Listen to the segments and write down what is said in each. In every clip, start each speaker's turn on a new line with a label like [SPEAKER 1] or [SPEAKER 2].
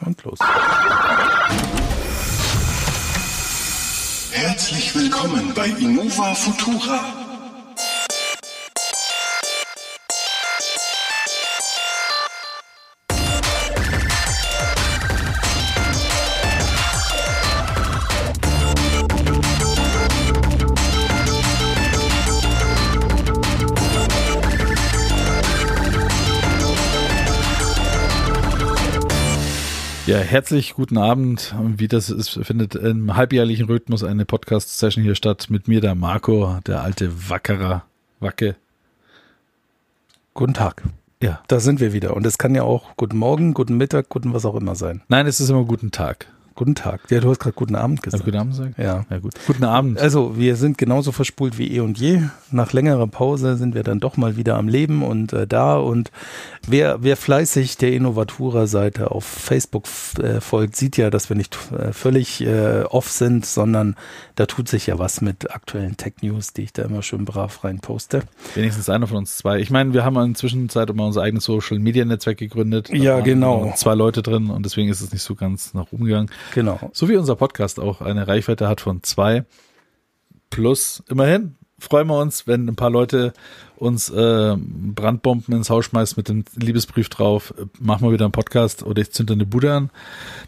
[SPEAKER 1] Und los.
[SPEAKER 2] Herzlich willkommen bei Innova Futura.
[SPEAKER 1] Ja, herzlich guten Abend. Und Wie das ist, findet im halbjährlichen Rhythmus eine Podcast-Session hier statt. Mit mir der Marco, der alte Wackerer. Wacke.
[SPEAKER 3] Guten Tag.
[SPEAKER 1] Ja.
[SPEAKER 3] Da sind wir wieder. Und es kann ja auch guten Morgen, guten Mittag, guten was auch immer sein.
[SPEAKER 1] Nein, es ist immer guten Tag.
[SPEAKER 3] Guten Tag. Ja, du hast gerade guten Abend
[SPEAKER 1] Hab ich
[SPEAKER 3] gesagt.
[SPEAKER 1] guten Abend gesagt?
[SPEAKER 3] Ja.
[SPEAKER 1] Ja, gut. Guten Abend.
[SPEAKER 3] Also, wir sind genauso verspult wie eh und je. Nach längerer Pause sind wir dann doch mal wieder am Leben und äh, da. Und wer, wer fleißig der Innovatura-Seite auf Facebook f- äh, folgt, sieht ja, dass wir nicht äh, völlig äh, off sind, sondern da tut sich ja was mit aktuellen Tech-News, die ich da immer schön brav rein poste.
[SPEAKER 1] Wenigstens einer von uns zwei. Ich meine, wir haben in der Zwischenzeit mal unser eigenes Social-Media-Netzwerk gegründet. Da
[SPEAKER 3] Ja,
[SPEAKER 1] waren
[SPEAKER 3] genau.
[SPEAKER 1] nur Zwei Leute drin und deswegen ist es nicht so ganz nach oben gegangen.
[SPEAKER 3] Genau.
[SPEAKER 1] So wie unser Podcast auch eine Reichweite hat von zwei. Plus, immerhin freuen wir uns, wenn ein paar Leute uns äh, Brandbomben ins Haus schmeißen mit dem Liebesbrief drauf. äh, Machen wir wieder einen Podcast oder ich zünde eine Bude an.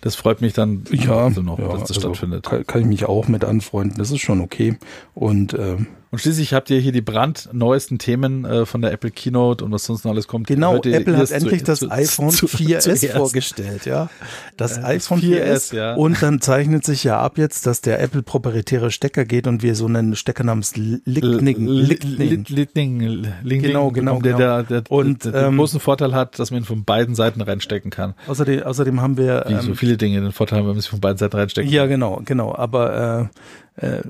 [SPEAKER 1] Das freut mich dann also noch, dass das
[SPEAKER 3] also
[SPEAKER 1] stattfindet.
[SPEAKER 3] Kann, kann ich mich auch mit anfreunden, das ist schon okay. Und ähm,
[SPEAKER 1] Und schließlich habt ihr hier die brandneuesten Themen äh, von der Apple Keynote und was sonst noch alles kommt.
[SPEAKER 3] genau,
[SPEAKER 1] Hört ihr
[SPEAKER 3] Apple
[SPEAKER 1] hier
[SPEAKER 3] hat
[SPEAKER 1] zu-
[SPEAKER 3] endlich das
[SPEAKER 1] zu-
[SPEAKER 3] iPhone
[SPEAKER 1] zu- Äh,
[SPEAKER 3] 4S
[SPEAKER 1] zuerst.
[SPEAKER 3] vorgestellt, ja. Das iPhone
[SPEAKER 1] 4S,
[SPEAKER 3] 4S,
[SPEAKER 1] ja.
[SPEAKER 3] und dann zeichnet sich ja ab jetzt, dass der Apple proprietäre Stecker geht und wir so einen Stecker namens Lightning, Lightning
[SPEAKER 1] Lightning.
[SPEAKER 3] Genau, genau,
[SPEAKER 1] Der, der,
[SPEAKER 3] genau.
[SPEAKER 1] der, der,
[SPEAKER 3] Und,
[SPEAKER 1] der, der
[SPEAKER 3] ähm,
[SPEAKER 1] großen Vorteil hat, dass man ihn von beiden Seiten reinstecken kann.
[SPEAKER 3] Außerdem, außerdem haben wir
[SPEAKER 1] Wie so
[SPEAKER 3] ähm,
[SPEAKER 1] viele Dinge den Vorteil haben, wenn man sich von beiden Seiten reinstecken
[SPEAKER 3] Ja, genau, genau. Aber äh, äh,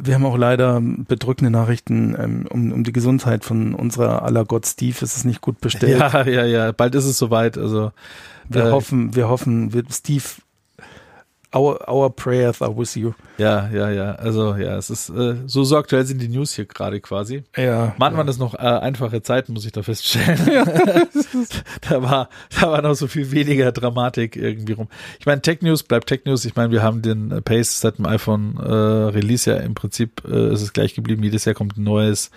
[SPEAKER 3] wir haben auch leider bedrückende Nachrichten ähm, um, um die Gesundheit von unserer aller Gott Steve. Ist es nicht gut
[SPEAKER 1] kann.
[SPEAKER 3] bestellt?
[SPEAKER 1] Ja, ja, ja. Bald ist es soweit. Also
[SPEAKER 3] Wir
[SPEAKER 1] Äh,
[SPEAKER 3] hoffen, wir hoffen, wir, Steve, our, our prayers are with you.
[SPEAKER 1] ja, ja, ja. Also ja, es ist äh, so, so aktuell sind die News hier gerade quasi.
[SPEAKER 3] Ja.
[SPEAKER 1] Mann, waren das noch äh, einfache Zeiten, muss ich da feststellen. da, war, da war noch so viel weniger Dramatik irgendwie rum. Ich meine, Tech News bleibt Tech News. Ich meine, wir haben den äh, Pace seit dem iPhone äh, Release ja im Prinzip äh, ist es gleich geblieben. Jedes Jahr kommt ein neues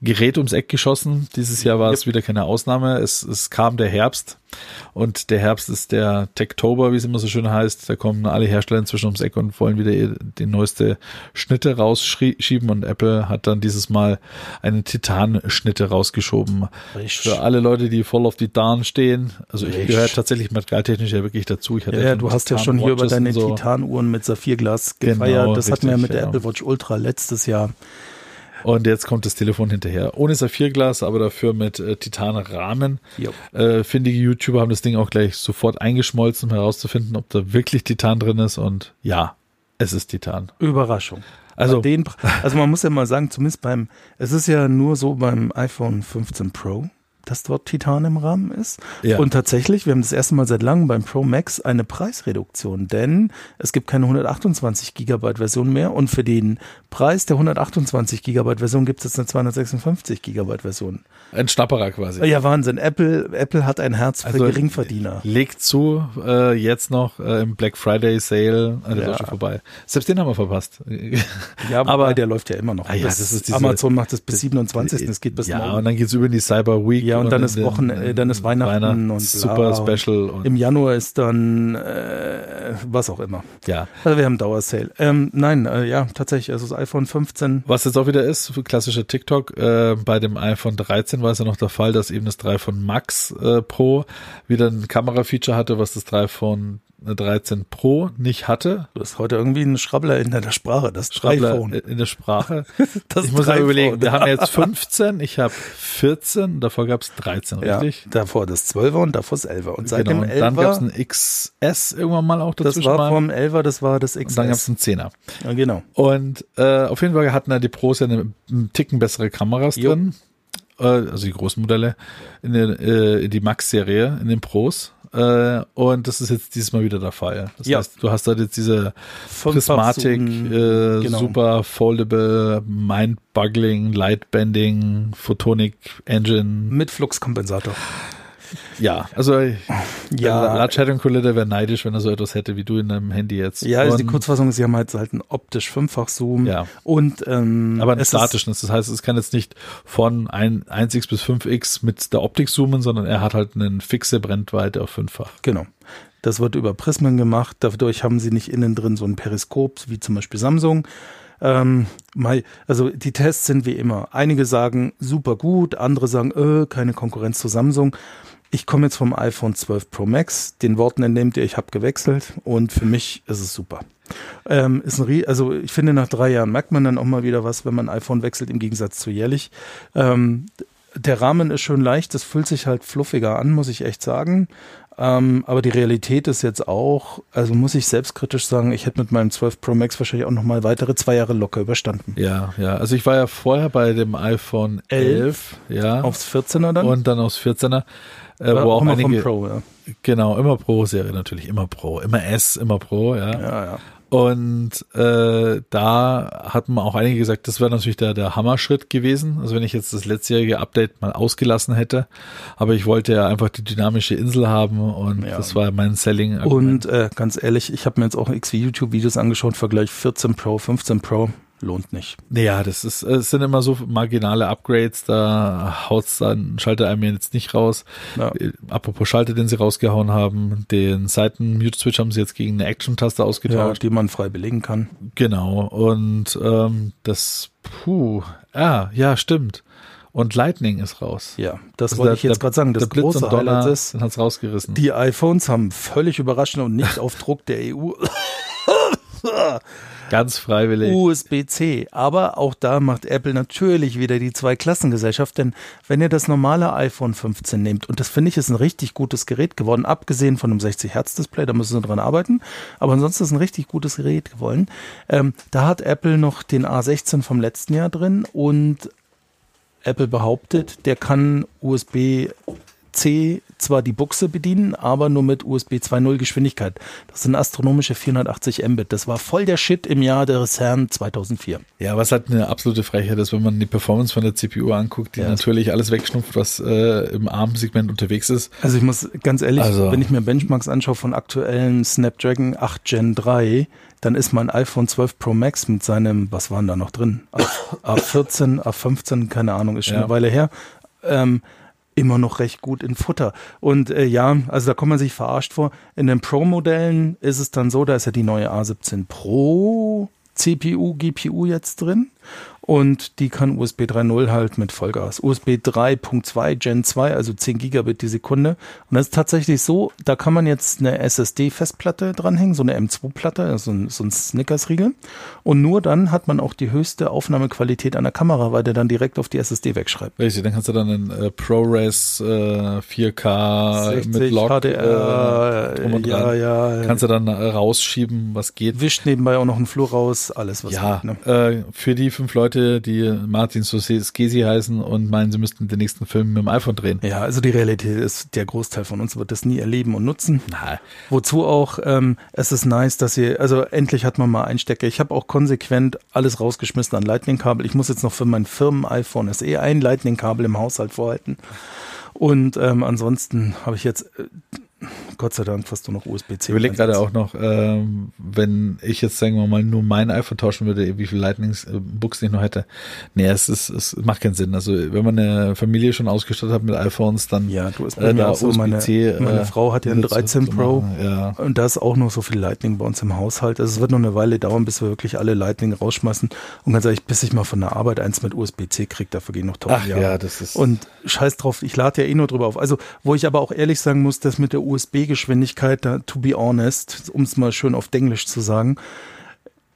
[SPEAKER 1] Gerät ums Eck geschossen. Dieses Jahr war es wieder keine Ausnahme. Es, es kam der Herbst und der Herbst ist der Techtober, wie es immer so schön heißt. Da kommen alle Hersteller inzwischen ums Eck und wollen wieder ihr- die neueste Schnitte rausschieben. Und Apple hat dann dieses Mal eine Titan-Schnitte rausgeschoben.
[SPEAKER 3] Richtig.
[SPEAKER 1] Für alle Leute, die voll auf Titan stehen. Also ich
[SPEAKER 3] Richtig.
[SPEAKER 1] gehöre tatsächlich materialtechnisch ja wirklich dazu. Ich hatte
[SPEAKER 3] Ja, ja,
[SPEAKER 1] schon
[SPEAKER 3] du hast ja schon hier über
[SPEAKER 1] Titan-Watches
[SPEAKER 3] deine
[SPEAKER 1] und so.
[SPEAKER 3] Titanuhren mit Saphirglas gefeiert.
[SPEAKER 1] Genau,
[SPEAKER 3] das hatten wir ja
[SPEAKER 1] richtig,
[SPEAKER 3] mit der
[SPEAKER 1] ja.
[SPEAKER 3] Apple Watch Ultra letztes Jahr.
[SPEAKER 1] Und jetzt kommt das Telefon hinterher. Ohne Saphirglas, aber dafür mit äh, Titanrahmen.
[SPEAKER 3] Jo.
[SPEAKER 1] Äh, findige YouTuber haben das Ding auch gleich sofort eingeschmolzen, um herauszufinden, ob da wirklich Titan drin ist. Und ja, es ist Titan.
[SPEAKER 3] Überraschung.
[SPEAKER 1] Also-
[SPEAKER 3] Bei den, also man muss ja mal sagen, zumindest beim, es ist ja nur so beim iPhone 15 Pro, dass dort Titan im Rahmen ist.
[SPEAKER 1] Ja.
[SPEAKER 3] Und tatsächlich, wir haben das erste Mal seit langem beim Pro Max eine Preisreduktion, denn es gibt keine 128 Gigabyte Version mehr und für den Preis der 128 Gigabyte Version gibt es jetzt eine 256 Gigabyte Version.
[SPEAKER 1] Ein Schnapperer quasi.
[SPEAKER 3] Ja, Wahnsinn. Apple, Apple hat ein Herz für
[SPEAKER 1] Also,
[SPEAKER 3] Geringverdiener.
[SPEAKER 1] Legt zu, äh, jetzt noch äh, im Black Friday Sale. Äh, der
[SPEAKER 3] Ja.
[SPEAKER 1] ist schon vorbei. Selbst den haben wir verpasst.
[SPEAKER 3] Ja,
[SPEAKER 1] aber-
[SPEAKER 3] aber der läuft ja immer noch.
[SPEAKER 1] Ah ja,
[SPEAKER 3] Bis-
[SPEAKER 1] das ist diese-
[SPEAKER 3] Amazon macht es bis 27. Es geht bis
[SPEAKER 1] ja,
[SPEAKER 3] morgen.
[SPEAKER 1] und dann geht's über in die Cyber Week.
[SPEAKER 3] Ja, und dann
[SPEAKER 1] in
[SPEAKER 3] ist Wochen- äh, dann ist Weihnachten und
[SPEAKER 1] Weihnachts-
[SPEAKER 3] bla.
[SPEAKER 1] Super Special. Und,
[SPEAKER 3] Im Januar ist dann äh, was auch immer.
[SPEAKER 1] ja.
[SPEAKER 3] Also wir haben Dauersale. Ähm, nein, äh, ja, tatsächlich. Also das iPhone 15.
[SPEAKER 1] Was jetzt auch wieder ist, für klassischer TikTok, äh, bei dem iPhone 13 war es ja noch der Fall, dass eben das 3 von Max äh, Pro wieder ein Kamera-Feature hatte, was das 3 von 13 Pro nicht hatte.
[SPEAKER 3] Du hast heute irgendwie ein Schrabbler in deiner Sprache. Das
[SPEAKER 1] Schrabbler
[SPEAKER 3] iPhone.
[SPEAKER 1] in der Sprache.
[SPEAKER 3] Das
[SPEAKER 1] ich muss mal
[SPEAKER 3] Dreifone.
[SPEAKER 1] überlegen, wir haben jetzt 15, ich habe 14, davor gab es 13,
[SPEAKER 3] Ja,
[SPEAKER 1] richtig?
[SPEAKER 3] davor das 12er und davor das 11er. Und seit
[SPEAKER 1] genau,
[SPEAKER 3] dem
[SPEAKER 1] und dann gab es
[SPEAKER 3] 11er,
[SPEAKER 1] ein XS irgendwann mal auch
[SPEAKER 3] das
[SPEAKER 1] dazwischen
[SPEAKER 3] war
[SPEAKER 1] mal.
[SPEAKER 3] vom 11er, das war das
[SPEAKER 1] Und dann gab es
[SPEAKER 3] XS.
[SPEAKER 1] einen 10er.
[SPEAKER 3] Ja, genau.
[SPEAKER 1] Und äh, auf jeden Fall hatten da die Pros ja eine, einen Ticken bessere Kameras
[SPEAKER 3] Jo.
[SPEAKER 1] drin. Äh, also die großen Modelle in, den, äh, in die Max-Serie, in den Pros. Äh, und das ist jetzt dieses Mal wieder der Fall. Das
[SPEAKER 3] Ja.
[SPEAKER 1] heißt, du hast halt jetzt diese
[SPEAKER 3] Fünffach
[SPEAKER 1] Prismatik,
[SPEAKER 3] zoomen,
[SPEAKER 1] äh,
[SPEAKER 3] genau.
[SPEAKER 1] super foldable, mind-buggling, light-bending, Photonic Engine.
[SPEAKER 3] Mit Fluxkompensator.
[SPEAKER 1] Ja, also ich-
[SPEAKER 3] Ja.
[SPEAKER 1] Large Hadron Collider wäre neidisch, wenn er so etwas hätte wie du in deinem Handy jetzt.
[SPEAKER 3] Ja, also die
[SPEAKER 1] Und-
[SPEAKER 3] Kurzfassung ist, sie haben halt halt einen optisch Fünffach-Zoom
[SPEAKER 1] Ja.
[SPEAKER 3] und ähm,
[SPEAKER 1] aber einen
[SPEAKER 3] es Ist,
[SPEAKER 1] statischen. Das heißt, es kann jetzt nicht von ein- 1x bis 5x mit der Optik zoomen, sondern er hat halt eine fixe Brennweite auf fünffach.
[SPEAKER 3] genau. Das wird über Prismen gemacht. Dadurch haben sie nicht innen drin so ein Periskop, wie zum Beispiel Samsung. Ähm, mal, also die Tests sind wie immer. Einige sagen super gut, andere sagen, äh, keine Konkurrenz zu Samsung. Ich komme jetzt vom iPhone 12 Pro Max. Den Worten entnehmt ihr, ich habe gewechselt und für mich ist es super. Ähm, ist ein Rie also ich finde, nach drei Jahren merkt man dann auch mal wieder was, wenn man ein iPhone wechselt, im Gegensatz zu jährlich. Ähm, der Rahmen ist schön leicht, das fühlt sich halt fluffiger an, muss ich echt sagen. Ähm, aber die Realität ist jetzt auch, also muss ich selbstkritisch sagen, ich hätte mit meinem 12 Pro Max wahrscheinlich auch nochmal weitere zwei Jahre locker überstanden.
[SPEAKER 1] Ja, ja. Also ich war ja vorher bei dem iPhone 11, ja,
[SPEAKER 3] Aufs 14er dann?
[SPEAKER 1] und dann aufs 14er, äh,
[SPEAKER 3] Oder
[SPEAKER 1] wo auch
[SPEAKER 3] immer
[SPEAKER 1] einige,
[SPEAKER 3] Pro, ja.
[SPEAKER 1] genau, immer Pro-Serie natürlich, immer Pro, immer S, immer Pro, ja.
[SPEAKER 3] Ja, ja.
[SPEAKER 1] Und äh, da hatten auch einige gesagt, das wäre natürlich der, der Hammerschritt gewesen. Also wenn ich jetzt das letztjährige Update mal ausgelassen hätte, aber ich wollte ja einfach die dynamische Insel haben und
[SPEAKER 3] Ja.
[SPEAKER 1] das war mein Selling.
[SPEAKER 3] Und äh, ganz ehrlich, ich habe mir jetzt auch x YouTube-Videos angeschaut, Vergleich 14 Pro, 15 Pro, lohnt nicht.
[SPEAKER 1] Naja, das ist, äh, es sind immer so marginale Upgrades, da haut's dann, schaltet einem jetzt nicht raus.
[SPEAKER 3] Ja.
[SPEAKER 1] Äh, Apropos Schalter, den sie rausgehauen haben, den Seiten-Mute-Switch haben sie jetzt gegen eine Action-Taste
[SPEAKER 3] Ja,
[SPEAKER 1] ausgetauscht.
[SPEAKER 3] die man frei belegen kann.
[SPEAKER 1] Genau. Und ähm, das, puh, ah, ja, stimmt. Und Lightning ist raus.
[SPEAKER 3] Ja, das
[SPEAKER 1] Also
[SPEAKER 3] wollte
[SPEAKER 1] der-
[SPEAKER 3] ich jetzt
[SPEAKER 1] der-
[SPEAKER 3] gerade sagen. Das
[SPEAKER 1] der Blitz
[SPEAKER 3] große
[SPEAKER 1] und Donner
[SPEAKER 3] Highlight ist,
[SPEAKER 1] hat's rausgerissen.
[SPEAKER 3] die iPhones haben völlig überraschend und nicht auf Druck der E EU
[SPEAKER 1] Ganz freiwillig.
[SPEAKER 3] Uh. USB-C. Aber auch da macht Apple natürlich wieder die Zweiklassengesellschaft, denn wenn ihr das normale iPhone 15 nehmt, und das finde ich ist ein richtig gutes Gerät geworden, abgesehen von einem 60-Hertz-Display, da müssen sie dran arbeiten, aber ansonsten ist ein richtig gutes Gerät geworden. Ähm, da hat Apple noch den A16 vom letzten Jahr drin und Apple behauptet, der kann USB C zwar die Buchse bedienen, aber nur mit USB 2.0 Geschwindigkeit. Das sind astronomische 480 Mbit. Das war voll der Shit im Jahr des Herrn 2004.
[SPEAKER 1] Ja, was halt eine absolute Frechheit ist, wenn man die Performance von der CPU anguckt, die
[SPEAKER 3] Ja.
[SPEAKER 1] natürlich alles wegschnupft, was äh, im ARM-Segment unterwegs ist.
[SPEAKER 3] Also ich muss ganz ehrlich,
[SPEAKER 1] Also-
[SPEAKER 3] wenn ich mir Benchmarks anschaue von aktuellen Snapdragon 8 Gen 3, dann ist mein iPhone 12 Pro Max mit seinem, was waren da noch drin? A- A14, A15, keine Ahnung, ist schon
[SPEAKER 1] Ja.
[SPEAKER 3] eine Weile her. Ähm, immer noch recht gut in Futter. Und äh, ja, also da kommt man sich verarscht vor. In den Pro-Modellen ist es dann so, da ist ja die neue A17 Pro CPU, GPU jetzt drin. Und die kann USB 3.0 halt mit Vollgas. USB 3.2 Gen 2, also 10 Gigabit die Sekunde. Und das ist tatsächlich so, da kann man jetzt eine SSD-Festplatte dranhängen, so eine M2-Platte, also so ein, so ein Snickers-Riegel. Und nur dann hat man auch die höchste Aufnahmequalität einer Kamera, weil der dann direkt auf die SSD wegschreibt.
[SPEAKER 1] Richtig, dann kannst du dann einen äh, ProRes äh, 4K
[SPEAKER 3] 60
[SPEAKER 1] mit Log
[SPEAKER 3] HDR,
[SPEAKER 1] äh, drum und
[SPEAKER 3] ja,
[SPEAKER 1] dran.
[SPEAKER 3] ja.
[SPEAKER 1] Kannst du dann äh, rausschieben, was geht.
[SPEAKER 3] wischt nebenbei auch noch einen Flur raus, alles was
[SPEAKER 1] Ja,
[SPEAKER 3] geht, ne?
[SPEAKER 1] äh, für die fünf Leute, die Martin Scorsese heißen und meinen, sie müssten den nächsten Film mit dem iPhone drehen.
[SPEAKER 3] Ja, also die Realität ist, der Großteil von uns wird das nie erleben und nutzen.
[SPEAKER 1] Na,
[SPEAKER 3] Wozu auch, ähm, es ist nice, dass ihr, also endlich hat man mal Einstecker. Ich habe auch konsequent alles rausgeschmissen an Lightning-Kabel. Ich muss jetzt noch für mein Firmen-iPhone SE ein Lightning-Kabel im Haushalt vorhalten. Und ähm, ansonsten habe ich jetzt, äh, Gott sei Dank, fast nur noch USB-C.
[SPEAKER 1] ich überlege gerade
[SPEAKER 3] Einsatz.
[SPEAKER 1] auch noch, ähm, wenn ich jetzt, sagen wir mal, nur mein iPhone tauschen würde, wie viel Lightning-Buchsen ich noch hätte. Nee, es, ist, es macht keinen Sinn. Also wenn man eine Familie schon ausgestattet hat mit iPhones, dann
[SPEAKER 3] Ja, du ist bei
[SPEAKER 1] äh,
[SPEAKER 3] mir
[SPEAKER 1] da
[SPEAKER 3] auch so. Meine,
[SPEAKER 1] USB-C,
[SPEAKER 3] meine
[SPEAKER 1] äh,
[SPEAKER 3] Frau hat ja einen
[SPEAKER 1] zu- zu
[SPEAKER 3] 13 Pro.
[SPEAKER 1] machen. Ja.
[SPEAKER 3] Und da ist auch noch so viel Lightning bei uns im Haushalt. Also es wird noch eine Weile dauern, bis wir wirklich alle Lightning rausschmeißen. Und ganz ehrlich, bis ich mal von der Arbeit eins mit USB-C kriege, dafür gehen noch tausend
[SPEAKER 1] Ach
[SPEAKER 3] Jahre.
[SPEAKER 1] ja, das ist.
[SPEAKER 3] Und scheiß drauf, ich lade ja eh nur drüber auf. Also, wo ich aber auch ehrlich sagen muss, dass mit der USB-Geschwindigkeit, da, to be honest, um es mal schön auf Englisch zu sagen,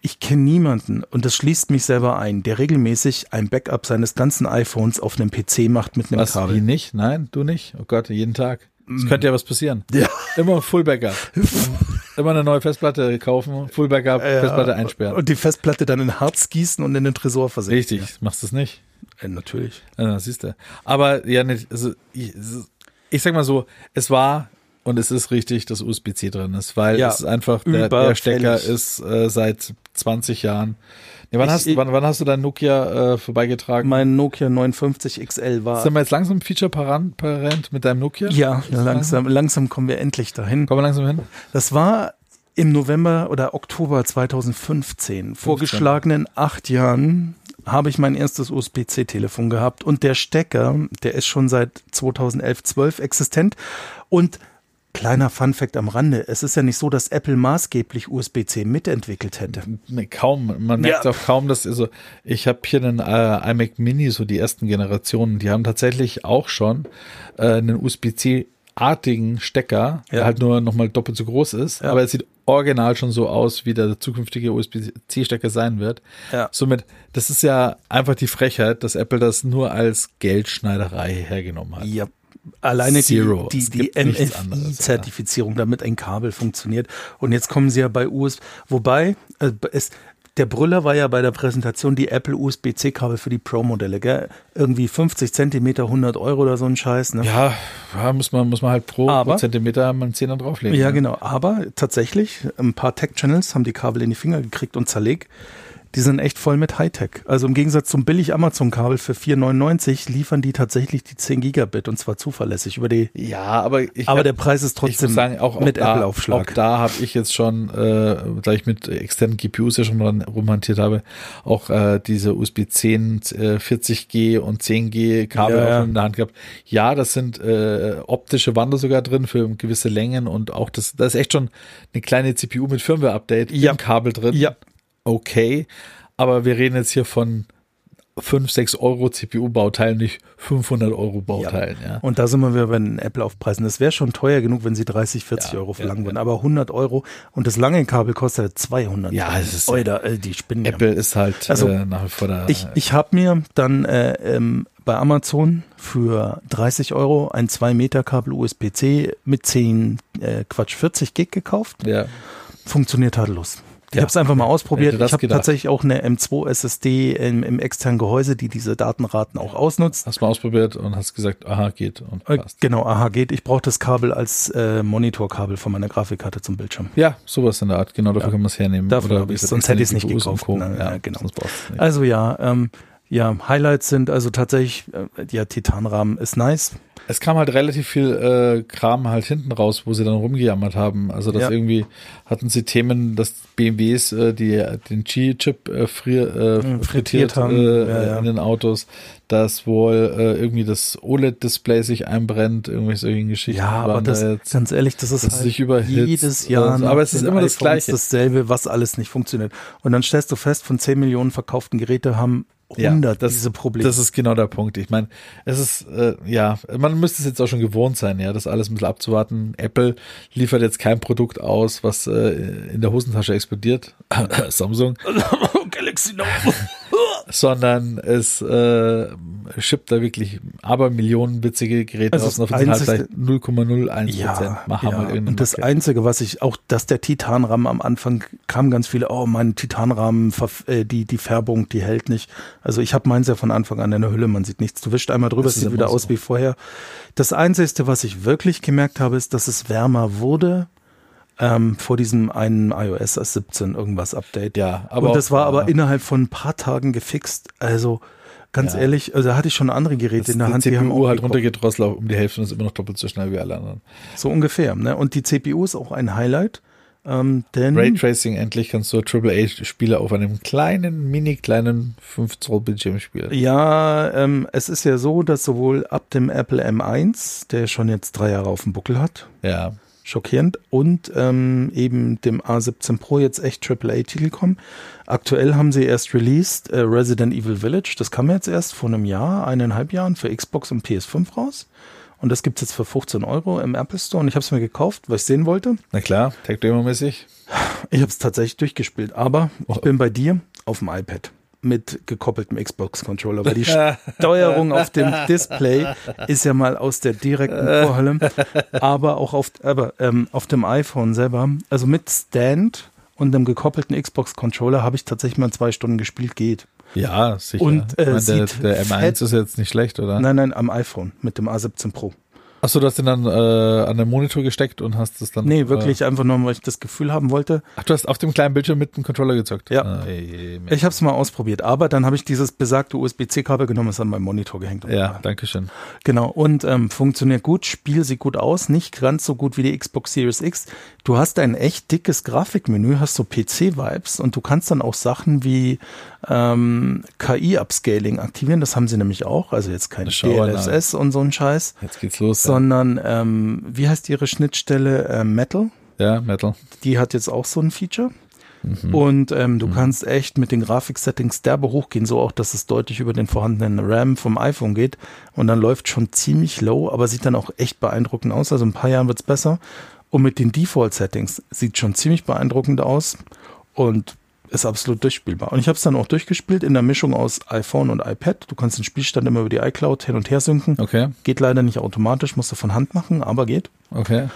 [SPEAKER 3] ich kenne niemanden, und das schließt mich selber ein, der regelmäßig ein Backup seines ganzen iPhones auf einem PC macht mit einem
[SPEAKER 1] was,
[SPEAKER 3] Kabel. Mhm.
[SPEAKER 1] wie nicht? Nein, du nicht? Oh Gott, jeden Tag. Es könnte ja was passieren.
[SPEAKER 3] Ja.
[SPEAKER 1] Immer Fullbacker. Immer eine neue Festplatte kaufen, Fullbacker,
[SPEAKER 3] Ja,
[SPEAKER 1] Festplatte einsperren.
[SPEAKER 3] Äh, Und die Festplatte dann in Harz gießen und in den Tresor versenken.
[SPEAKER 1] Richtig, machst du es nicht.
[SPEAKER 3] Äh, natürlich.
[SPEAKER 1] Ja, siehst du. Aber ja, nicht, also, ich, ich sag mal so, es war und es ist richtig, dass USB-C drin ist, weil
[SPEAKER 3] Ja,
[SPEAKER 1] es ist einfach, der, der
[SPEAKER 3] überfällig.
[SPEAKER 1] Stecker ist äh, seit 20 Jahren. Nee, wann,
[SPEAKER 3] Ich-
[SPEAKER 1] hast,
[SPEAKER 3] ich-
[SPEAKER 1] wann, wann hast du dein Nokia äh, vorbeigetragen?
[SPEAKER 3] Mein Nokia 59 XL war.
[SPEAKER 1] Sind wir jetzt langsam Feature-Parent mit deinem Nokia?
[SPEAKER 3] Ja, langsam, langsam kommen wir endlich dahin.
[SPEAKER 1] Kommen wir langsam hin?
[SPEAKER 3] Das war im November oder Oktober 2015. Vor
[SPEAKER 1] 15.
[SPEAKER 3] geschlagenen acht Jahren habe ich mein erstes USB-C-Telefon gehabt und der Stecker, der ist schon seit 2011, 12 existent und Kleiner Funfact am Rande. Es ist ja nicht so, dass Apple maßgeblich USB-C mitentwickelt hätte.
[SPEAKER 1] Nee, kaum. Man merkt
[SPEAKER 3] Ja.
[SPEAKER 1] auch kaum, dass also ich habe hier einen äh, iMac Mini, so die ersten Generationen, die haben tatsächlich auch schon äh, einen USB-C artigen Stecker, der
[SPEAKER 3] Ja.
[SPEAKER 1] halt nur nochmal doppelt so groß ist, aber es sieht original schon so aus, wie der zukünftige USB-C-Stecker sein wird.
[SPEAKER 3] Ja.
[SPEAKER 1] Somit, das ist ja einfach die Frechheit, dass Apple das nur als Geldschneiderei hergenommen hat.
[SPEAKER 3] Ja, alleine
[SPEAKER 1] Zero.
[SPEAKER 3] die,
[SPEAKER 1] Es
[SPEAKER 3] die, die
[SPEAKER 1] gibt nichts anderes,
[SPEAKER 3] MFI-Zertifizierung, damit ein Kabel funktioniert. Und jetzt kommen sie ja bei USB, wobei äh, es, der Brüller war ja bei der Präsentation die Apple USB-C-Kabel für die Pro-Modelle, gell? Irgendwie 50 Zentimeter, 100 Euro oder so ein Scheiß, ne?
[SPEAKER 1] Ja, ja, muss man, muss man halt pro
[SPEAKER 3] Aber-
[SPEAKER 1] Zentimeter mal einen Zehner drauflegen.
[SPEAKER 3] Ja,
[SPEAKER 1] ne?
[SPEAKER 3] genau. Aber tatsächlich, ein paar Tech-Channels haben die Kabel in die Finger gekriegt und zerlegt. Die sind echt voll mit Hightech. Also im Gegensatz zum billig Amazon-Kabel für 4,99 liefern die tatsächlich die 10 Gigabit und zwar zuverlässig über die
[SPEAKER 1] Ja, aber ich
[SPEAKER 3] Aber
[SPEAKER 1] hab-
[SPEAKER 3] der Preis ist
[SPEAKER 1] Ich muss
[SPEAKER 3] trotzdem
[SPEAKER 1] sagen, auch, auch
[SPEAKER 3] mit
[SPEAKER 1] da,
[SPEAKER 3] Apple-Aufschlag.
[SPEAKER 1] Auch da habe ich jetzt schon, äh, da ich mit externen GPUs ja schon dran rumhantiert habe, auch äh, diese USB 10, äh, 40G und 10G Kabel
[SPEAKER 3] Ja,
[SPEAKER 1] auch
[SPEAKER 3] ja.
[SPEAKER 1] schon in der Hand gehabt. Ja, das sind äh, optische Wandel sogar drin für gewisse Längen und auch das, da ist echt schon eine kleine CPU mit Firmware-Update
[SPEAKER 3] Ja.
[SPEAKER 1] im Kabel drin.
[SPEAKER 3] Ja.
[SPEAKER 1] Okay, aber wir reden jetzt hier von 5, 6 Euro CPU-Bauteilen, nicht 500 Euro Bauteilen. Ja.
[SPEAKER 3] Und da sind wir wieder bei den Apple-Aufpreisen. Das wäre schon teuer genug, wenn sie 30, 40
[SPEAKER 1] Ja,
[SPEAKER 3] Euro
[SPEAKER 1] ja,
[SPEAKER 3] verlangen
[SPEAKER 1] ja.
[SPEAKER 3] würden. Aber 100 Euro und das lange Kabel kostet 200.
[SPEAKER 1] Ja, es ist-
[SPEAKER 3] Oder, äh, die Spinnen.
[SPEAKER 1] Apple ist halt
[SPEAKER 3] Also,
[SPEAKER 1] äh, nach wie vor der
[SPEAKER 3] Ich, ich habe mir dann äh, ähm, bei Amazon für 30 Euro ein 2-Meter-Kabel USB-C mit 10, äh, Quatsch, 40 Gig gekauft.
[SPEAKER 1] Ja.
[SPEAKER 3] Funktioniert tadellos. Ich
[SPEAKER 1] Ja.
[SPEAKER 3] habe es einfach mal ausprobiert.
[SPEAKER 1] Hätte das
[SPEAKER 3] Ich habe
[SPEAKER 1] gedacht.
[SPEAKER 3] tatsächlich auch eine M2 SSD im, im externen Gehäuse, die diese Datenraten auch ausnutzt.
[SPEAKER 1] Hast mal ausprobiert und hast gesagt, aha, geht und
[SPEAKER 3] Äh,
[SPEAKER 1] passt.
[SPEAKER 3] Genau, aha, geht. Ich brauche das Kabel als äh, Monitorkabel von meiner Grafikkarte zum Bildschirm.
[SPEAKER 1] Ja, sowas in der Art, genau, dafür kann man es hernehmen.
[SPEAKER 3] Dafür
[SPEAKER 1] Oder
[SPEAKER 3] hab ich's,
[SPEAKER 1] wie gesagt,
[SPEAKER 3] sonst hätte ich's nicht
[SPEAKER 1] GPUs und
[SPEAKER 3] gekauft.
[SPEAKER 1] Co.
[SPEAKER 3] Na,
[SPEAKER 1] ja,
[SPEAKER 3] ja, genau.
[SPEAKER 1] Sonst brauchst du's nicht.
[SPEAKER 3] Also ja, ähm, ja, Highlights sind also tatsächlich, äh, ja, Titanrahmen ist nice.
[SPEAKER 1] Es kam halt relativ viel äh, Kram halt hinten raus, wo sie dann rumgejammert haben. Also das
[SPEAKER 3] Ja.
[SPEAKER 1] irgendwie hatten sie Themen, dass BMWs äh, die, den G-Chip äh, frier, äh, frittiert,
[SPEAKER 3] Mhm, haben.
[SPEAKER 1] Äh,
[SPEAKER 3] Ja, ja.
[SPEAKER 1] in den Autos, dass wohl äh, irgendwie das OLED-Display sich einbrennt, irgendwelche solchen Geschichten.
[SPEAKER 3] Ja, aber
[SPEAKER 1] waren da
[SPEAKER 3] das, ganz ehrlich, das ist halt
[SPEAKER 1] dass es sich überhitzt
[SPEAKER 3] jedes Jahr.
[SPEAKER 1] und so.
[SPEAKER 3] nach
[SPEAKER 1] Aber es ist
[SPEAKER 3] den
[SPEAKER 1] immer das
[SPEAKER 3] iPhones
[SPEAKER 1] Gleiche.
[SPEAKER 3] Dasselbe, was alles nicht funktioniert. Und dann stellst du fest, von 10 Millionen verkauften Geräte haben 100
[SPEAKER 1] das,
[SPEAKER 3] diese Probleme.
[SPEAKER 1] Das ist genau der Punkt. Ich meine, es ist, äh, ja, man müsste es jetzt auch schon gewohnt sein, ja, das alles ein bisschen abzuwarten. Apple liefert jetzt kein Produkt aus, was äh, in der Hosentasche explodiert, Samsung,
[SPEAKER 3] Galaxy Note.
[SPEAKER 1] sondern es äh, schippt da wirklich aber Millionen witzige Geräte
[SPEAKER 3] Also
[SPEAKER 1] aus.
[SPEAKER 3] das
[SPEAKER 1] Und davon halt
[SPEAKER 3] einzigste-
[SPEAKER 1] vielleicht 0,01 Prozent.
[SPEAKER 3] Ja,
[SPEAKER 1] Machen
[SPEAKER 3] ja.
[SPEAKER 1] mal irgendeinen
[SPEAKER 3] und das
[SPEAKER 1] Mist.
[SPEAKER 3] Einzige, was ich auch, dass der Titanrahmen am Anfang kam, ganz viele, oh, mein Titanrahmen, verf- äh, die, die Färbung, die hält nicht. Also ich habe meins ja von Anfang an in der Hülle, man sieht nichts. Du wischst einmal drüber,
[SPEAKER 1] Das
[SPEAKER 3] es
[SPEAKER 1] ist
[SPEAKER 3] sieht
[SPEAKER 1] immer
[SPEAKER 3] wieder
[SPEAKER 1] so.
[SPEAKER 3] aus wie vorher. Das Einzige, was ich wirklich gemerkt habe, ist, dass es wärmer wurde ähm, vor diesem einen iOS 17 irgendwas Update.
[SPEAKER 1] Ja,
[SPEAKER 3] aber
[SPEAKER 1] aber
[SPEAKER 3] und das
[SPEAKER 1] auch- ne?
[SPEAKER 3] war aber
[SPEAKER 1] ja.
[SPEAKER 3] innerhalb von ein paar Tagen gefixt. Also ganz
[SPEAKER 1] Ja.
[SPEAKER 3] ehrlich, also da hatte ich schon andere Geräte in der Hand.
[SPEAKER 1] die
[SPEAKER 3] haben
[SPEAKER 1] CPU
[SPEAKER 3] auch
[SPEAKER 1] hat
[SPEAKER 3] gekocht.
[SPEAKER 1] runtergedrosselt um die Hälfte und ist immer noch doppelt so schnell wie alle anderen.
[SPEAKER 3] So ungefähr. Ne? Und die CPU ist auch ein Highlight. Ähm, denn
[SPEAKER 1] Raytracing endlich kannst du AAA-Spiele auf einem kleinen, mini kleinen 5 Zoll Bildschirm spielen.
[SPEAKER 3] ja, ähm, es ist ja so, dass sowohl ab dem Apple M1, der schon jetzt drei Jahre auf dem Buckel hat,
[SPEAKER 1] Ja.
[SPEAKER 3] schockierend, und ähm, eben dem A17 Pro jetzt echt AAA-Titel kommen. Aktuell haben sie erst released äh, Resident Evil Village. Das kam jetzt erst vor einem Jahr, eineinhalb Jahren für Xbox und PS5 raus. Und das gibt's jetzt für 15 Euro im Apple Store. Und ich habe es mir gekauft, weil ich sehen wollte.
[SPEAKER 1] Na klar, Tech Demo-mäßig.
[SPEAKER 3] Ich habe es tatsächlich durchgespielt, aber ich bin bei dir auf dem iPad mit gekoppeltem Xbox-Controller, weil die Steuerung auf dem Display ist ja mal aus der direkten Vorhölle, aber auch auf, aber, ähm, auf dem iPhone selber, also mit Stand und einem gekoppelten Xbox-Controller habe ich tatsächlich mal zwei Stunden gespielt, geht.
[SPEAKER 1] Ja, sicher.
[SPEAKER 3] Und, äh,
[SPEAKER 1] ich meine, der,
[SPEAKER 3] sieht
[SPEAKER 1] der M1
[SPEAKER 3] fett-
[SPEAKER 1] ist jetzt nicht schlecht, oder?
[SPEAKER 3] Nein, nein, am iPhone mit dem A17 Pro.
[SPEAKER 1] Achso, du hast den dann äh, an den Monitor gesteckt und hast es dann.
[SPEAKER 3] Nee, wirklich einfach nur, weil ich das Gefühl haben wollte.
[SPEAKER 1] Äh, ach, du hast auf dem kleinen Bildschirm mit dem Controller gezockt.
[SPEAKER 3] Ja.
[SPEAKER 1] Ah, ey, ey, ey.
[SPEAKER 3] Ich habe es mal ausprobiert, aber dann habe ich dieses besagte USB-C-Kabel genommen, es an meinen Monitor gehängt. und-
[SPEAKER 1] ja, danke schön.
[SPEAKER 3] Genau, und ähm, funktioniert gut, Spiel sieht gut aus, nicht ganz so gut wie die Xbox Series X. Du hast ein echt dickes Grafikmenü, hast so PC-Vibes und du kannst dann auch Sachen wie ähm, KI-Upscaling aktivieren, das haben sie nämlich auch, also jetzt kein
[SPEAKER 1] Schauanlage.
[SPEAKER 3] DLSS und so ein Scheiß,
[SPEAKER 1] Jetzt geht's los.
[SPEAKER 3] sondern ähm, wie heißt ihre Schnittstelle Ähm, Metal?
[SPEAKER 1] Ja, Metal.
[SPEAKER 3] die hat jetzt auch so ein Feature. Und ähm, du kannst echt mit den Grafik-Settings derbe hochgehen, so auch, dass es deutlich über den vorhandenen RAM vom iPhone geht. Und dann läuft schon ziemlich low, aber sieht dann auch echt beeindruckend aus. Also in ein paar Jahren wird's besser. Und mit den Default-Settings sieht schon ziemlich beeindruckend aus und ist absolut durchspielbar. Und ich habe es dann auch durchgespielt in der Mischung aus iPhone und iPad. Du kannst den Spielstand immer über die iCloud hin und her synken.
[SPEAKER 1] Okay,
[SPEAKER 3] Geht leider nicht automatisch, musst du von Hand machen, aber geht.
[SPEAKER 1] okay.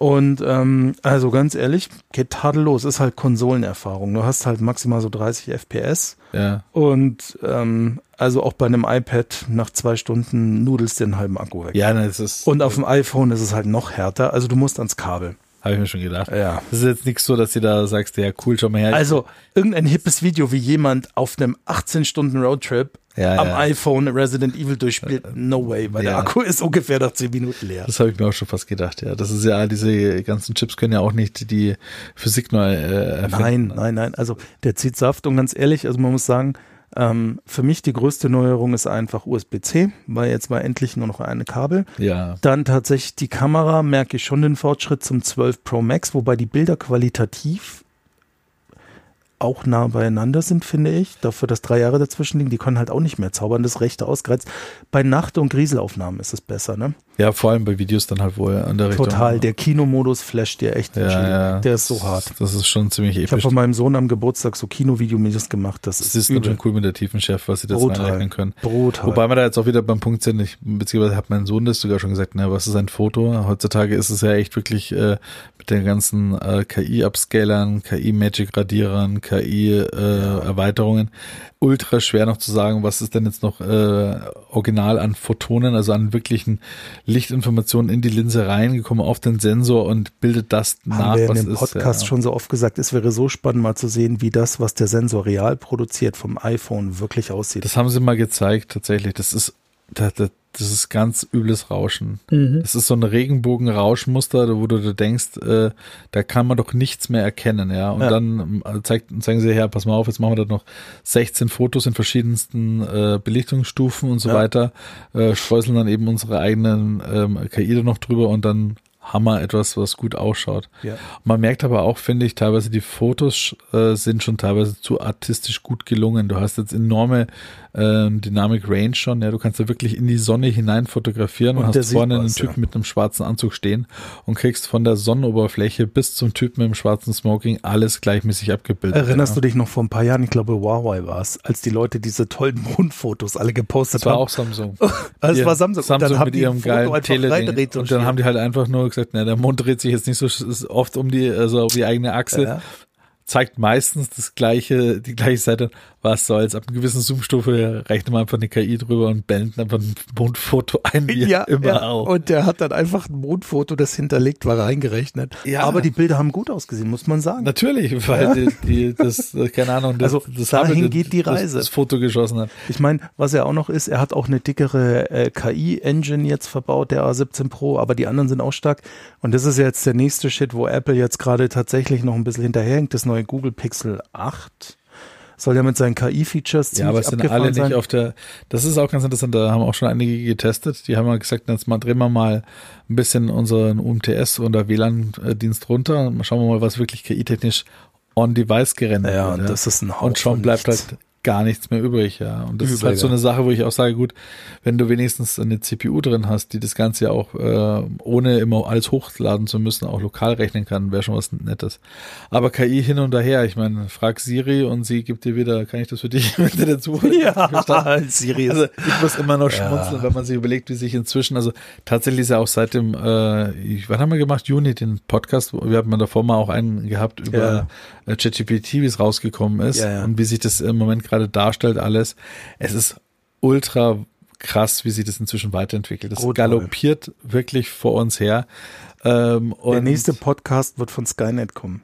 [SPEAKER 3] Und ähm, also ganz ehrlich, geht tadellos, ist halt Konsolenerfahrung. Du hast halt maximal so 30 FPS.
[SPEAKER 1] Ja.
[SPEAKER 3] Und ähm, also auch bei einem iPad nach zwei Stunden nudelst du den halben Akku weg.
[SPEAKER 1] Ja, das ist.
[SPEAKER 3] Und auf dem iPhone ist es halt noch härter. Also du musst ans Kabel.
[SPEAKER 1] Habe ich mir schon gedacht.
[SPEAKER 3] Ja.
[SPEAKER 1] Das ist jetzt nichts so, dass du da sagst, ja, cool, schau mal her.
[SPEAKER 3] Also irgendein hippes Video, wie jemand auf einem 18-Stunden-Roadtrip
[SPEAKER 1] Ja,
[SPEAKER 3] am
[SPEAKER 1] ja. Äh,
[SPEAKER 3] iPhone Resident Evil durchspielt. No way, weil der
[SPEAKER 1] Ja.
[SPEAKER 3] Akku ist ungefähr nach 10 Minuten leer.
[SPEAKER 1] das habe ich mir auch schon fast gedacht, ja. Das ist ja, diese ganzen Chips können ja auch nicht die Physik neu äh, erfinden.
[SPEAKER 3] Nein, nein, nein. Also der zieht Saft und ganz ehrlich, also man muss sagen, ähm, für mich die größte Neuerung ist einfach USB-C, weil jetzt war endlich nur noch eine Kabel.
[SPEAKER 1] Ja.
[SPEAKER 3] Dann tatsächlich die Kamera, merke ich schon den Fortschritt zum 12 Pro Max, wobei die Bilder qualitativ auch nah beieinander sind, finde ich. Dafür, dass drei Jahre dazwischen liegen, die können halt auch nicht mehr zaubern, das rechte ausgereizt. Bei Nacht- und Grieselaufnahmen ist es besser, ne?
[SPEAKER 1] Ja, vor allem bei Videos dann halt wohl an der Richtung.
[SPEAKER 3] Total. Der Kinomodus flasht dir echt. den Schädel.
[SPEAKER 1] ja, ja.
[SPEAKER 3] Der ist so hart.
[SPEAKER 1] Das ist schon ziemlich
[SPEAKER 3] Ich habe
[SPEAKER 1] episch.
[SPEAKER 3] von meinem Sohn am Geburtstag so Kinovideomäßig gemacht. Das,
[SPEAKER 1] Das
[SPEAKER 3] ist,
[SPEAKER 1] ist dann
[SPEAKER 3] übel.
[SPEAKER 1] schon cool mit der Tiefenschärfe, was sie das
[SPEAKER 3] Brutal.
[SPEAKER 1] reinrechnen können.
[SPEAKER 3] Brutal.
[SPEAKER 1] Wobei wir da jetzt auch wieder beim Punkt sind, ich, beziehungsweise hat mein Sohn das sogar schon gesagt, ne, was ist ein Foto? Heutzutage ist es ja echt wirklich äh, mit den ganzen äh, KI-Upscalern, KI-Magic-Radierern, KI-Erweiterungen äh, ultra schwer noch zu sagen, was ist denn jetzt noch äh, original an Photonen, also an wirklichen Lichtinformationen in die Linse reingekommen auf den Sensor und bildet das nach,
[SPEAKER 3] haben wir in
[SPEAKER 1] was
[SPEAKER 3] dem
[SPEAKER 1] ist.
[SPEAKER 3] Podcast schon so oft gesagt, es wäre so spannend mal zu sehen, wie das, was der Sensor real produziert vom iPhone wirklich aussieht.
[SPEAKER 1] Das haben sie mal gezeigt, tatsächlich. Das ist, das, das, das ist ganz übles Rauschen.
[SPEAKER 3] Mhm.
[SPEAKER 1] Das ist so ein Regenbogen-Rauschmuster, wo du dir denkst, äh, da kann man doch nichts mehr erkennen, ja. Und
[SPEAKER 3] Ja.
[SPEAKER 1] dann äh, zeigt, zeigen sie her, pass mal auf, jetzt machen wir da noch 16 Fotos in verschiedensten äh, Belichtungsstufen und so
[SPEAKER 3] Ja.
[SPEAKER 1] weiter, äh, streuseln dann eben unsere eigenen ähm, KI da noch drüber und dann haben wir etwas, was gut ausschaut.
[SPEAKER 3] Ja.
[SPEAKER 1] Man merkt aber auch, finde ich, teilweise die Fotos äh, sind schon teilweise zu artistisch gut gelungen. Du hast jetzt enorme ähm, Dynamik-Range schon. Ja, du kannst da wirklich in die Sonne hinein fotografieren und,
[SPEAKER 3] Und der
[SPEAKER 1] hast
[SPEAKER 3] sieht
[SPEAKER 1] vorne einen
[SPEAKER 3] was,
[SPEAKER 1] Typen
[SPEAKER 3] ja.
[SPEAKER 1] mit einem schwarzen Anzug stehen und kriegst von der Sonnenoberfläche bis zum Typen im schwarzen Smoking alles gleichmäßig abgebildet.
[SPEAKER 3] Erinnerst du dich noch vor ein paar Jahren, ich glaube Huawei war es, als die Leute diese tollen Mondfotos alle gepostet
[SPEAKER 1] Das war
[SPEAKER 3] haben.
[SPEAKER 1] auch Samsung.
[SPEAKER 3] also es
[SPEAKER 1] Ihr
[SPEAKER 3] war Samsung.
[SPEAKER 1] Samsung
[SPEAKER 3] und dann haben
[SPEAKER 1] mit
[SPEAKER 3] die
[SPEAKER 1] ihrem
[SPEAKER 3] ein Foto
[SPEAKER 1] geilen
[SPEAKER 3] einfach
[SPEAKER 1] Teleding.
[SPEAKER 3] reindreht
[SPEAKER 1] Und dann haben die halt einfach nur gesagt, na, der Mond dreht sich jetzt nicht so sch- oft um die, also auf die eigene Achse.
[SPEAKER 3] Ja.
[SPEAKER 1] Zeigt meistens das gleiche, die gleiche Seite. Was soll's? Ab einer gewissen Zoom-Stufe rechnet man einfach eine KI drüber und blendet einfach ein Mondfoto ein, wie
[SPEAKER 3] ja,
[SPEAKER 1] immer
[SPEAKER 3] ja.
[SPEAKER 1] auch.
[SPEAKER 3] Und der hat dann einfach ein Mondfoto, das hinterlegt war, reingerechnet.
[SPEAKER 1] Ja.
[SPEAKER 3] Aber die Bilder haben gut ausgesehen, muss man sagen.
[SPEAKER 1] Natürlich, weil die, die, das, äh, keine Ahnung, das,
[SPEAKER 3] Also,
[SPEAKER 1] das
[SPEAKER 3] dahin
[SPEAKER 1] Hubble
[SPEAKER 3] geht die
[SPEAKER 1] das-
[SPEAKER 3] Reise.
[SPEAKER 1] Das Foto geschossen hat.
[SPEAKER 3] Ich meine, was er auch noch ist, er hat auch eine dickere äh, KI-Engine jetzt verbaut, der A17 Pro, aber die anderen sind auch stark. Und das ist jetzt der nächste Shit, wo Apple jetzt gerade tatsächlich noch ein bisschen hinterherhängt. Das neue Google Pixel 8 soll ja mit seinen KI-Features ziemlich
[SPEAKER 1] Ja, aber es sind
[SPEAKER 3] abgefahren
[SPEAKER 1] alle nicht
[SPEAKER 3] sein.
[SPEAKER 1] auf der. Das ist auch ganz interessant. Da haben auch schon einige getestet. Die haben mal gesagt, jetzt mal drehen wir mal ein bisschen unseren UMTS oder WLAN-Dienst runter. Schauen wir mal, was wirklich KI-technisch on-device gerendert
[SPEAKER 3] Ja,
[SPEAKER 1] wird.
[SPEAKER 3] und das ist ein Haufen
[SPEAKER 1] Und schon bleibt
[SPEAKER 3] nichts.
[SPEAKER 1] halt gar nichts mehr übrig, ja. Und das ist
[SPEAKER 3] Übel,
[SPEAKER 1] halt so
[SPEAKER 3] ja.
[SPEAKER 1] eine Sache, wo ich auch sage, gut, wenn du wenigstens eine CPU drin hast, die das Ganze ja auch äh, ohne immer alles hochladen zu müssen, auch lokal rechnen kann, wäre schon was Nettes. Aber KI hin und her, ich meine, frag Siri und sie gibt dir wieder, kann ich das für dich mit dazu?
[SPEAKER 3] ja, Siri ist
[SPEAKER 1] Also ich muss immer noch schmunzeln, wenn man sich überlegt, wie sich inzwischen, also tatsächlich ist ja auch seit dem, äh, ich- wann haben wir gemacht? Juni den Podcast, wo- wir hatten mal davor mal auch einen gehabt über äh, ChatGPT, wie es rausgekommen ist
[SPEAKER 3] Ja, ja.
[SPEAKER 1] und wie sich das im Moment gerade darstellt alles. Es ist ultra krass, wie sich das inzwischen weiterentwickelt. Das
[SPEAKER 3] Brutal.
[SPEAKER 1] galoppiert wirklich vor uns her. Ähm, und
[SPEAKER 3] Der nächste Podcast wird von Skynet kommen.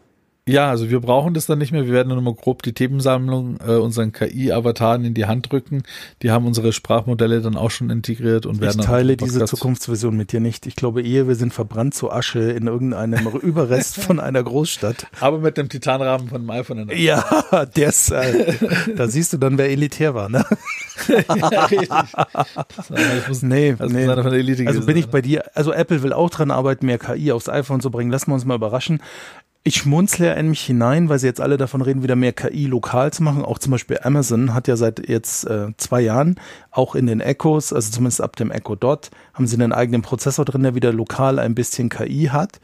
[SPEAKER 1] Ja, also wir brauchen das dann nicht mehr. Wir werden nur noch mal grob die Themensammlung äh, unseren KI-Avataren in die Hand drücken. Die haben unsere Sprachmodelle dann auch schon integriert und
[SPEAKER 3] Ich
[SPEAKER 1] werden dann
[SPEAKER 3] teile
[SPEAKER 1] auf den
[SPEAKER 3] diese
[SPEAKER 1] Podcast-
[SPEAKER 3] Zukunftsvision mit dir nicht. Ich glaube eher, wir sind verbrannt zu Asche in irgendeinem Überrest von einer Großstadt.
[SPEAKER 1] Aber mit dem Titanrahmen von dem iPhone. In der
[SPEAKER 3] Ja, der ist, äh, da siehst du dann, wer elitär war, ne?
[SPEAKER 1] ja, richtig. Das muss,
[SPEAKER 3] Nee,
[SPEAKER 1] das
[SPEAKER 3] nee.
[SPEAKER 1] muss einer von der Elite
[SPEAKER 3] Also
[SPEAKER 1] gewesen
[SPEAKER 3] bin ich
[SPEAKER 1] sein.
[SPEAKER 3] bei dir. Also Apple will auch dran arbeiten, mehr KI aufs iPhone zu bringen. Lassen wir uns mal überraschen. Ich schmunzle in mich hinein, weil sie jetzt alle davon reden, wieder mehr KI lokal zu machen. Auch zum Beispiel Amazon hat ja seit jetzt äh, zwei Jahren auch in den Echos, also zumindest ab dem Echo Dot, haben sie einen eigenen Prozessor drin, der wieder lokal ein bisschen KI hat.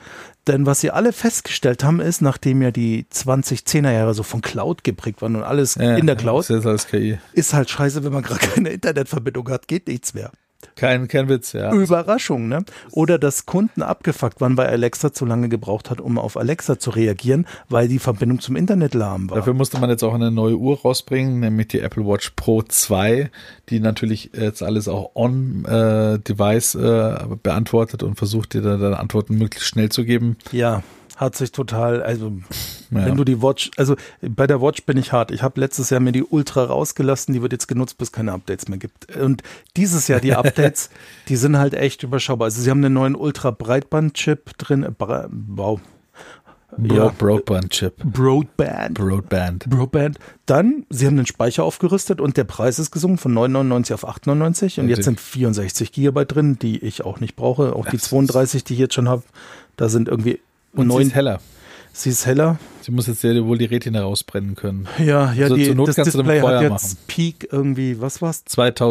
[SPEAKER 3] Denn was sie alle festgestellt haben, ist, nachdem ja die 2010er Jahre so von Cloud geprägt waren und alles
[SPEAKER 1] Ja,
[SPEAKER 3] in der
[SPEAKER 1] Das
[SPEAKER 3] Cloud,
[SPEAKER 1] ist jetzt alles KI.
[SPEAKER 3] ist halt scheiße, wenn man gerade keine Internetverbindung hat, geht nichts mehr.
[SPEAKER 1] Kein, kein Witz, ja.
[SPEAKER 3] Überraschung, ne? Oder dass Kunden abgefuckt waren, weil Alexa zu lange gebraucht hat, um auf Alexa zu reagieren, weil die Verbindung zum Internet lahm war.
[SPEAKER 1] Dafür musste man jetzt auch eine neue Uhr rausbringen, nämlich die Apple Watch Pro 2, die natürlich jetzt alles auch on-device äh, beantwortet und versucht dir da- dann Antworten möglichst schnell zu geben.
[SPEAKER 3] ja, hat sich total, also
[SPEAKER 1] Ja.
[SPEAKER 3] wenn du die Watch, also bei der Watch bin ich hart. Ich habe letztes Jahr mir die Ultra rausgelassen, die wird jetzt genutzt, bis es keine Updates mehr gibt. Und dieses Jahr die Updates, die sind halt echt überschaubar. Also sie haben einen neuen Ultra Breitband-Chip drin. äh, Bre wow.
[SPEAKER 1] Bro
[SPEAKER 3] ja.
[SPEAKER 1] Broadband-Chip.
[SPEAKER 3] Broadband.
[SPEAKER 1] Broadband.
[SPEAKER 3] Broadband. Dann, sie haben den Speicher aufgerüstet und der Preis ist gesunken von 9,99 auf 8,99 und
[SPEAKER 1] Ja,
[SPEAKER 3] jetzt sind 64 Gigabyte drin, die ich auch nicht brauche. Auch die 32, die ich jetzt schon habe, da sind irgendwie
[SPEAKER 1] Und sie
[SPEAKER 3] neun.
[SPEAKER 1] ist heller.
[SPEAKER 3] Sie ist heller.
[SPEAKER 1] Sie muss jetzt sehr wohl die Retina rausbrennen können.
[SPEAKER 3] Ja, ja,
[SPEAKER 1] Also
[SPEAKER 3] die,
[SPEAKER 1] zur Not
[SPEAKER 3] das
[SPEAKER 1] kannst du damit
[SPEAKER 3] Display hat
[SPEAKER 1] Feuer
[SPEAKER 3] jetzt
[SPEAKER 1] machen.
[SPEAKER 3] Peak irgendwie, was war's?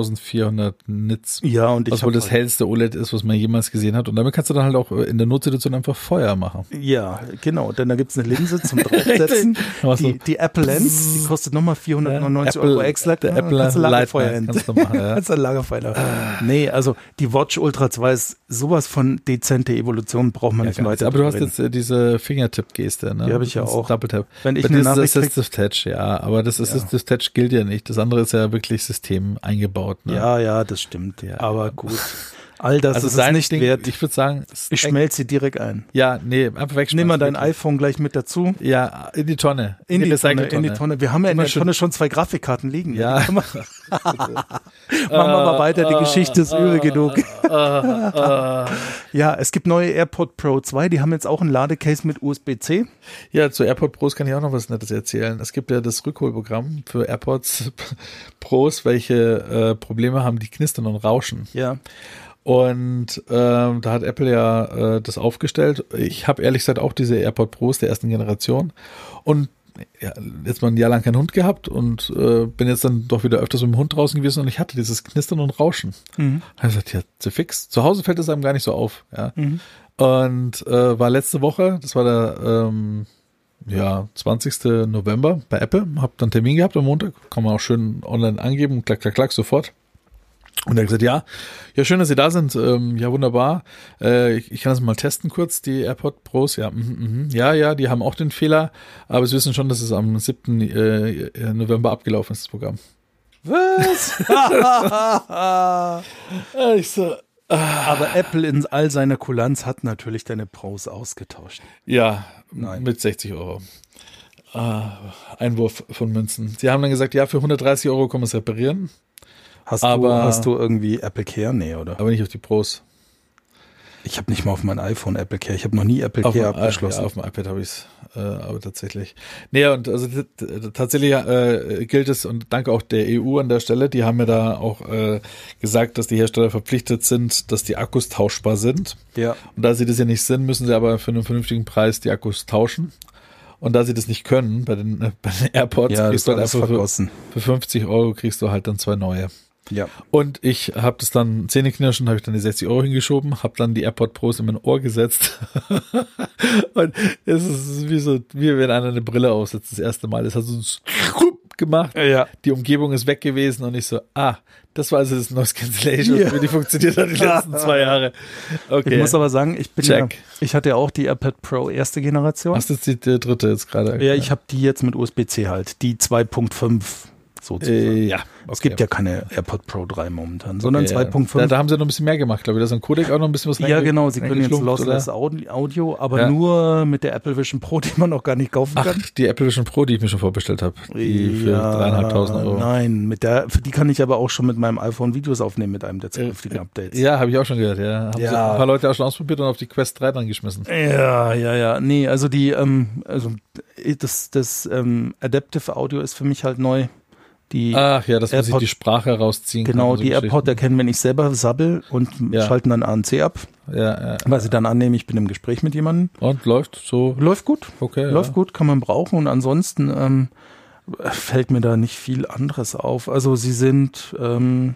[SPEAKER 1] 2400 Nits.
[SPEAKER 3] Ja, und ich
[SPEAKER 1] was wohl
[SPEAKER 3] hab
[SPEAKER 1] das
[SPEAKER 3] halt-
[SPEAKER 1] hellste OLED ist, was man jemals gesehen hat. Und damit kannst du dann halt auch äh, in der Notsituation einfach Feuer machen.
[SPEAKER 3] Ja, genau. Denn da gibt's eine Linse zum Draufsetzen.
[SPEAKER 1] Machst
[SPEAKER 3] die,
[SPEAKER 1] du-
[SPEAKER 3] die Apple Lens, die kostet nochmal 499
[SPEAKER 1] Ja, Apple-
[SPEAKER 3] Euro extra.
[SPEAKER 1] der
[SPEAKER 3] Ja,
[SPEAKER 1] Apple
[SPEAKER 3] kannst du Lagerfeuer
[SPEAKER 1] Lightman
[SPEAKER 3] hin.
[SPEAKER 1] kannst du machen, ja.
[SPEAKER 3] Kannst du Lagerfeuer. Nee, also die Watch Ultra 2 ist sowas von dezente Evolution, braucht man nicht
[SPEAKER 1] Ja,
[SPEAKER 3] weiter.
[SPEAKER 1] aber du hast
[SPEAKER 3] drüber
[SPEAKER 1] jetzt äh, diese Fingertip-Geste, ne?
[SPEAKER 3] Die hab ich ja
[SPEAKER 1] Das
[SPEAKER 3] auch.
[SPEAKER 1] Double Tap.
[SPEAKER 3] Wenn ich
[SPEAKER 1] Bei
[SPEAKER 3] eine
[SPEAKER 1] dir ist
[SPEAKER 3] Nachricht krieg-
[SPEAKER 1] das Assistive Touch, ja, aber das Assistive Touch gilt ja nicht. Das andere ist ja wirklich System eingebaut. Ne?
[SPEAKER 3] reden. Ja, ja, das stimmt.
[SPEAKER 1] Ja.
[SPEAKER 3] Aber gut. All das
[SPEAKER 1] also
[SPEAKER 3] ist es
[SPEAKER 1] sein
[SPEAKER 3] nicht
[SPEAKER 1] Ding,
[SPEAKER 3] wert. Ich,
[SPEAKER 1] Ich würde sagen, es-
[SPEAKER 3] schmelze sie direkt ein.
[SPEAKER 1] ja, nee, einfach wegschmeißen.
[SPEAKER 3] Nimm mal dein
[SPEAKER 1] wirklich.
[SPEAKER 3] iPhone gleich mit dazu.
[SPEAKER 1] Ja, in die Tonne.
[SPEAKER 3] In die, Tonne,
[SPEAKER 1] Recycle-Tonne.
[SPEAKER 3] in die Tonne. Wir haben ja in
[SPEAKER 1] Immer
[SPEAKER 3] der
[SPEAKER 1] schön-
[SPEAKER 3] Tonne schon zwei Grafikkarten liegen. ne?
[SPEAKER 1] Ja.
[SPEAKER 3] Die kann man- Machen wir mal weiter, die Geschichte ist übel genug. Ja, es gibt neue AirPod Pro 2, die haben jetzt auch ein Ladecase mit USB-C.
[SPEAKER 1] Ja, zu AirPod Pros kann ich auch noch was Nettes erzählen. Es gibt ja das Rückholprogramm für AirPods Pros, welche äh, Probleme haben, die knistern und rauschen.
[SPEAKER 3] Ja.
[SPEAKER 1] Und ähm, da hat Apple ja äh, das aufgestellt. Ich habe ehrlich gesagt auch diese AirPod Pros der ersten Generation und ja, jetzt mal ein Jahr lang keinen Hund gehabt und äh, bin jetzt dann doch wieder öfters mit dem Hund draußen gewesen und ich hatte dieses Knistern und Rauschen. Mhm. Hab ich gesagt, ja, zu fix. Zu Hause fällt es einem gar nicht so auf. Ja. Und äh, war letzte Woche, das war der ähm, ja, 20. November bei Apple, hab dann Termin gehabt am Montag, kann man auch schön online angeben, klack, klack, klack, sofort. Und er hat gesagt, ja, ja, schön, dass Sie da sind. Ähm, ja, wunderbar. Äh, ich, ich kann das mal testen kurz, die AirPod Pros. Ja, mhm, mhm. ja, ja, die haben auch den Fehler, aber Sie wissen schon, dass es am 7. Äh, November abgelaufen ist, das Programm.
[SPEAKER 3] Was?
[SPEAKER 1] Äh, ich so,
[SPEAKER 3] Aber Apple in all seiner Kulanz hat natürlich deine Pros ausgetauscht.
[SPEAKER 1] Ja,
[SPEAKER 3] Nein.
[SPEAKER 1] mit 60 Euro. Ah, Einwurf von Münzen. Sie haben dann gesagt, ja, für 130 Euro können wir es reparieren,
[SPEAKER 3] Hast,
[SPEAKER 1] Aber-
[SPEAKER 3] du, hast du irgendwie Apple Care? Nee, oder?
[SPEAKER 1] aber nicht auf die Pros.
[SPEAKER 3] Ich habe nicht mal auf mein iPhone Apple Care. Ich habe noch nie Apple
[SPEAKER 1] Auf
[SPEAKER 3] Care
[SPEAKER 1] dem, I-
[SPEAKER 3] abgeschlossen.
[SPEAKER 1] Ja, auf dem iPad habe ich es, äh, aber tatsächlich. Nee, und also t- t- tatsächlich äh, gilt es, und danke auch der EU an der Stelle, die haben ja da auch äh, gesagt, dass die Hersteller verpflichtet sind, dass die Akkus tauschbar sind.
[SPEAKER 3] ja.
[SPEAKER 1] Und da sie das ja nicht sind, müssen sie aber für einen vernünftigen Preis die Akkus tauschen. Und da sie das nicht können, bei den, äh, bei den AirPods,
[SPEAKER 3] Ja, das
[SPEAKER 1] kriegst du
[SPEAKER 3] war
[SPEAKER 1] halt
[SPEAKER 3] alles
[SPEAKER 1] einfach für,
[SPEAKER 3] vergossen.
[SPEAKER 1] für 50 Euro kriegst du halt dann zwei neue.
[SPEAKER 3] Ja.
[SPEAKER 1] Und ich habe das dann Zähneknirschen, habe ich dann die 60 Euro hingeschoben, habe dann die AirPod Pros in mein Ohr gesetzt. und es ist wie so, wie wenn einer eine Brille aufsetzt, das erste Mal. Das hat so ein Skrupp gemacht.
[SPEAKER 3] Ja.
[SPEAKER 1] Die Umgebung ist weg gewesen und ich so, ah, das war also das Noise Cancellation, wie die funktioniert hat die letzten zwei Jahre. Okay.
[SPEAKER 3] Ich muss aber sagen, ich bin
[SPEAKER 1] Check.
[SPEAKER 3] ja, ich hatte ja auch die AirPod Pro erste Generation.
[SPEAKER 1] Hast du jetzt die, die dritte jetzt gerade?
[SPEAKER 3] Ja, ich habe die jetzt mit USB-C halt, die 2.5 sozusagen.
[SPEAKER 1] Äh, ja. Okay.
[SPEAKER 3] Es gibt ja keine AirPod Pro 3 momentan, sondern
[SPEAKER 1] Ja, ja.
[SPEAKER 3] 2.5.
[SPEAKER 1] Da, da haben sie noch ein bisschen mehr gemacht, glaube ich. Da ist ein Codec auch noch ein bisschen was
[SPEAKER 3] ja,
[SPEAKER 1] reinge-
[SPEAKER 3] genau, sie können jetzt
[SPEAKER 1] reingeschlumpft,
[SPEAKER 3] Lossless
[SPEAKER 1] oder?
[SPEAKER 3] Audi- Audio, aber
[SPEAKER 1] Ja.
[SPEAKER 3] nur mit der Apple Vision Pro, die man auch gar nicht kaufen
[SPEAKER 1] Ach,
[SPEAKER 3] kann.
[SPEAKER 1] die Apple Vision Pro, die ich mir schon vorbestellt habe. Die für dreieinhalbtausend Euro.
[SPEAKER 3] Nein, mit der, für die kann ich aber auch schon mit meinem iPhone Videos aufnehmen mit einem der zukünftigen Updates.
[SPEAKER 1] Äh, Ja, habe ich auch schon gehört. Ja. Haben
[SPEAKER 3] Ja.
[SPEAKER 1] sie ein paar Leute auch schon ausprobiert und auf die Quest 3 dann geschmissen.
[SPEAKER 3] Ja, ja, ja. Nee, also die, ähm, also das, das ähm, Adaptive Audio ist für mich halt neu. Die
[SPEAKER 1] Ach ja, dass man sich
[SPEAKER 3] AirPod-
[SPEAKER 1] die Sprache rausziehen
[SPEAKER 3] genau,
[SPEAKER 1] Ah, kann. und so
[SPEAKER 3] die AirPod
[SPEAKER 1] Geschichten.
[SPEAKER 3] erkennen, wenn ich selber sabbel und
[SPEAKER 1] Ja.
[SPEAKER 3] schalten dann ANC ab,
[SPEAKER 1] Ja, ja.
[SPEAKER 3] weil sie dann annehmen, ich bin im Gespräch mit jemandem.
[SPEAKER 1] Und läuft so.
[SPEAKER 3] Läuft gut.
[SPEAKER 1] Okay.
[SPEAKER 3] Läuft
[SPEAKER 1] ja.
[SPEAKER 3] gut, kann man brauchen und ansonsten ähm, fällt mir da nicht viel anderes auf. Also sie sind, ähm,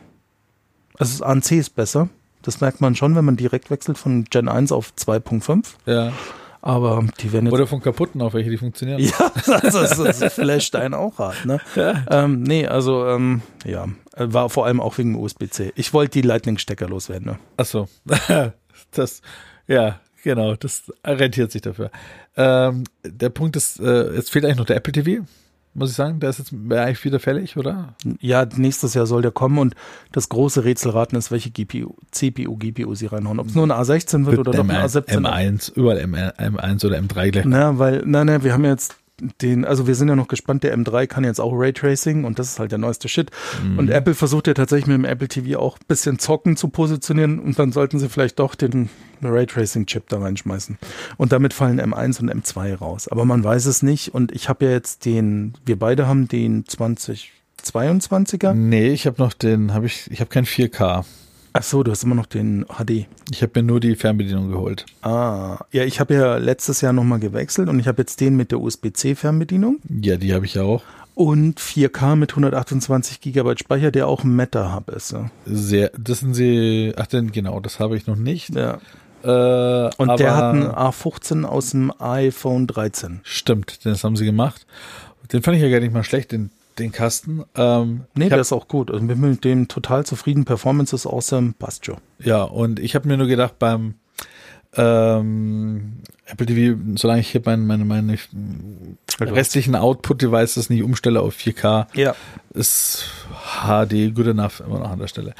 [SPEAKER 3] also das ANC ist besser. Das merkt man schon, wenn man direkt wechselt von Gen 1 auf 2.5.
[SPEAKER 1] Ja.
[SPEAKER 3] Aber die werden jetzt
[SPEAKER 1] Oder von kaputten auf welche, die funktionieren.
[SPEAKER 3] Ja, das, ist, das flasht einen auch hart. Ne? Ähm, nee, also ähm, ja, äh, war vor allem auch wegen USB-C. Ich wollte die Lightning-Stecker loswerden. Ne?
[SPEAKER 1] Ach so. das, ja, genau, das rentiert sich dafür. Ähm, der Punkt ist, äh, es fehlt eigentlich noch der Apple TV, muss ich sagen. Der ist jetzt wäre eigentlich wieder fällig, oder?
[SPEAKER 3] Ja, nächstes Jahr soll der kommen und das große Rätselraten ist, welche GPU, CPU, GPU sie reinhauen. Ob es nur ein A16 wird oder noch ein
[SPEAKER 1] M1,
[SPEAKER 3] A17.
[SPEAKER 1] M1, überall M, M1 oder M3 gleich.
[SPEAKER 3] Na, ne? weil, nein, nein, wir haben jetzt den, also wir sind ja noch gespannt, der M3 kann jetzt auch Raytracing und das ist halt der neueste Shit. Und Apple versucht ja tatsächlich mit dem Apple TV auch ein bisschen zocken zu positionieren und dann sollten sie vielleicht doch den Raytracing-Chip da reinschmeißen. Und damit fallen M1 und M2 raus. Aber man weiß es nicht und ich habe ja jetzt den, wir beide haben den 2022er.
[SPEAKER 1] Nee, ich habe noch den, habe ich, ich habe kein 4K.
[SPEAKER 3] Ach so, du hast immer noch den HD.
[SPEAKER 1] Ich habe mir nur die Fernbedienung geholt.
[SPEAKER 3] Ah, ja, ich habe ja letztes Jahr nochmal gewechselt und ich habe jetzt den mit der USB-C-Fernbedienung.
[SPEAKER 1] Ja, die habe ich ja auch.
[SPEAKER 3] Und 4K mit 128 GB Speicher, der auch ein Meta-Hub ist. Ja.
[SPEAKER 1] Sehr, das sind sie, ach denn, genau, das habe ich noch nicht. Äh,
[SPEAKER 3] Und
[SPEAKER 1] aber-
[SPEAKER 3] der hat einen A15 aus dem iPhone 13.
[SPEAKER 1] Stimmt, das haben sie gemacht. Den fand ich ja gar nicht mal schlecht, den, den Kasten. Ähm,
[SPEAKER 3] Nee,
[SPEAKER 1] ich hab,
[SPEAKER 3] der ist auch gut. Also bin mit dem total zufrieden. Performance ist awesome. Passt schon.
[SPEAKER 1] ja, und ich habe mir nur gedacht, beim ähm, Apple TV, solange ich hier meine, meine, meine restlichen Output-Devices nicht umstelle auf 4K,
[SPEAKER 3] Ja.
[SPEAKER 1] ist HD good enough immer noch an der Stelle.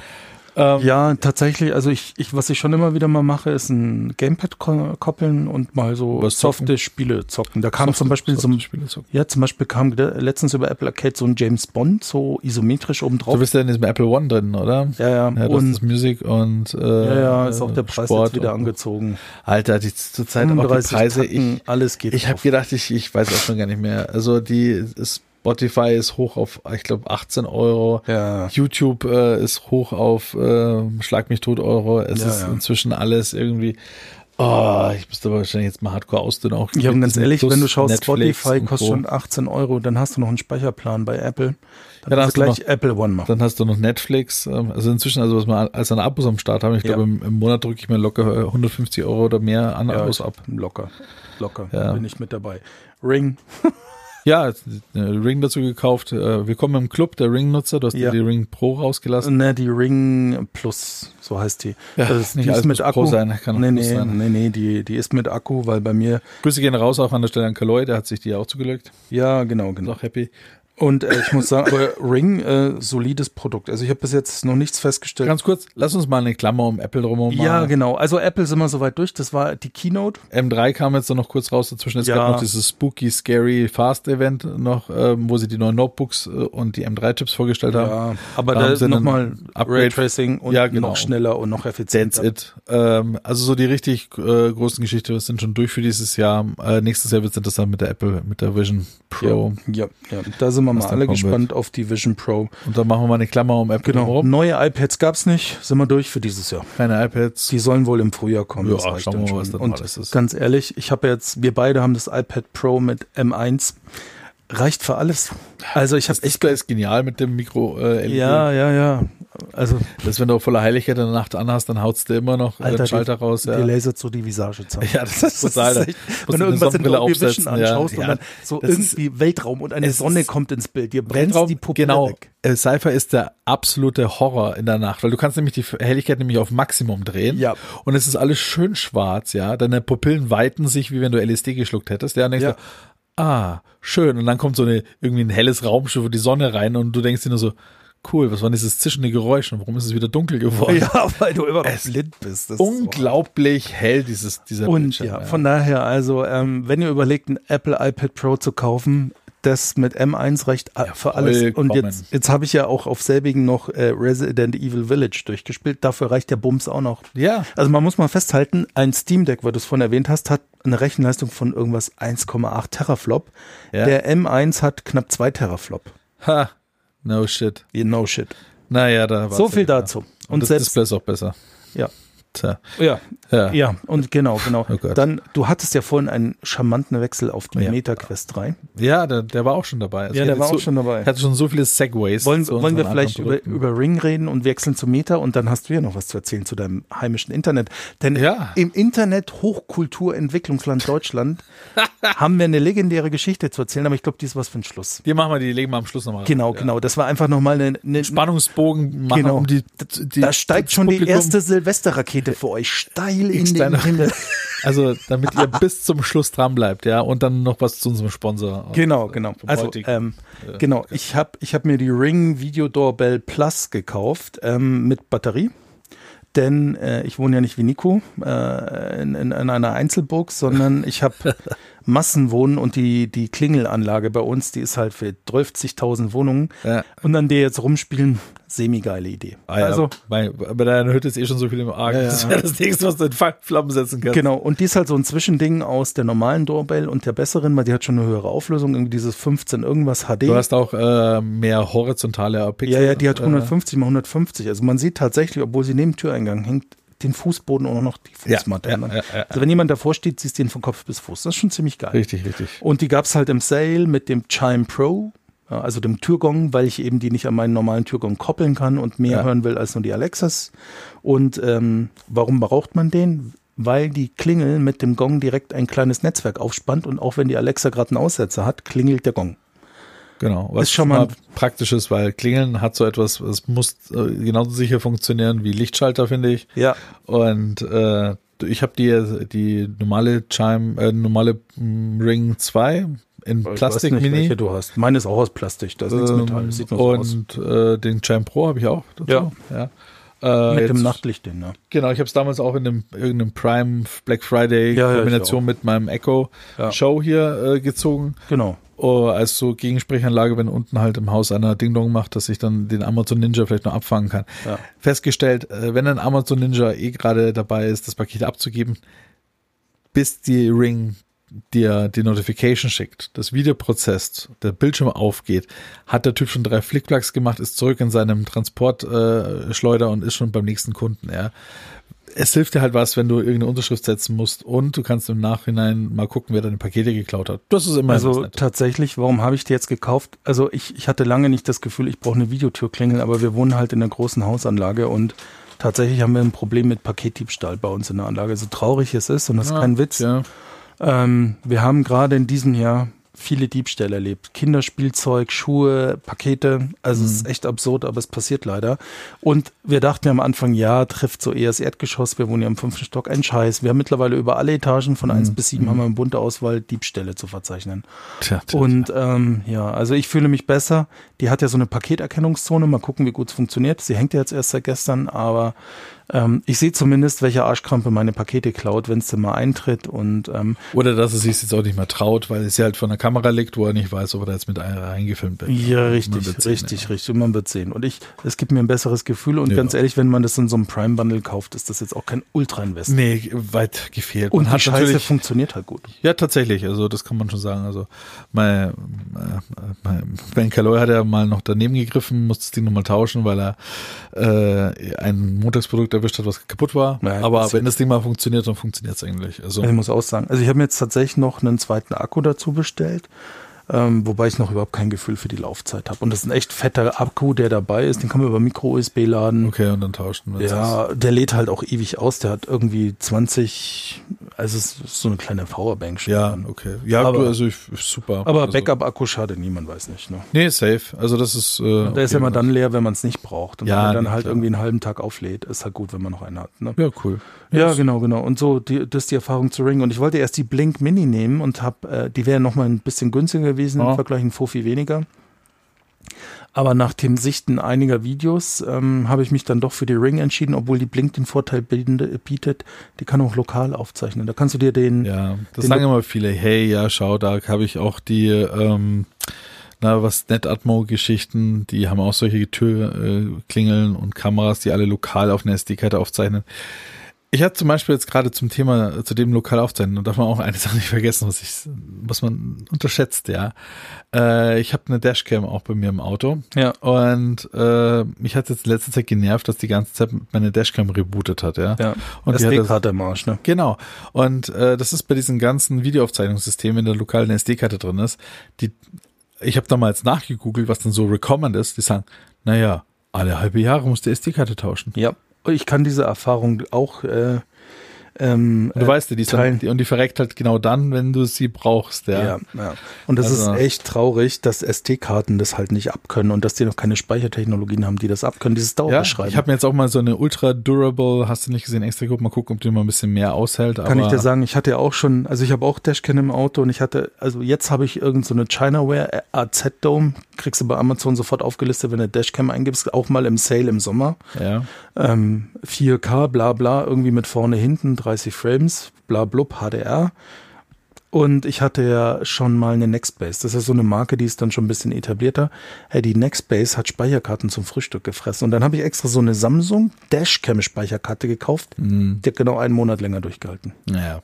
[SPEAKER 1] Ähm,
[SPEAKER 3] Ja, tatsächlich. Also ich, ich, was ich schon immer wieder mal mache, ist ein Gamepad ko- koppeln und mal so
[SPEAKER 1] Was zocken?
[SPEAKER 3] softe Spiele zocken. Da kam zum Beispiel so
[SPEAKER 1] so
[SPEAKER 3] ein,
[SPEAKER 1] Spiele so.
[SPEAKER 3] ja, zum Beispiel kam de- letztens über Apple Arcade so ein James Bond, so isometrisch oben drauf.
[SPEAKER 1] Du bist ja in diesem Apple One drin, oder?
[SPEAKER 3] Ja, ja.
[SPEAKER 1] ja das
[SPEAKER 3] Und-
[SPEAKER 1] ist Musik und äh,
[SPEAKER 3] ja, ja, ist auch der Preis
[SPEAKER 1] Sport
[SPEAKER 3] jetzt wieder
[SPEAKER 1] und-
[SPEAKER 3] angezogen.
[SPEAKER 1] Alter, die zurzeit auch die
[SPEAKER 3] 35
[SPEAKER 1] Preise,
[SPEAKER 3] Tacken,
[SPEAKER 1] ich,
[SPEAKER 3] alles geht
[SPEAKER 1] Ich habe
[SPEAKER 3] drauf.
[SPEAKER 1] gedacht, ich, ich weiß auch schon gar nicht mehr. Also die Spotify ist hoch auf, ich glaube, 18 Euro.
[SPEAKER 3] Ja.
[SPEAKER 1] YouTube äh, ist hoch auf äh, Schlag mich tot Euro. Es
[SPEAKER 3] Ja,
[SPEAKER 1] ist
[SPEAKER 3] ja.
[SPEAKER 1] inzwischen alles irgendwie. Oh, ich müsste aber wahrscheinlich jetzt mal hardcore ausdünnen. Auch
[SPEAKER 3] Ja, und ganz
[SPEAKER 1] Disney
[SPEAKER 3] ehrlich,
[SPEAKER 1] Plus,
[SPEAKER 3] wenn du schaust,
[SPEAKER 1] Netflix
[SPEAKER 3] Spotify
[SPEAKER 1] und
[SPEAKER 3] kostet
[SPEAKER 1] Co.
[SPEAKER 3] schon 18 Euro, dann hast du noch einen Speicherplan bei Apple. Dann
[SPEAKER 1] Ja, da
[SPEAKER 3] kannst du
[SPEAKER 1] hast
[SPEAKER 3] gleich
[SPEAKER 1] du
[SPEAKER 3] Apple One machen.
[SPEAKER 1] Dann hast du noch Netflix. ähm, Also inzwischen, also was wir als an Abos am Start haben, ich
[SPEAKER 3] Ja.
[SPEAKER 1] glaube, im, im Monat drücke ich mir locker äh, 150 Euro oder mehr an Abos ab.
[SPEAKER 3] Locker. Locker.
[SPEAKER 1] Ja.
[SPEAKER 3] Bin ich mit dabei. Ring.
[SPEAKER 1] Ja, jetzt, äh, Ring dazu gekauft. Äh, willkommen im Club der Ring-Nutzer. Du hast
[SPEAKER 3] Ja.
[SPEAKER 1] dir die Ring Pro rausgelassen.
[SPEAKER 3] Ne, die Ring Plus, so heißt die.
[SPEAKER 1] Ja,
[SPEAKER 3] das ist,
[SPEAKER 1] nicht
[SPEAKER 3] die ist
[SPEAKER 1] alles
[SPEAKER 3] mit
[SPEAKER 1] muss
[SPEAKER 3] Akku.
[SPEAKER 1] Pro sein, kann auch
[SPEAKER 3] nee,
[SPEAKER 1] Plus
[SPEAKER 3] nee,
[SPEAKER 1] sein.
[SPEAKER 3] nee, nee, die, die ist mit Akku, weil bei mir,
[SPEAKER 1] Grüße gehen raus auch an der Stelle an Kaloy, der hat sich die auch zugelegt.
[SPEAKER 3] ja, genau,
[SPEAKER 1] Ist
[SPEAKER 3] genau.
[SPEAKER 1] auch happy.
[SPEAKER 3] Und äh, ich muss sagen, aber Ring, äh, solides Produkt. Also ich habe bis jetzt noch nichts festgestellt.
[SPEAKER 1] Ganz kurz, lass uns mal eine Klammer um Apple drum machen.
[SPEAKER 3] ja, genau. Also Apple sind wir soweit durch. Das war die Keynote.
[SPEAKER 1] M3 kam jetzt dann noch kurz raus dazwischen. Es
[SPEAKER 3] Ja.
[SPEAKER 1] gab noch dieses Spooky Scary Fast Event noch, ähm, wo sie die neuen Notebooks äh, und die M3-Chips vorgestellt haben.
[SPEAKER 3] Ja, aber
[SPEAKER 1] Da haben
[SPEAKER 3] da
[SPEAKER 1] sie einen
[SPEAKER 3] nochmal
[SPEAKER 1] Upgrade.
[SPEAKER 3] Raytracing und
[SPEAKER 1] Ja, genau.
[SPEAKER 3] noch schneller und noch
[SPEAKER 1] That's
[SPEAKER 3] effizienter.
[SPEAKER 1] it. Ähm, also so die richtig äh, großen Geschichten sind schon durch für dieses Jahr. Äh, nächstes Jahr wird es interessant mit der Apple, mit der Vision Pro.
[SPEAKER 3] Ja, ja, da sind wir
[SPEAKER 1] Was
[SPEAKER 3] mal
[SPEAKER 1] da
[SPEAKER 3] alle
[SPEAKER 1] kommen
[SPEAKER 3] gespannt auf die Vision Pro.
[SPEAKER 1] Und dann machen wir mal eine Klammer um Apple
[SPEAKER 3] Genau.
[SPEAKER 1] drumherum.
[SPEAKER 3] Neue iPads gab's nicht, sind wir durch für dieses Jahr.
[SPEAKER 1] Keine iPads.
[SPEAKER 3] Die sollen wohl im Frühjahr kommen.
[SPEAKER 1] Ja,
[SPEAKER 3] das reicht
[SPEAKER 1] schauen
[SPEAKER 3] dann
[SPEAKER 1] wir mal, was
[SPEAKER 3] schon.
[SPEAKER 1] dann
[SPEAKER 3] Und
[SPEAKER 1] alles ist.
[SPEAKER 3] ganz ehrlich, ich habe jetzt, wir beide haben das iPad Pro mit M1. Reicht für alles. Also ich habe
[SPEAKER 1] das
[SPEAKER 3] echt.
[SPEAKER 1] Display ist genial mit dem Mikro. Äh, LED.
[SPEAKER 3] Ja, ja, ja. Also
[SPEAKER 1] Das, wenn du voller Heiligkeit in der Nacht anhast, dann haut's dir immer noch äh,
[SPEAKER 3] Alter,
[SPEAKER 1] den Schalter
[SPEAKER 3] die,
[SPEAKER 1] raus. Ja.
[SPEAKER 3] die lasert so die Visage zusammen.
[SPEAKER 1] Ja, das ist brutal.
[SPEAKER 3] echt-
[SPEAKER 1] Da musst
[SPEAKER 3] wenn
[SPEAKER 1] du
[SPEAKER 3] du
[SPEAKER 1] eine
[SPEAKER 3] irgendwas in
[SPEAKER 1] Sonnenbrille
[SPEAKER 3] der Vision
[SPEAKER 1] aufsetzen, ja.
[SPEAKER 3] anschaust und
[SPEAKER 1] Ja,
[SPEAKER 3] dann so
[SPEAKER 1] das ist-
[SPEAKER 3] irgendwie Weltraum und eine
[SPEAKER 1] Es
[SPEAKER 3] Sonne
[SPEAKER 1] ist-
[SPEAKER 3] kommt ins Bild. Dir brennt
[SPEAKER 1] Weltraum,
[SPEAKER 3] die Pupille
[SPEAKER 1] genau.
[SPEAKER 3] weg.
[SPEAKER 1] Äh, Cypher ist der absolute Horror in der Nacht, weil du kannst nämlich die Helligkeit nämlich auf Maximum drehen.
[SPEAKER 3] Ja.
[SPEAKER 1] Und es ist alles schön schwarz, ja. Deine Pupillen weiten sich, wie wenn du LSD geschluckt hättest. Ja, und denkst
[SPEAKER 3] Ja.
[SPEAKER 1] du, ah, schön. Und dann kommt so eine, irgendwie ein helles Raumschiff und die Sonne rein und du denkst dir nur so, cool, was war denn dieses zischende Geräusch und warum ist es wieder dunkel geworden?
[SPEAKER 3] Ja, weil du immer noch
[SPEAKER 1] Es-
[SPEAKER 3] blind bist. Das ist so-
[SPEAKER 1] Unglaublich hell, dieses, dieser
[SPEAKER 3] Und
[SPEAKER 1] Bildschirm.
[SPEAKER 3] ja, von daher, also, ähm, wenn ihr überlegt, ein Apple iPad Pro zu kaufen, das mit M1 reicht a- für alles. Und
[SPEAKER 1] vollkommen.
[SPEAKER 3] jetzt, jetzt habe ich ja auch auf selbigen noch äh, Resident Evil Village durchgespielt. Dafür reicht der Bums auch noch.
[SPEAKER 1] ja.
[SPEAKER 3] Also man muss mal festhalten, ein Steam Deck, weil du es vorhin erwähnt hast, hat eine Rechenleistung von irgendwas 1,8 Teraflop.
[SPEAKER 1] Ja.
[SPEAKER 3] Der M1 hat knapp 2 Teraflop.
[SPEAKER 1] Ha, no shit.
[SPEAKER 3] You know shit.
[SPEAKER 1] Naja, da war
[SPEAKER 3] so viel dazu.
[SPEAKER 1] Und,
[SPEAKER 3] Und
[SPEAKER 1] das
[SPEAKER 3] selbst,
[SPEAKER 1] Display ist auch besser.
[SPEAKER 3] ja,
[SPEAKER 1] Tja.
[SPEAKER 3] ja,
[SPEAKER 1] Ja.
[SPEAKER 3] ja, und genau, genau.
[SPEAKER 1] Ah. Oh Gott.
[SPEAKER 3] Dann, du hattest ja vorhin einen charmanten Wechsel auf die
[SPEAKER 1] Ja.
[SPEAKER 3] Meta Quest 3.
[SPEAKER 1] Ja, der, der war auch schon dabei. Also
[SPEAKER 3] Ja,
[SPEAKER 1] ich
[SPEAKER 3] der
[SPEAKER 1] hatte
[SPEAKER 3] war
[SPEAKER 1] so,
[SPEAKER 3] auch schon dabei.
[SPEAKER 1] Ich hatte schon so viele Segways.
[SPEAKER 3] Wollen,
[SPEAKER 1] zu
[SPEAKER 3] wollen wir
[SPEAKER 1] unseren
[SPEAKER 3] vielleicht
[SPEAKER 1] anderen
[SPEAKER 3] über,
[SPEAKER 1] Produkten.
[SPEAKER 3] über Ring reden und wechseln zu Meta und dann hast du ja noch was zu erzählen zu deinem heimischen Internet. Denn
[SPEAKER 1] Ja.
[SPEAKER 3] im Internet Hochkultur Entwicklungsland Deutschland haben wir eine legendäre Geschichte zu erzählen, aber ich glaube, die ist was für ein Schluss.
[SPEAKER 1] Die machen wir, die legen wir am Schluss nochmal.
[SPEAKER 3] Genau, genau. Das war einfach nochmal eine, eine
[SPEAKER 1] Spannungsbogen machen,
[SPEAKER 3] Genau.
[SPEAKER 1] um die, die
[SPEAKER 3] da steigt
[SPEAKER 1] das
[SPEAKER 3] schon die
[SPEAKER 1] Publikum-
[SPEAKER 3] erste Silvesterrakete für euch steil in den
[SPEAKER 1] Steiner.
[SPEAKER 3] Himmel.
[SPEAKER 1] Also, damit ihr bis zum Schluss dran bleibt, ja, und dann noch was zu unserem Sponsor.
[SPEAKER 3] Genau, genau.
[SPEAKER 1] Äh, vom
[SPEAKER 3] Also,
[SPEAKER 1] heutigen, äh,
[SPEAKER 3] ähm, genau. Ich habe ich hab mir die Ring Video Doorbell Plus gekauft ähm, mit Batterie. Denn äh, ich wohne ja nicht wie Nico äh, in, in, in einer Einzelburg, sondern ich habe Massenwohnen und die, die Klingelanlage bei uns, die ist halt für 12.000 Wohnungen.
[SPEAKER 1] Ja.
[SPEAKER 3] Und an der jetzt rumspielen, semi-geile Idee.
[SPEAKER 1] Ah, ja,
[SPEAKER 3] Also,
[SPEAKER 1] also, bei, bei deiner Hütte ist eh schon so viel im Argen.
[SPEAKER 3] Ja,
[SPEAKER 1] Das
[SPEAKER 3] ja.
[SPEAKER 1] wäre das nächste, was du in Fa- Flammen setzen kannst.
[SPEAKER 3] Genau, und die ist halt so ein Zwischending aus der normalen Doorbell und der besseren, weil die hat schon eine höhere Auflösung, irgendwie dieses 15 irgendwas HD.
[SPEAKER 1] Du hast auch äh, mehr horizontale Pixel.
[SPEAKER 3] ja, ja, die hat
[SPEAKER 1] Äh,
[SPEAKER 3] 150 mal 150. Also man sieht tatsächlich, obwohl sie neben Türeingang hängt, den Fußboden und auch noch die
[SPEAKER 1] Ja,
[SPEAKER 3] Fußmatte.
[SPEAKER 1] ja, ja, ja.
[SPEAKER 3] Also wenn jemand davor steht, siehst du den von Kopf bis Fuß. Das ist schon ziemlich geil.
[SPEAKER 1] Richtig, richtig.
[SPEAKER 3] Und die gab es halt im Sale mit dem Chime Pro, ja, also dem Türgong, weil ich eben die nicht an meinen normalen Türgong koppeln kann und mehr
[SPEAKER 1] Ja.
[SPEAKER 3] hören will als nur die Alexas. Und ähm, warum braucht man den? Weil die Klingel mit dem Gong direkt ein kleines Netzwerk aufspannt und auch wenn die Alexa gerade einen Aussetzer hat, klingelt der Gong.
[SPEAKER 1] Genau. Was
[SPEAKER 3] Ist schon mal-
[SPEAKER 1] praktisch ist, weil Klingeln hat so etwas, es muss äh, genauso sicher funktionieren wie Lichtschalter, finde ich.
[SPEAKER 3] Ja.
[SPEAKER 1] Und äh, ich habe die, die normale Chime, äh, normale mm, Ring 2 in Plastik
[SPEAKER 3] ich weiß nicht,
[SPEAKER 1] Mini.
[SPEAKER 3] welche du hast. Meine ist auch aus Plastik, da ist nichts
[SPEAKER 1] Ähm,
[SPEAKER 3] Metall, das sieht nur so aus.
[SPEAKER 1] und äh, den Chime Pro habe ich auch dazu.
[SPEAKER 3] Ja.
[SPEAKER 1] Ja. Äh,
[SPEAKER 3] Mit dem
[SPEAKER 1] jetzt-
[SPEAKER 3] Nachtlicht, den, ne?
[SPEAKER 1] Genau, ich habe es damals auch in einem irgendeinem Prime Black Friday
[SPEAKER 3] Ja, ja, ich
[SPEAKER 1] Kombination mit meinem Echo
[SPEAKER 3] Ja.
[SPEAKER 1] Show hier äh, gezogen.
[SPEAKER 3] Genau.
[SPEAKER 1] Oh, als so Gegensprechanlage, wenn unten halt im Haus einer Ding Dong macht, dass ich dann den Amazon Ninja vielleicht noch abfangen kann.
[SPEAKER 3] Ja.
[SPEAKER 1] Festgestellt, äh, wenn ein Amazon Ninja eh gerade dabei ist, das Paket abzugeben, bis die Ring dir die Notification schickt, das Video prozesst, der Bildschirm aufgeht, hat der Typ schon drei Flickflacks gemacht, ist zurück in seinem Transportschleuder äh, Schleuder und ist schon beim nächsten Kunden. Ja. Es hilft dir halt was, wenn du irgendeine Unterschrift setzen musst und du kannst im Nachhinein mal gucken, wer deine Pakete geklaut hat. Das ist immer
[SPEAKER 3] Also tatsächlich, warum habe ich die jetzt gekauft? Also ich, ich hatte lange nicht das Gefühl, ich brauche eine Videotürklingel, aber wir wohnen halt in einer großen Hausanlage und tatsächlich haben wir ein Problem mit Paketdiebstahl bei uns in der Anlage. So traurig es ist und
[SPEAKER 1] Ah,
[SPEAKER 3] das ist kein Witz.
[SPEAKER 1] Ja.
[SPEAKER 3] Ähm, wir haben gerade in diesem Jahr viele Diebstähle erlebt. Kinderspielzeug, Schuhe, Pakete. Also es
[SPEAKER 1] Mhm.
[SPEAKER 3] ist echt absurd, aber es passiert leider. Und wir dachten am Anfang, ja, trifft so eher das Erdgeschoss. Wir wohnen ja im fünften Stock, ein Scheiß. Wir haben mittlerweile über alle Etagen von
[SPEAKER 1] Mhm.
[SPEAKER 3] eins bis sieben haben wir eine bunte Auswahl Diebstähle zu verzeichnen.
[SPEAKER 1] Tja, tja,
[SPEAKER 3] Und ähm, ja, also ich fühle mich besser. Die hat ja so eine Paketerkennungszone. Mal gucken, wie gut es funktioniert. Sie hängt ja jetzt erst seit gestern, aber ähm, ich sehe zumindest, welche Arschkrampe meine Pakete klaut, wenn es denn mal eintritt. Und ähm,
[SPEAKER 1] Oder dass er sich jetzt auch nicht mehr traut, weil es ja halt von der Kamera liegt, wo er nicht weiß, ob er da jetzt mit einer reingefilmt wird.
[SPEAKER 3] Ja,
[SPEAKER 1] Man
[SPEAKER 3] richtig,
[SPEAKER 1] wird's sehen,
[SPEAKER 3] richtig, richtig. Man wird sehen. Und ich, es gibt mir ein besseres Gefühl. Und
[SPEAKER 1] Ja.
[SPEAKER 3] ganz ehrlich, wenn man das in so einem Prime-Bundle kauft, ist das jetzt auch kein Ultra-Invest.
[SPEAKER 1] Nee, weit gefehlt.
[SPEAKER 3] Und
[SPEAKER 1] Man
[SPEAKER 3] die Scheiße funktioniert halt gut.
[SPEAKER 1] Ja, tatsächlich. Also das kann man schon sagen. Also mein, äh, mein Ben Calloy hat ja mal noch daneben gegriffen, musste das Ding nochmal tauschen, weil er äh, ein Montagsprodukt erwischt hat, was kaputt war.
[SPEAKER 3] Ja, Ähm,
[SPEAKER 1] Aber
[SPEAKER 3] passiert.
[SPEAKER 1] wenn das Ding mal funktioniert, dann funktioniert es eigentlich. Also
[SPEAKER 3] Also ich muss auch sagen, also ich habe mir jetzt tatsächlich noch einen zweiten Akku dazu bestellt. Ähm, wobei ich noch überhaupt kein Gefühl für die Laufzeit habe. Und das ist ein echt fetter Akku, der dabei ist. Den kann man über Micro-USB laden.
[SPEAKER 1] Okay, und dann tauschen wir
[SPEAKER 3] Ja, der lädt halt auch ewig aus. Der hat irgendwie 20, also es ist so eine kleine Powerbank
[SPEAKER 1] das.
[SPEAKER 3] schon.
[SPEAKER 1] Ja, okay. Ja,
[SPEAKER 3] Aber-
[SPEAKER 1] du, also ich, super.
[SPEAKER 3] Aber
[SPEAKER 1] also,
[SPEAKER 3] Backup-Akku schadet niemand, weiß nicht. Ne?
[SPEAKER 1] Nee, safe. Also das ist. Äh,
[SPEAKER 3] Der ist ja immer dann leer, wenn man es nicht braucht. Und
[SPEAKER 1] Ja,
[SPEAKER 3] wenn man dann
[SPEAKER 1] nee,
[SPEAKER 3] halt
[SPEAKER 1] klar.
[SPEAKER 3] irgendwie einen halben Tag auflädt, ist halt gut, wenn man noch einen hat. Ne?
[SPEAKER 1] Ja, cool.
[SPEAKER 3] Ja, genau, genau. Und so, die, das ist die Erfahrung zu Ring. Und ich wollte erst die Blink Mini nehmen und hab, äh, die wäre nochmal ein bisschen günstiger gewesen
[SPEAKER 1] Ja.
[SPEAKER 3] im Vergleich ein Fofi weniger. Aber nach dem Sichten einiger Videos ähm, habe ich mich dann doch für die Ring entschieden, obwohl die Blink den Vorteil bieten- bietet, die kann auch lokal aufzeichnen. Da kannst du dir den,
[SPEAKER 1] Ja, das
[SPEAKER 3] Den
[SPEAKER 1] sagen
[SPEAKER 3] du-
[SPEAKER 1] immer viele, hey, ja, schau, da habe ich auch die, ähm, na, was NetAtmo-Geschichten, die haben auch solche Türklingeln äh, Klingeln und Kameras, die alle lokal auf einer SD-Karte aufzeichnen. Ich hatte zum Beispiel jetzt gerade zum Thema, äh, zu dem lokal aufzeichnen, und darf man auch eine Sache nicht vergessen, was ich, was man unterschätzt, ja. Äh, ich habe eine Dashcam auch bei mir im Auto.
[SPEAKER 3] Ja.
[SPEAKER 1] Und äh, mich hat jetzt in letzter Zeit genervt, dass die ganze Zeit meine Dashcam rebootet hat, ja.
[SPEAKER 3] ja,
[SPEAKER 1] Und die hat das-
[SPEAKER 3] SD-Karte im Arsch. Ne?
[SPEAKER 1] Genau. Und äh, das ist bei diesen ganzen Videoaufzeichnungssystemen, wenn der lokalen SD-Karte drin ist, die ich habe damals nachgegoogelt, was denn so recommend ist. Die sagen, naja, alle halbe Jahre muss die SD-Karte tauschen.
[SPEAKER 3] Ja, ich kann diese Erfahrung auch. Äh, ähm,
[SPEAKER 1] Und du
[SPEAKER 3] äh,
[SPEAKER 1] weißt ja, die, ist
[SPEAKER 3] teilen.
[SPEAKER 1] dann, die und die verreckt halt genau dann, wenn du sie brauchst. Ja.
[SPEAKER 3] Ja. ja. Und das
[SPEAKER 1] Also-
[SPEAKER 3] ist echt traurig, dass SD-Karten das halt nicht abkönnen und dass die noch keine Speichertechnologien haben, die das abkönnen, dieses
[SPEAKER 1] Ja,
[SPEAKER 3] Dauerbeschreiben.
[SPEAKER 1] ich habe mir jetzt auch mal so eine ultra durable, hast du nicht gesehen, extra geguckt, mal gucken, ob die mal ein bisschen mehr aushält.
[SPEAKER 3] kann
[SPEAKER 1] aber
[SPEAKER 3] ich dir sagen, ich hatte ja auch schon, also ich habe auch Dashcam im Auto und ich hatte, also jetzt habe ich irgend so eine Chinaware äh, AZ Dome, kriegst du bei Amazon sofort aufgelistet, wenn du Dashcam eingibst, auch mal im Sale im Sommer.
[SPEAKER 1] Ja.
[SPEAKER 3] Ähm, 4K, bla bla, irgendwie mit vorne hinten 30 Frames, bla blub, HDR. Und ich hatte ja schon mal eine Nextbase. Das ist so eine Marke, die ist dann schon ein bisschen etablierter. Hey, die Nextbase hat Speicherkarten zum Frühstück gefressen. Und dann habe ich extra so eine Samsung Dashcam-Speicherkarte gekauft. Die hat genau einen Monat länger durchgehalten.
[SPEAKER 1] Naja.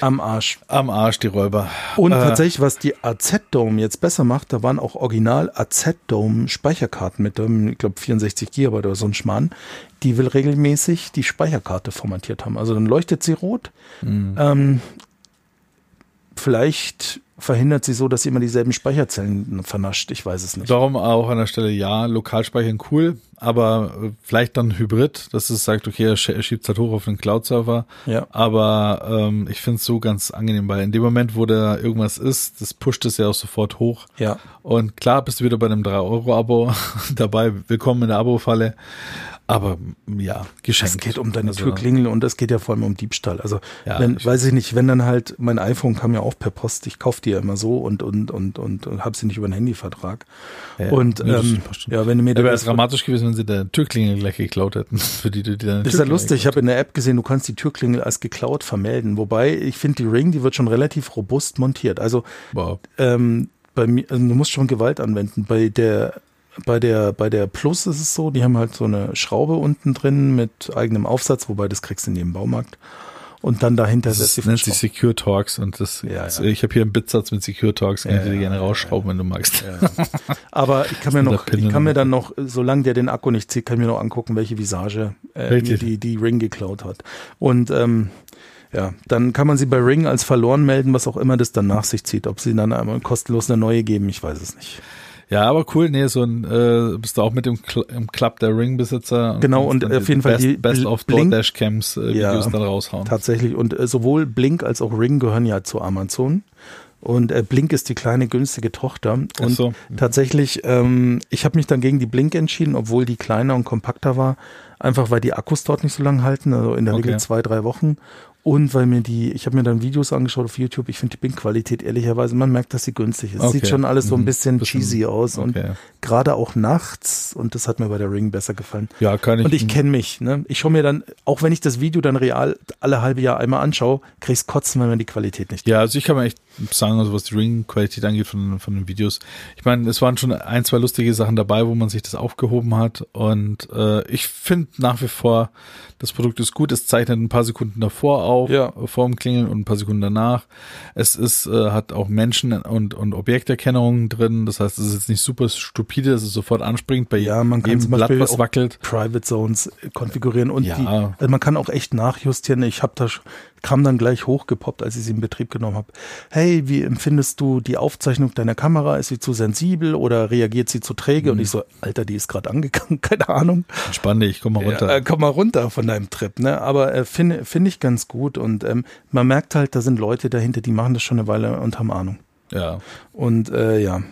[SPEAKER 3] Am Arsch.
[SPEAKER 1] Am Arsch, die Räuber.
[SPEAKER 3] Und
[SPEAKER 1] Äh,
[SPEAKER 3] tatsächlich, was die AZ-Dome jetzt besser macht, da waren auch original AZ-Dome-Speicherkarten mit, ähm, ich glaube 64 GB oder so ein Schmarrn. Die will regelmäßig die Speicherkarte formatiert haben. Also dann leuchtet sie rot. Ähm, vielleicht verhindert sie so, dass sie immer dieselben Speicherzellen vernascht. Ich weiß es nicht.
[SPEAKER 1] Darum auch an der Stelle, ja, lokal speichern cool, aber äh, vielleicht dann Hybrid, dass es sagt, okay, er sch- er schiebt es halt hoch auf den Cloud-Server.
[SPEAKER 3] Ja.
[SPEAKER 1] Aber ähm, ich finde es so ganz angenehm, weil in dem Moment, wo da irgendwas ist, das pusht es ja auch sofort hoch.
[SPEAKER 3] Ja.
[SPEAKER 1] Und klar bist du wieder bei einem 3-Euro-Abo dabei. Willkommen in der Abo-Falle. Aber m, ja, geschenkt.
[SPEAKER 3] Es geht um deine
[SPEAKER 1] Also,
[SPEAKER 3] Türklingel und es geht ja vor allem um Diebstahl. Also,
[SPEAKER 1] Ja,
[SPEAKER 3] wenn,
[SPEAKER 1] ich-
[SPEAKER 3] weiß ich nicht, wenn dann halt mein iPhone kam ja auch per Post, ich kauf die ja immer so und und und und, und habe sie nicht über einen Handyvertrag.
[SPEAKER 1] Ja,
[SPEAKER 3] und
[SPEAKER 1] nee, das
[SPEAKER 3] ähm,
[SPEAKER 1] passt schon.
[SPEAKER 3] ja, wenn du mir
[SPEAKER 1] Da wäre es
[SPEAKER 3] das
[SPEAKER 1] dramatisch gewesen, wenn sie der Türklingel gleich geklaut hätten. Für die, die, die deine
[SPEAKER 3] ist ja
[SPEAKER 1] Türklingel
[SPEAKER 3] lustig, ich habe in der App gesehen, du kannst die Türklingel als geklaut vermelden. Wobei, ich finde, die Ring, die wird schon relativ robust montiert. Also
[SPEAKER 1] geklaut- Wow.
[SPEAKER 3] ähm, bei mir, also du musst schon Gewalt anwenden. Bei der, bei der, bei der Plus ist es so, die haben halt so eine Schraube unten drin mit eigenem Aufsatz, wobei das kriegst du in jedem Baumarkt. Und dann dahinter
[SPEAKER 1] Das, ne,
[SPEAKER 3] setzt die
[SPEAKER 1] nennt sich
[SPEAKER 3] Verschraubung.
[SPEAKER 1] Secure Talks und das,
[SPEAKER 3] Ja,
[SPEAKER 1] das
[SPEAKER 3] ja.
[SPEAKER 1] ich habe hier einen Bitsatz mit Secure Talks, kann ich dir
[SPEAKER 3] ja,
[SPEAKER 1] gerne rausschrauben, wenn du magst.
[SPEAKER 3] Aber ich kann mir
[SPEAKER 1] Mit der
[SPEAKER 3] noch, ich
[SPEAKER 1] Pinne
[SPEAKER 3] kann mir
[SPEAKER 1] noch.
[SPEAKER 3] dann noch, solange der den Akku nicht zieht, kann ich mir noch angucken, welche Visage äh, mir
[SPEAKER 1] Richtig.
[SPEAKER 3] die, die Ring geklaut hat. Und ähm, ja, dann kann man sie bei Ring als verloren melden, was auch immer das dann nach sich zieht. Ob sie dann einmal kostenlos eine neue geben, ich weiß es nicht.
[SPEAKER 1] Ja, aber cool, nee, so ein, äh, bist du auch mit im, Cl im Club der Ring-Besitzer.
[SPEAKER 3] Genau,
[SPEAKER 1] kannst
[SPEAKER 3] und
[SPEAKER 1] dann
[SPEAKER 3] auf jeden Fall
[SPEAKER 1] Best,
[SPEAKER 3] die
[SPEAKER 1] Best
[SPEAKER 3] Bl-
[SPEAKER 1] of
[SPEAKER 3] Blink-
[SPEAKER 1] DoorDash-Cams äh,
[SPEAKER 3] Ja.
[SPEAKER 1] Videos dann raushauen.
[SPEAKER 3] Tatsächlich. Und äh, sowohl Blink als auch Ring gehören ja zu Amazon. Und äh, Blink ist die kleine günstige Tochter.
[SPEAKER 1] Ach
[SPEAKER 3] Und
[SPEAKER 1] so.
[SPEAKER 3] tatsächlich, ähm, ich habe mich dann gegen die Blink entschieden, obwohl die kleiner und kompakter war. Einfach weil die Akkus dort nicht so lange halten, also in der
[SPEAKER 1] Okay.
[SPEAKER 3] Regel zwei, drei Wochen. Und weil mir die, ich habe mir dann Videos angeschaut auf YouTube, ich finde die Blink-Qualität ehrlicherweise, man merkt, dass sie günstig ist.
[SPEAKER 1] Okay.
[SPEAKER 3] Sieht schon alles so
[SPEAKER 1] Mhm.
[SPEAKER 3] ein bisschen,
[SPEAKER 1] Bisschen-
[SPEAKER 3] cheesy aus und
[SPEAKER 1] okay.
[SPEAKER 3] gerade auch nachts und das hat mir bei der Ring besser gefallen.
[SPEAKER 1] Ja, kann ich.
[SPEAKER 3] Und ich kenne mich. Ne? Ich schaue mir dann, auch wenn ich das Video dann real alle halbe Jahr einmal anschaue, krieg's Kotzen, wenn man die Qualität nicht
[SPEAKER 1] ja, also ich kann mir echt sagen, also was die Ring-Qualität angeht von, von den Videos. Ich meine, es waren schon ein, zwei lustige Sachen dabei, wo man sich das aufgehoben hat. Und äh, ich finde nach wie vor, das Produkt ist gut. Es zeichnet ein paar Sekunden davor auf,
[SPEAKER 3] Ja.
[SPEAKER 1] vor dem Klingeln und ein paar Sekunden danach. Es ist, äh, hat auch Menschen- und, und Objekterkennung drin. Das heißt, es ist jetzt nicht super stupide, dass es sofort anspringt bei
[SPEAKER 3] Ja, man kann
[SPEAKER 1] jedem
[SPEAKER 3] zum
[SPEAKER 1] Blatt,
[SPEAKER 3] Beispiel
[SPEAKER 1] was
[SPEAKER 3] auch-
[SPEAKER 1] wackelt.
[SPEAKER 3] Private Zones äh, konfigurieren und
[SPEAKER 1] Ja.
[SPEAKER 3] die, also man kann auch echt nachjustieren. Ich habe da sch- kam dann gleich hochgepoppt, als ich sie in Betrieb genommen habe. Hey, wie empfindest du die Aufzeichnung deiner Kamera? Ist sie zu sensibel oder reagiert sie zu träge?
[SPEAKER 1] Mhm.
[SPEAKER 3] Und ich so, Alter, die ist gerade angegangen, keine Ahnung.
[SPEAKER 1] Entspann dich, komm mal runter.
[SPEAKER 3] Ja, äh, komm mal runter von deinem Trip, ne? Aber äh, finde finde ich ganz gut und ähm, man merkt halt, da sind Leute dahinter, die machen das schon eine Weile und haben Ahnung.
[SPEAKER 1] ja.
[SPEAKER 3] Und äh, ja,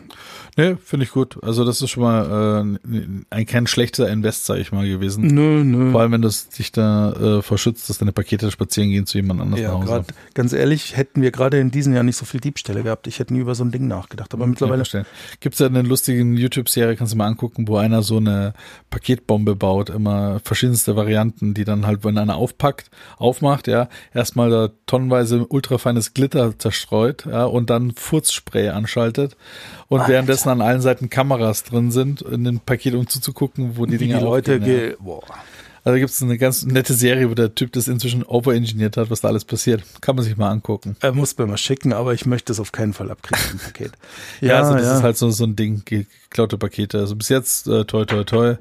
[SPEAKER 1] Nee, finde ich gut. Also das ist schon mal äh, ein kein schlechter Invest, sage ich mal, gewesen.
[SPEAKER 3] nö, nö.
[SPEAKER 1] Vor allem, wenn du es dich da äh, verschützt, dass deine Pakete spazieren gehen zu jemand anders
[SPEAKER 3] Ja,
[SPEAKER 1] nach Hause.
[SPEAKER 3] grad, ganz ehrlich, hätten wir gerade in diesem Jahr nicht so viel Diebstähle gehabt. Ich hätte nie über so ein Ding nachgedacht. Aber mittlerweile
[SPEAKER 1] Gibt es ja eine lustige YouTube-Serie, kannst du mal angucken, wo einer so eine Paketbombe baut, immer verschiedenste Varianten, die dann halt, wenn einer aufpackt, aufmacht, ja, erstmal da tonnenweise ultrafeines Glitter zerstreut, ja, und dann Furzspray anschaltet und währenddessen an allen Seiten Kameras drin sind, in dem Paket, um zuzugucken, wo die
[SPEAKER 3] die,
[SPEAKER 1] Dinge
[SPEAKER 3] Leute,
[SPEAKER 1] aufgehen, ja.
[SPEAKER 3] ge boah.
[SPEAKER 1] Also gibt es eine ganz nette Serie, wo der Typ das inzwischen overengineert hat, was da alles passiert. Kann man sich mal angucken.
[SPEAKER 3] er muss mir mal schicken, aber ich möchte es auf keinen Fall abkriegen. im Paket.
[SPEAKER 1] Ja, also das ist halt so, so ein Ding, geklaute Pakete. Also bis jetzt, äh, toi, toi, toi,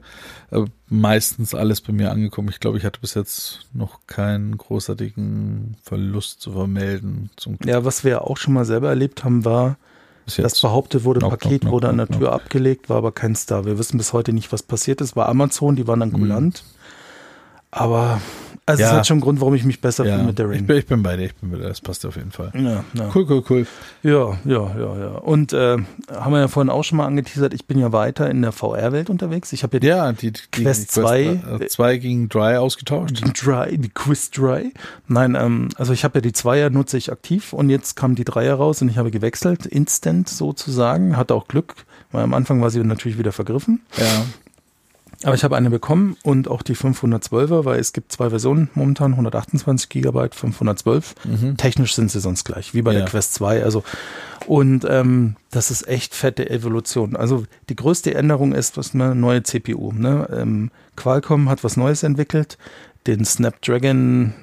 [SPEAKER 1] äh, meistens alles bei mir angekommen. Ich glaube, ich hatte bis jetzt noch keinen großartigen Verlust zu vermelden. Zum Glück
[SPEAKER 3] ja, was wir auch schon mal selber erlebt haben, war,
[SPEAKER 1] bis
[SPEAKER 3] dass behauptet wurde,
[SPEAKER 1] Knock,
[SPEAKER 3] Paket
[SPEAKER 1] knock,
[SPEAKER 3] wurde an der
[SPEAKER 1] knock,
[SPEAKER 3] Tür abgelegt, war aber kein Star. Wir wissen bis heute nicht, was passiert ist. War Amazon, die waren dann kulant. Aber also es
[SPEAKER 1] Mhm. Ja.
[SPEAKER 3] hat schon einen Grund, warum ich mich besser
[SPEAKER 1] ja,
[SPEAKER 3] fühle mit der
[SPEAKER 1] ich,
[SPEAKER 3] Ring.
[SPEAKER 1] bin, ich bin bei dir, ich bin bei dir. Das passt auf jeden Fall.
[SPEAKER 3] Ja, ja.
[SPEAKER 1] Cool, cool, cool.
[SPEAKER 3] ja, ja, ja, ja. Und äh, haben wir ja vorhin auch schon mal angeteasert, ich bin ja weiter in der VR-Welt unterwegs. Ich habe ja,
[SPEAKER 1] Ja, die, die die
[SPEAKER 3] Quest zwei.
[SPEAKER 1] äh, zwei gegen Dry ausgetauscht.
[SPEAKER 3] die Dry, die Quiz Dry. Nein, ähm, also ich habe ja die Zweier nutze ich aktiv und jetzt kam die Dreier raus und ich habe gewechselt, instant sozusagen. Hatte auch Glück, weil am Anfang war sie natürlich wieder vergriffen.
[SPEAKER 1] Ja.
[SPEAKER 3] Aber ich habe eine bekommen und auch die 512er, weil es gibt zwei Versionen momentan, 128 Gigabyte, 512. Technisch sind sie sonst gleich, wie bei
[SPEAKER 1] Ja.
[SPEAKER 3] der Quest 2. Also und ähm, das ist echt fette Evolution. Also die größte Änderung ist, was eine neue CPU. Ne? Ähm, Qualcomm hat was Neues entwickelt, den Snapdragon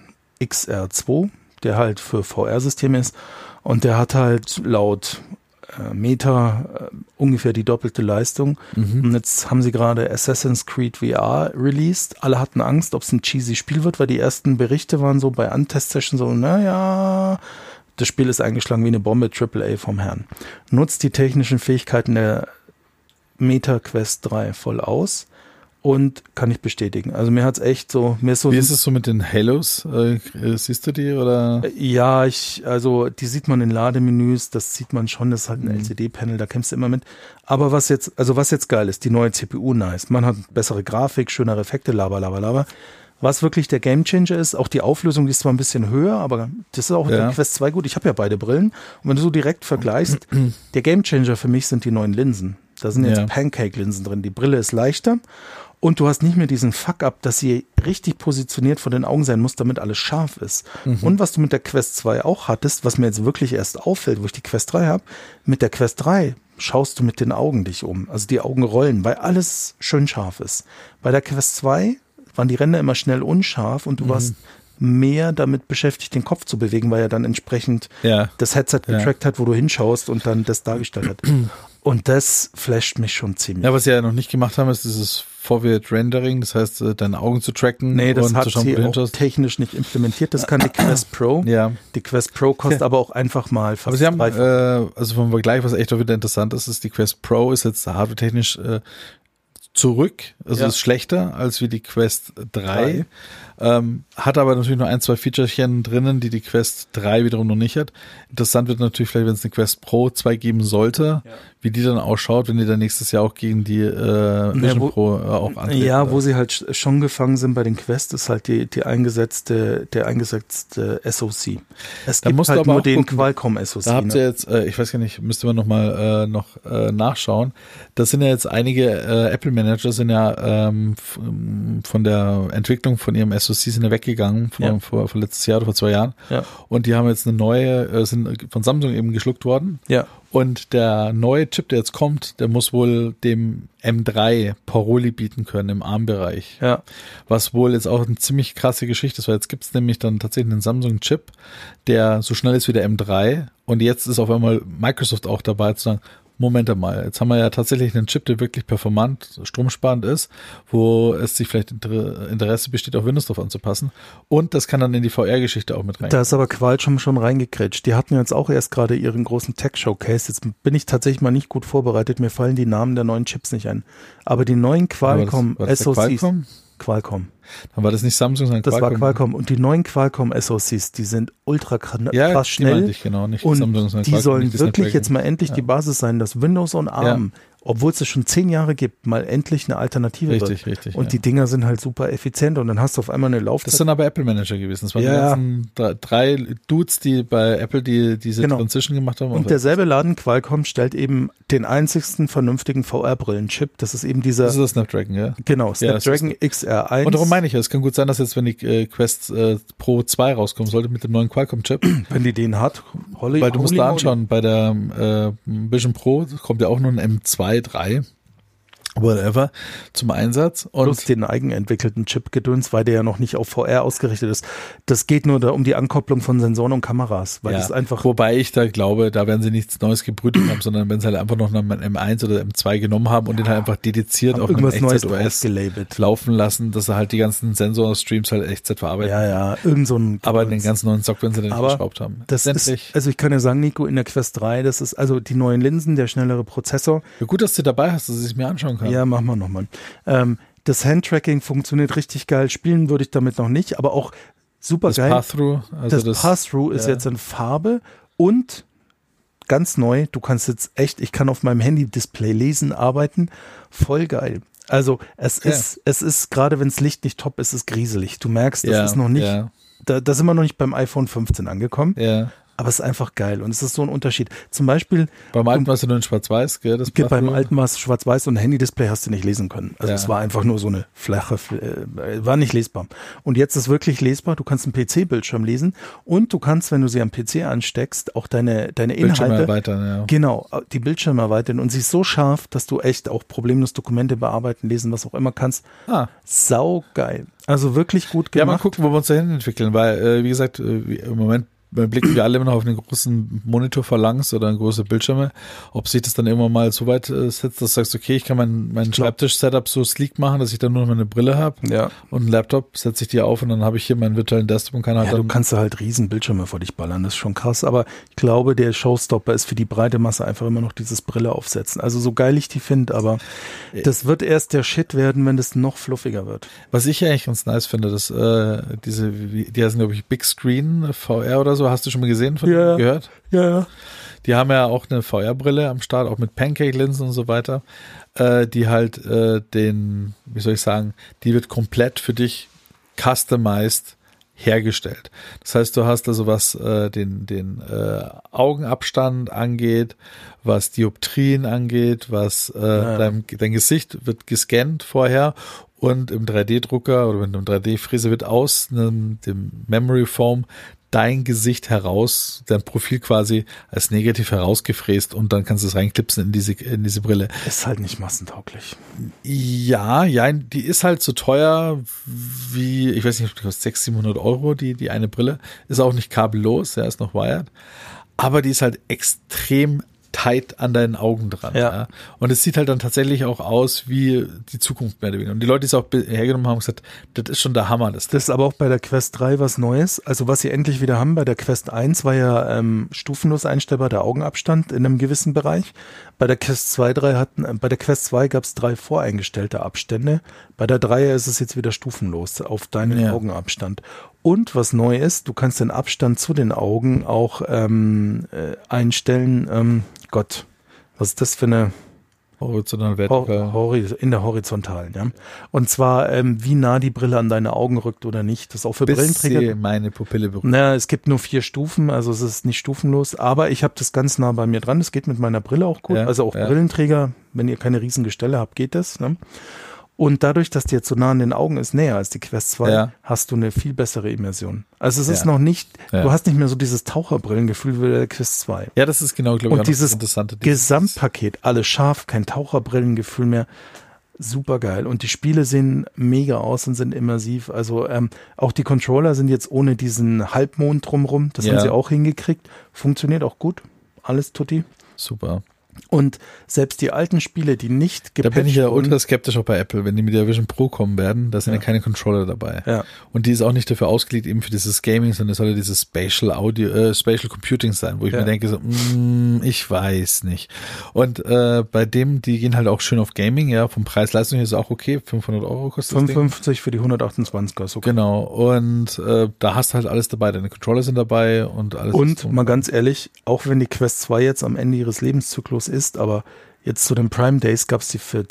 [SPEAKER 3] XR2, der halt für VR-Systeme ist und der hat halt laut äh, Meta äh, ungefähr die doppelte Leistung.
[SPEAKER 1] Mhm.
[SPEAKER 3] Und jetzt haben sie gerade Assassin's Creed VR released. Alle hatten Angst, ob es ein cheesy Spiel wird, weil die ersten Berichte waren so bei Antest-Sessions so, naja, das Spiel ist eingeschlagen wie eine Bombe AAA vom Herrn. Nutzt die technischen Fähigkeiten der Meta Quest 3 voll aus und kann ich bestätigen. Also mir hat's echt so, mir ist so
[SPEAKER 1] Wie ist es so mit den Halos? Äh, äh, siehst du die oder?
[SPEAKER 3] ja, ich, also die sieht man in Lademenüs, das sieht man schon, das ist halt ein
[SPEAKER 1] Mhm.
[SPEAKER 3] LCD-Panel, da kämpfst du immer mit. Aber was jetzt, also was jetzt geil ist, die neue CPU nice. Man hat bessere Grafik, schönere Effekte, laber, laber, laber. Was wirklich der Gamechanger ist, auch die Auflösung, die ist zwar ein bisschen höher, aber das ist auch
[SPEAKER 1] Ja.
[SPEAKER 3] der Quest 2 gut. Ich habe ja beide Brillen. Und wenn du so direkt vergleichst, der Gamechanger für mich sind die neuen Linsen. Da sind jetzt
[SPEAKER 1] Ja.
[SPEAKER 3] Pancake-Linsen drin. Die Brille ist leichter. Und du hast nicht mehr diesen Fuck-up, dass sie richtig positioniert vor den Augen sein muss, damit alles scharf ist.
[SPEAKER 1] Mhm.
[SPEAKER 3] Und was du mit der Quest 2 auch hattest, was mir jetzt wirklich erst auffällt, wo ich die Quest 3 habe, mit der Quest 3 schaust du mit den Augen dich um. Also die Augen rollen, weil alles schön scharf ist. Bei der Quest 2 waren die Ränder immer schnell unscharf
[SPEAKER 1] Mhm.
[SPEAKER 3] und du warst mehr damit beschäftigt, den Kopf zu bewegen, weil er dann entsprechend
[SPEAKER 1] Ja.
[SPEAKER 3] das Headset
[SPEAKER 1] Ja.
[SPEAKER 3] getrackt hat, wo du hinschaust und dann das dargestellt hat. Und das flasht mich schon ziemlich.
[SPEAKER 1] Ja, was sie ja noch nicht gemacht haben, ist dieses Forward Rendering, das heißt, äh, deine Augen zu tracken.
[SPEAKER 3] Nee, das
[SPEAKER 1] und
[SPEAKER 3] hat
[SPEAKER 1] zu schauen, wo
[SPEAKER 3] sie
[SPEAKER 1] du
[SPEAKER 3] auch
[SPEAKER 1] hinschaust.
[SPEAKER 3] technisch nicht implementiert. Das kann die Quest Pro.
[SPEAKER 1] Ja.
[SPEAKER 3] Die Quest Pro kostet aber auch einfach mal fast
[SPEAKER 1] Aber sie haben,
[SPEAKER 3] drei-
[SPEAKER 1] äh, also vom Vergleich, was echt auch wieder interessant ist, ist die Quest Pro ist jetzt hardware-technisch äh, zurück, also
[SPEAKER 3] Ja.
[SPEAKER 1] ist schlechter als wie die Quest 3, Ähm, hat aber natürlich nur ein, zwei Featurechen drinnen, die die Quest 3 wiederum noch nicht hat. Interessant wird natürlich vielleicht, wenn es eine Quest Pro 2 geben sollte, wie die dann ausschaut, wenn die dann nächstes Jahr auch gegen die äh, Vision
[SPEAKER 3] wo-
[SPEAKER 1] Pro äh, auch antreten.
[SPEAKER 3] Ja,
[SPEAKER 1] darf.
[SPEAKER 3] wo sie halt sch- schon gefangen sind bei den Quest, ist halt die, die eingesetzte, der eingesetzte SoC. Es
[SPEAKER 1] Da
[SPEAKER 3] gibt
[SPEAKER 1] musst du
[SPEAKER 3] halt
[SPEAKER 1] aber
[SPEAKER 3] nur
[SPEAKER 1] auch
[SPEAKER 3] den
[SPEAKER 1] gucken.
[SPEAKER 3] Qualcomm SoC.
[SPEAKER 1] Da habt
[SPEAKER 3] ne?
[SPEAKER 1] ihr jetzt, äh, ich weiß gar nicht, müsste man nochmal äh, noch äh, nachschauen. Das sind ja jetzt einige äh, Apple-Manager sind ja ähm, f- ähm, von der Entwicklung von ihrem SoC sind ja weggegangen von,
[SPEAKER 3] Ja.
[SPEAKER 1] vor, vor letztes Jahr oder vor zwei Jahren.
[SPEAKER 3] Ja.
[SPEAKER 1] Und die haben jetzt eine neue, äh, sind von Samsung eben geschluckt worden.
[SPEAKER 3] Ja.
[SPEAKER 1] Und der neue Chip, der jetzt kommt, der muss wohl dem M3 Paroli bieten können im ARM-Bereich.
[SPEAKER 3] Ja.
[SPEAKER 1] Was wohl jetzt auch eine ziemlich krasse Geschichte ist, weil jetzt gibt es nämlich dann tatsächlich einen Samsung-Chip, der so schnell ist wie der M3. Und jetzt ist auf einmal Microsoft auch dabei zu sagen, Moment mal, jetzt haben wir ja tatsächlich einen Chip, der wirklich performant, stromsparend ist, wo es sich vielleicht Inter Interesse besteht, auch Windows drauf anzupassen. Und das kann dann in die VR-Geschichte auch mit rein.
[SPEAKER 3] Da ist aber Qualcomm schon reingekretscht. Die hatten jetzt auch erst gerade ihren großen Tech-Showcase. Jetzt bin ich tatsächlich mal nicht gut vorbereitet. Mir fallen die Namen der neuen Chips nicht ein. Aber die neuen Qualcomm
[SPEAKER 1] war das der
[SPEAKER 3] SoCs.
[SPEAKER 1] Qualcomm?
[SPEAKER 3] Qualcomm.
[SPEAKER 1] Dann war das nicht Samsung, sondern
[SPEAKER 3] Das
[SPEAKER 1] Qualcomm.
[SPEAKER 3] war Qualcomm. Und die neuen Qualcomm SoCs, die sind ultra kran-
[SPEAKER 1] Ja,
[SPEAKER 3] krass
[SPEAKER 1] die meinte
[SPEAKER 3] schnell.
[SPEAKER 1] ich genau, nicht
[SPEAKER 3] und
[SPEAKER 1] Samsung, sondern
[SPEAKER 3] die
[SPEAKER 1] Qualcomm,
[SPEAKER 3] sollen
[SPEAKER 1] nicht das
[SPEAKER 3] wirklich
[SPEAKER 1] Networking.
[SPEAKER 3] jetzt mal endlich die Basis sein, dass Windows on ARM, obwohl es das schon zehn Jahre gibt, mal endlich eine Alternative
[SPEAKER 1] Richtig,
[SPEAKER 3] wird.
[SPEAKER 1] richtig,
[SPEAKER 3] Und
[SPEAKER 1] ja.
[SPEAKER 3] die Dinger sind halt super effizient und dann hast du auf einmal eine
[SPEAKER 1] Das
[SPEAKER 3] Laufzeit.
[SPEAKER 1] sind aber Apple-Manager gewesen. Das waren
[SPEAKER 3] Ja.
[SPEAKER 1] die ganzen drei, drei Dudes, die bei Apple die, diese
[SPEAKER 3] Genau.
[SPEAKER 1] Transition gemacht haben.
[SPEAKER 3] Und derselbe Laden Qualcomm stellt eben den einzigsten vernünftigen VR-Brillenchip. Das ist eben dieser,
[SPEAKER 1] das ist das Snapdragon, ja.
[SPEAKER 3] genau,
[SPEAKER 1] Ja, es ist-
[SPEAKER 3] Snapdragon XR1.
[SPEAKER 1] Und darum meine ich ja, es kann gut sein, dass jetzt, wenn die äh, Quest äh, Pro 2 rauskommen sollte mit dem neuen Qualcomm-Chip,
[SPEAKER 3] wenn die den hat, Holly,
[SPEAKER 1] weil du musst
[SPEAKER 3] Holy
[SPEAKER 1] da
[SPEAKER 3] moly.
[SPEAKER 1] anschauen, bei der äh, Vision Pro kommt ja auch nur ein M2, 3, whatever, zum Einsatz.
[SPEAKER 3] Plus
[SPEAKER 1] Und
[SPEAKER 3] den eigenentwickelten Chip-Gedöns, weil der ja noch nicht auf VR ausgerichtet ist. Das geht nur da um die Ankopplung von Sensoren und Kameras, weil
[SPEAKER 1] ja,
[SPEAKER 3] das einfach
[SPEAKER 1] wobei ich da glaube, da werden sie nichts Neues gebrütet haben, sondern wenn sie halt einfach noch einen M1 oder M2 genommen haben und den halt einfach
[SPEAKER 3] Ah,
[SPEAKER 1] dediziert
[SPEAKER 3] haben
[SPEAKER 1] auf
[SPEAKER 3] irgendwas
[SPEAKER 1] einem
[SPEAKER 3] Neues
[SPEAKER 1] OS
[SPEAKER 3] gelabelt.
[SPEAKER 1] laufen lassen, dass er halt die ganzen Sensor-Streams halt Echtzeit verarbeiten.
[SPEAKER 3] Ja, ja, irgend so ein
[SPEAKER 1] Aber den
[SPEAKER 3] Gedöns.
[SPEAKER 1] ganzen neuen Sock, wenn sie dann nicht
[SPEAKER 3] Aber
[SPEAKER 1] geschraubt haben.
[SPEAKER 3] Das
[SPEAKER 1] Letztendlich-
[SPEAKER 3] ist, also ich kann ja sagen, Nico, in der Quest 3, das ist also die neuen Linsen, der schnellere Prozessor.
[SPEAKER 1] ja, gut, dass du dabei hast, dass ich es mir anschauen kann.
[SPEAKER 3] Ja, machen wir nochmal. Ähm, das Handtracking funktioniert richtig geil. Spielen würde ich damit noch nicht, aber auch super
[SPEAKER 1] das
[SPEAKER 3] geil.
[SPEAKER 1] Pass-Through, also
[SPEAKER 3] das,
[SPEAKER 1] das,
[SPEAKER 3] Pass-Through ist
[SPEAKER 1] ja.
[SPEAKER 3] jetzt in Farbe und ganz neu, du kannst jetzt echt, ich kann auf meinem Handy-Display lesen, arbeiten. Voll geil. Also es
[SPEAKER 1] Ja.
[SPEAKER 3] ist, es ist, gerade wenn das Licht nicht top ist, es ist grieselig. Du merkst, das
[SPEAKER 1] ja,
[SPEAKER 3] ist noch nicht,
[SPEAKER 1] Ja,
[SPEAKER 3] da, da sind wir noch nicht beim iPhone 15 angekommen,
[SPEAKER 1] ja.
[SPEAKER 3] aber es ist einfach geil und es ist so ein Unterschied. Zum Beispiel um
[SPEAKER 1] Beim alten warst du nur in Schwarz-Weiß, gell? Das
[SPEAKER 3] Gibt beim
[SPEAKER 1] Pass-Through.
[SPEAKER 3] alten war es schwarz-weiß und Handy-Display hast du nicht lesen können. Also
[SPEAKER 1] Ja.
[SPEAKER 3] es war einfach nur so eine flache, äh, war nicht lesbar. Und jetzt ist wirklich lesbar, du kannst einen PC-Bildschirm lesen und du kannst, wenn du sie am PC ansteckst, auch deine, deine
[SPEAKER 1] Bildschirm
[SPEAKER 3] Inhalte,
[SPEAKER 1] erweitern, ja.
[SPEAKER 3] genau, die Bildschirme erweitern und sie ist so scharf, dass du echt auch problemlos Dokumente bearbeiten, lesen, was auch immer kannst.
[SPEAKER 1] Ah.
[SPEAKER 3] Saugeil. Also wirklich gut
[SPEAKER 1] Ja,
[SPEAKER 3] gemacht.
[SPEAKER 1] mal gucken, wo wir uns dahin entwickeln, weil, äh, wie gesagt, äh, wie- im Moment blicken wir alle immer noch auf einen großen Monitor verlangst oder große Bildschirme, ob sich das dann irgendwann mal so weit äh, setzt, dass du sagst, okay, ich kann mein, mein Schreibtisch-Setup so sleek machen, dass ich dann nur noch meine Brille habe
[SPEAKER 3] Ja.
[SPEAKER 1] und einen Laptop, setze ich die auf und dann habe ich hier meinen virtuellen Desktop und kann halt
[SPEAKER 3] Ja, du
[SPEAKER 1] dann
[SPEAKER 3] kannst da halt riesen Bildschirme vor dich ballern, das ist schon krass, aber ich glaube, der Showstopper ist für die breite Masse einfach immer noch dieses Brille aufsetzen. Also so geil ich die finde, aber das wird erst der Shit werden, wenn das noch fluffiger wird.
[SPEAKER 1] Was ich ja eigentlich ganz nice finde, dass äh, diese, wie- die heißen glaube ich Big Screen VR oder so, hast du schon mal gesehen, von
[SPEAKER 3] Ja.
[SPEAKER 1] denen gehört?
[SPEAKER 3] Ja, ja.
[SPEAKER 1] Die haben ja auch eine VR-Brille am Start, auch mit Pancake-Linsen und so weiter, äh, die halt äh, den, wie soll ich sagen, die wird komplett für dich customized hergestellt. Das heißt, du hast also was äh, den, den äh, Augenabstand angeht, was Dioptrien angeht, was äh, dein, dein Gesicht wird gescannt vorher und im 3D-Drucker oder mit einem 3D-Fräse wird aus einem, dem Memory Foam dein Gesicht heraus, dein Profil quasi als negativ herausgefräst und dann kannst du es reinklipsen in diese, in diese Brille.
[SPEAKER 3] Ist halt nicht massentauglich.
[SPEAKER 1] Ja, ja, die ist halt so teuer wie, ich weiß nicht, die kostet 600, 700 Euro, die, die eine Brille. Ist auch nicht kabellos, ja, ist noch wired. Aber die ist halt extrem tight an deinen Augen dran.
[SPEAKER 3] Ja.
[SPEAKER 1] Und es sieht halt dann tatsächlich auch aus wie die Zukunft mehr oder weniger. Und die Leute, die es auch be- hergenommen haben, haben gesagt, das ist schon der Hammer. Das,
[SPEAKER 3] Das ist aber auch bei der Quest 3 was Neues. Also was sie endlich wieder haben, bei der Quest 1 war ja ähm, stufenlos einstellbar der Augenabstand in einem gewissen Bereich. Bei der Quest 2, 3 hatten, äh, bei der Quest 2 gab es drei voreingestellte Abstände. Bei der 3 ist es jetzt wieder stufenlos auf deinen
[SPEAKER 1] Ja.
[SPEAKER 3] Augenabstand. Und was neu ist, du kannst den Abstand zu den Augen auch ähm, äh, einstellen. Ähm, Gott, was ist das für eine
[SPEAKER 1] horizontal,
[SPEAKER 3] Hor-
[SPEAKER 1] vertikal.
[SPEAKER 3] Hori in der horizontalen, ja. Und zwar, ähm, wie nah die Brille an deine Augen rückt oder nicht. Das ist auch für
[SPEAKER 1] bis sie
[SPEAKER 3] Brillenträger.
[SPEAKER 1] meine Pupille berührt.
[SPEAKER 3] Na, es gibt nur vier Stufen, also es ist nicht stufenlos, aber ich habe das ganz nah bei mir dran. Das geht mit meiner Brille auch gut.
[SPEAKER 1] Ja,
[SPEAKER 3] also auch
[SPEAKER 1] ja.
[SPEAKER 3] Brillenträger, wenn ihr keine riesen Gestelle habt, geht das. Ne? Und dadurch, dass die jetzt so nah an den Augen ist, näher als die Quest 2,
[SPEAKER 1] Ja.
[SPEAKER 3] hast du eine viel bessere Immersion. Also es ist
[SPEAKER 1] Ja.
[SPEAKER 3] noch nicht,
[SPEAKER 1] Ja.
[SPEAKER 3] du hast nicht mehr so dieses Taucherbrillengefühl wie bei der Quest 2.
[SPEAKER 1] Ja, das ist genau, glaube ich, auch noch
[SPEAKER 3] Und dieses
[SPEAKER 1] das Interessante. Dieses-
[SPEAKER 3] Gesamtpaket, alles scharf, kein Taucherbrillengefühl mehr. Super geil. Und die Spiele sehen mega aus und sind immersiv. Also ähm, auch die Controller sind jetzt ohne diesen Halbmond drumrum. Das
[SPEAKER 1] Ja.
[SPEAKER 3] haben sie auch hingekriegt. Funktioniert auch gut. Alles tutti.
[SPEAKER 1] Super.
[SPEAKER 3] Und selbst die alten Spiele, die nicht
[SPEAKER 1] Da bin ich ja
[SPEAKER 3] wurden-
[SPEAKER 1] ultra skeptisch auch bei Apple, wenn die mit der Vision Pro kommen werden, da sind ja, keine Controller dabei.
[SPEAKER 3] Ja.
[SPEAKER 1] Und die ist auch nicht dafür ausgelegt, eben für dieses Gaming, sondern es soll ja dieses Spatial Audio, äh, Spatial Computing sein, wo ich
[SPEAKER 3] Ja.
[SPEAKER 1] mir denke, so, mm, ich weiß nicht. Und äh, bei dem, die gehen halt auch schön auf Gaming, ja, vom Preis-Leistung her ist auch okay, 500 Euro kostet das Ding.
[SPEAKER 3] 55 für die 128er, ist okay.
[SPEAKER 1] Genau, und äh, da hast halt alles dabei, deine Controller sind dabei und alles. ist
[SPEAKER 3] Und
[SPEAKER 1] drum.
[SPEAKER 3] mal ganz ehrlich, auch wenn die Quest 2 jetzt am Ende ihres Lebenszyklus ist, aber jetzt zu den Prime Days gab es die für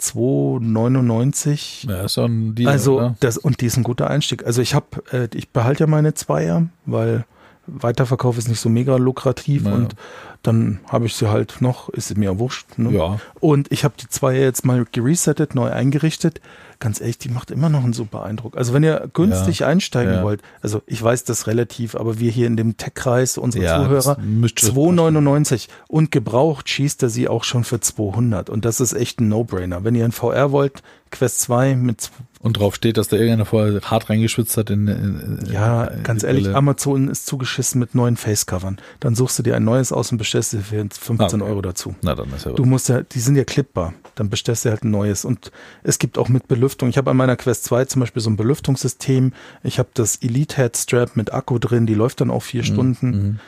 [SPEAKER 3] 2,99.
[SPEAKER 1] ja, ist auch ein Deal, ne?
[SPEAKER 3] also
[SPEAKER 1] oder?
[SPEAKER 3] das und die ist ein guter Einstieg. Also ich habe, äh, ich behalte ja meine Zweier, weil Weiterverkauf ist nicht so mega lukrativ
[SPEAKER 1] Naja.
[SPEAKER 3] und dann habe ich sie halt noch, ist mir ja wurscht. Ne?
[SPEAKER 1] ja.
[SPEAKER 3] Und ich habe die zwei jetzt mal geresettet, neu eingerichtet. Ganz ehrlich, die macht immer noch einen super Eindruck. Also wenn ihr günstig einsteigen
[SPEAKER 1] ja.
[SPEAKER 3] wollt, also ich weiß das relativ, aber wir hier in dem Tech-Kreis, unsere
[SPEAKER 1] Ja,
[SPEAKER 3] Zuhörer,
[SPEAKER 1] das müsste-
[SPEAKER 3] 2,99 und gebraucht schießt er sie auch schon für 200 und das ist echt ein No-Brainer. Wenn ihr ein VR wollt, Quest 2 mit,
[SPEAKER 1] Und drauf steht, dass da irgendeiner vorher hart reingeschwitzt hat in, in in-
[SPEAKER 3] ja,
[SPEAKER 1] in
[SPEAKER 3] ganz
[SPEAKER 1] Äh, die
[SPEAKER 3] ehrlich,
[SPEAKER 1] Brille.
[SPEAKER 3] Amazon ist zugeschissen mit neuen Facecovern. Dann suchst du dir ein neues aus und bestellst dir für 15
[SPEAKER 1] Ah, okay.
[SPEAKER 3] Euro dazu.
[SPEAKER 1] Na dann ist ja
[SPEAKER 3] Du musst ja, die sind ja klippbar. Dann bestellst du halt ein neues. Und es gibt auch mit Belüftung. Ich habe an meiner Quest 2 zum Beispiel so ein Belüftungssystem. Ich habe das Elite Head Strap mit Akku drin. Die läuft dann auch vier
[SPEAKER 1] Mhm,
[SPEAKER 3] Stunden.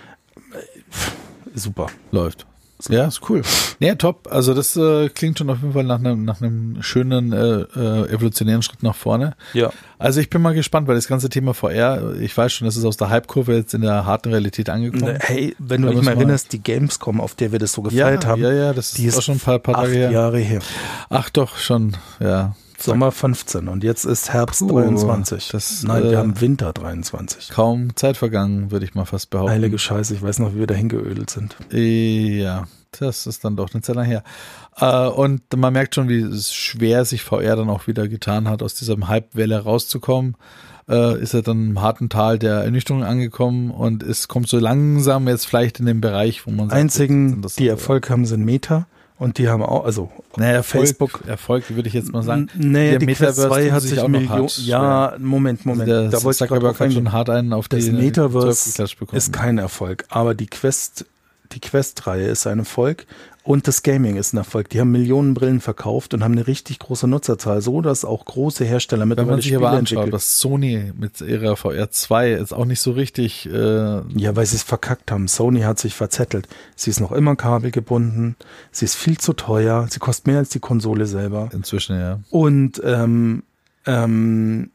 [SPEAKER 3] Äh, Super.
[SPEAKER 1] läuft. Ja, ist cool. Ja, top. Also das äh, klingt schon auf jeden Fall nach einem, nach einem schönen äh, äh, evolutionären Schritt nach vorne.
[SPEAKER 3] Ja.
[SPEAKER 1] Also ich bin mal gespannt, weil das ganze Thema VR, ich weiß schon, das ist aus der Hype-Kurve jetzt in der harten Realität angekommen.
[SPEAKER 3] äh, Hey, wenn du
[SPEAKER 1] Da
[SPEAKER 3] dich
[SPEAKER 1] muss
[SPEAKER 3] mal
[SPEAKER 1] man-
[SPEAKER 3] erinnerst, die Gamescom, auf der wir das so gefeiert
[SPEAKER 1] ja,
[SPEAKER 3] haben,
[SPEAKER 1] ja, ja, das ist,
[SPEAKER 3] die ist
[SPEAKER 1] auch schon ein paar, paar
[SPEAKER 3] acht
[SPEAKER 1] Tage her.
[SPEAKER 3] Jahre her.
[SPEAKER 1] Ach doch, schon, ja.
[SPEAKER 3] Sommer 15 und jetzt ist Herbst
[SPEAKER 1] Puh,
[SPEAKER 3] 23.
[SPEAKER 1] das,
[SPEAKER 3] Nein,
[SPEAKER 1] äh,
[SPEAKER 3] wir haben Winter 23.
[SPEAKER 1] Kaum Zeit vergangen, würde ich mal fast behaupten.
[SPEAKER 3] Heilige Scheiße, ich weiß noch, wie wir da hingeödelt sind.
[SPEAKER 1] Ja, das ist dann doch eine Zeit lang her. Äh, Und man merkt schon, wie es schwer sich VR dann auch wieder getan hat, aus dieser Hypewelle rauszukommen. Äh, Ist er dann im harten Tal der Ernüchterung angekommen und es kommt so langsam jetzt vielleicht in den Bereich, wo man sagt, jetzt
[SPEAKER 3] einzigen,
[SPEAKER 1] sind das-
[SPEAKER 3] die Erfolg haben, sind Meta und die haben auch, also
[SPEAKER 1] naja, Erfolg,
[SPEAKER 3] Facebook-
[SPEAKER 1] Facebook. Erfolg würde ich jetzt mal sagen.
[SPEAKER 3] N- Nee,
[SPEAKER 1] Der
[SPEAKER 3] die Quest
[SPEAKER 1] Metaverse
[SPEAKER 3] 2
[SPEAKER 1] tut
[SPEAKER 3] hat
[SPEAKER 1] sich
[SPEAKER 3] sich
[SPEAKER 1] auch noch
[SPEAKER 3] Millionen.
[SPEAKER 1] hart Also
[SPEAKER 3] Ja, Moment, Moment. da
[SPEAKER 1] der
[SPEAKER 3] wollte ich gerade
[SPEAKER 1] Zuckerberg
[SPEAKER 3] drauf
[SPEAKER 1] hat schon
[SPEAKER 3] eingehen.
[SPEAKER 1] hart einen auf
[SPEAKER 3] Das
[SPEAKER 1] die
[SPEAKER 3] Metaverse
[SPEAKER 1] Zwölfgeklatsche bekommen.
[SPEAKER 3] ist kein Erfolg, aber die Quest, die Quest-Reihe ist ein Erfolg und das Gaming ist ein Erfolg. Die haben Millionen Brillen verkauft und haben eine richtig große Nutzerzahl, so dass auch große Hersteller
[SPEAKER 1] Wenn man
[SPEAKER 3] mittlerweile
[SPEAKER 1] sich aber anschaut,
[SPEAKER 3] entwickeln.
[SPEAKER 1] was Sony mit ihrer VR 2 jetzt auch nicht so richtig äh,
[SPEAKER 3] Ja, weil sie es verkackt haben. Sony hat sich verzettelt. Sie ist noch immer kabelgebunden. Sie ist viel zu teuer. Sie kostet mehr als die Konsole selber.
[SPEAKER 1] inzwischen, ja.
[SPEAKER 3] Und ähm, ähm,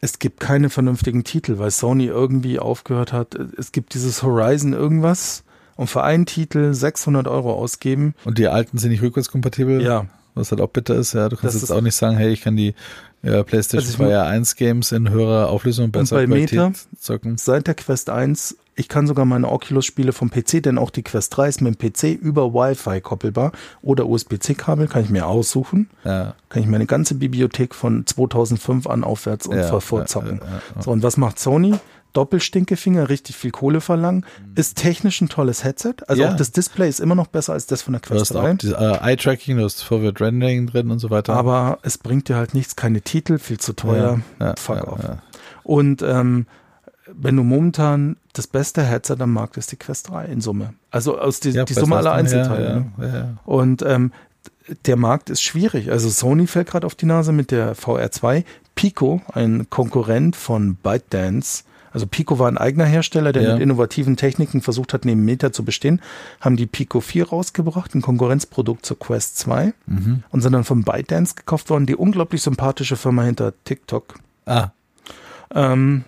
[SPEAKER 3] es gibt keine vernünftigen Titel, weil Sony irgendwie aufgehört hat. Es gibt dieses Horizon irgendwas und für einen Titel 600 Euro ausgeben.
[SPEAKER 1] Und die alten sind nicht rückwärtskompatibel.
[SPEAKER 3] Ja,
[SPEAKER 1] Was halt auch bitter ist, ja, du kannst
[SPEAKER 3] Das ist-
[SPEAKER 1] jetzt auch nicht sagen, hey, ich kann die äh, PlayStation
[SPEAKER 3] Also ich
[SPEAKER 1] 2 R1 Games in höherer Auflösung und besserer
[SPEAKER 3] bei
[SPEAKER 1] Qualität
[SPEAKER 3] Meta?
[SPEAKER 1] zocken.
[SPEAKER 3] seit der Quest 1, ich kann sogar meine Oculus-Spiele vom PC, denn auch die Quest 3 ist mit dem PC über Wi-Fi koppelbar oder USB-C-Kabel, kann ich mir aussuchen.
[SPEAKER 1] Ja,
[SPEAKER 3] Kann ich meine ganze Bibliothek von 2005 an aufwärts und
[SPEAKER 1] Ja,
[SPEAKER 3] ja, vorzocken.
[SPEAKER 1] ja, ja, ja.
[SPEAKER 3] So, und was macht Sony? Doppelstinkefinger, richtig viel Kohle verlangen. Ist technisch ein tolles Headset. Also
[SPEAKER 1] Mhm. Ja.
[SPEAKER 3] auch das Display ist immer noch besser als das von der
[SPEAKER 1] du
[SPEAKER 3] Quest
[SPEAKER 1] hast auch
[SPEAKER 3] 3.
[SPEAKER 1] diese, äh, Eye-Tracking, du hast Forward Rendering drin und so weiter.
[SPEAKER 3] Aber es bringt dir halt nichts, keine Titel, viel zu teuer.
[SPEAKER 1] Ja, ja,
[SPEAKER 3] Fuck
[SPEAKER 1] ja,
[SPEAKER 3] off.
[SPEAKER 1] ja.
[SPEAKER 3] Und ähm, wenn du momentan das beste Headset am Markt ist, die Quest 3 in Summe. Also aus die,
[SPEAKER 1] Ja,
[SPEAKER 3] die
[SPEAKER 1] bei
[SPEAKER 3] Summe aller
[SPEAKER 1] Saturn,
[SPEAKER 3] Einzelteile.
[SPEAKER 1] ja,
[SPEAKER 3] ne?
[SPEAKER 1] Ja, ja, ja.
[SPEAKER 3] Und ähm, der Markt ist schwierig. Also Sony fällt gerade auf die Nase mit der VR2. Pico, ein Konkurrent von ByteDance. Also Pico war ein eigener Hersteller, der
[SPEAKER 1] Ja.
[SPEAKER 3] mit innovativen Techniken versucht hat, neben Meta zu bestehen. Haben die Pico 4 rausgebracht, ein Konkurrenzprodukt zur Quest 2. Und sind dann von ByteDance gekauft worden, die unglaublich sympathische Firma hinter TikTok.
[SPEAKER 1] Ah,
[SPEAKER 3] Ähm,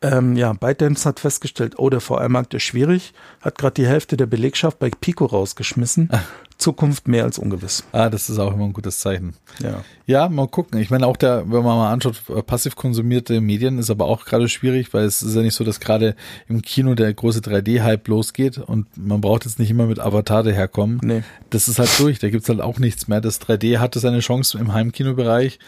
[SPEAKER 3] ähm, ja, ByteDance hat festgestellt, oh, der VR-Markt ist schwierig, hat gerade die Hälfte der Belegschaft bei Pico rausgeschmissen. Zukunft mehr als ungewiss.
[SPEAKER 1] ah, das ist auch immer ein gutes Zeichen.
[SPEAKER 3] Ja.
[SPEAKER 1] Ja, mal gucken. Ich meine, auch der, wenn man mal anschaut, äh, passiv konsumierte Medien ist aber auch gerade schwierig, weil es ist ja nicht so, dass gerade im Kino der große 3D-Hype losgeht und man braucht jetzt nicht immer mit Avatar daherkommen.
[SPEAKER 3] Nee.
[SPEAKER 1] Das ist halt durch, da gibt's halt auch nichts mehr. Das 3D hatte seine Chance im Heimkinobereich.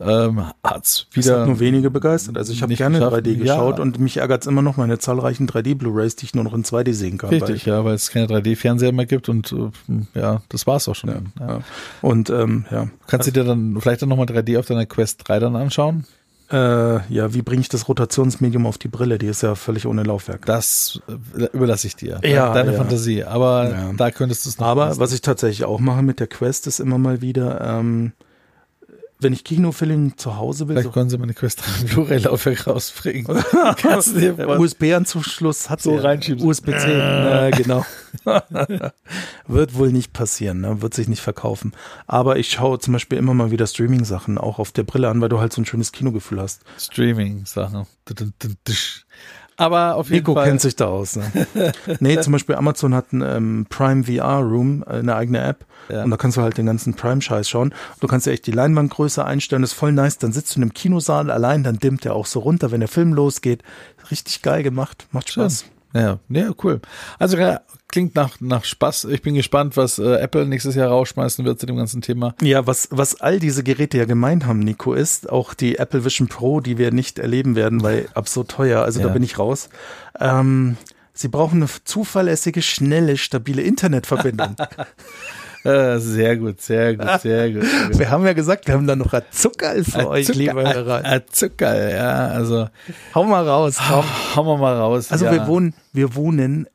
[SPEAKER 1] Ähm, hat's
[SPEAKER 3] Das hat
[SPEAKER 1] wieder.
[SPEAKER 3] nur wenige begeistert. Also ich habe
[SPEAKER 1] nicht
[SPEAKER 3] gerne
[SPEAKER 1] geschafft.
[SPEAKER 3] 3D geschaut
[SPEAKER 1] Ja.
[SPEAKER 3] und mich ärgert es immer noch meine zahlreichen 3D-Blu-Rays, die ich nur noch in 2D sehen kann.
[SPEAKER 1] Richtig, ja, weil es keine 3D-Fernseher mehr gibt und äh, ja, das war's auch schon.
[SPEAKER 3] Weil, ja. Und ähm, ja.
[SPEAKER 1] Kannst du dir dann vielleicht dann nochmal 3D auf deiner Quest 3 dann anschauen?
[SPEAKER 3] Äh, ja, wie bringe ich das Rotationsmedium auf die Brille? Die ist ja völlig ohne Laufwerk.
[SPEAKER 1] Das äh, überlasse ich dir.
[SPEAKER 3] Ja,
[SPEAKER 1] Deine
[SPEAKER 3] ja.
[SPEAKER 1] Fantasie. Aber
[SPEAKER 3] Ja.
[SPEAKER 1] da könntest du es noch.
[SPEAKER 3] Aber
[SPEAKER 1] testen.
[SPEAKER 3] was ich tatsächlich auch mache mit der Quest ist immer mal wieder, ähm, wenn ich Kinofilm zu Hause will,
[SPEAKER 1] Vielleicht
[SPEAKER 3] so,
[SPEAKER 1] können sie meine Quest an Blu-ray-Laufwerk rausbringen. Kannst du dir
[SPEAKER 3] Der
[SPEAKER 1] vorstellen?
[SPEAKER 3] USB-Anschluss hat
[SPEAKER 1] So Äh.
[SPEAKER 3] sie ja.
[SPEAKER 1] reinschiebst.
[SPEAKER 3] USB-C, na, genau. Wird wohl nicht passieren, ne? wird sich nicht verkaufen. Aber ich schaue zum Beispiel immer mal wieder Streaming-Sachen auch auf der Brille an, weil du halt so ein schönes Kinogefühl hast.
[SPEAKER 1] Streaming-Sache. Aber auf jeden
[SPEAKER 3] Nico
[SPEAKER 1] Fall.
[SPEAKER 3] kennt sich da aus. Ne? nee, zum Beispiel Amazon hat einen ähm, Prime VR Room, äh, eine eigene App.
[SPEAKER 1] Ja.
[SPEAKER 3] Und da kannst du halt den ganzen Prime-Scheiß schauen. Du kannst ja echt die Leinwandgröße einstellen, das ist voll nice. Dann sitzt du in einem Kinosaal allein, dann dimmt der auch so runter, wenn der Film losgeht. Richtig geil gemacht, macht Spaß.
[SPEAKER 1] Ja, ja, cool. Also ja, klingt nach, nach Spaß. Ich bin gespannt, was äh, Apple nächstes Jahr rausschmeißen wird zu dem ganzen Thema.
[SPEAKER 3] Ja, was, was all diese Geräte ja gemeint haben, Nico, ist auch die Apple Vision Pro, die wir nicht erleben werden, weil absurd teuer, also
[SPEAKER 1] Ja.
[SPEAKER 3] da bin ich raus. Ähm, sie brauchen eine zuverlässige, schnelle, stabile Internetverbindung.
[SPEAKER 1] Äh, sehr gut, sehr gut, sehr gut. Sehr gut.
[SPEAKER 3] wir haben ja gesagt, wir haben da noch Zuckerl für euch,
[SPEAKER 1] Zucker-
[SPEAKER 3] liebe Hörer.
[SPEAKER 1] Ah, Zucker, ja, also
[SPEAKER 3] Hau mal raus, komm.
[SPEAKER 1] hauen wir mal raus.
[SPEAKER 3] Also
[SPEAKER 1] ja.
[SPEAKER 3] wir wohnen, wir wohnen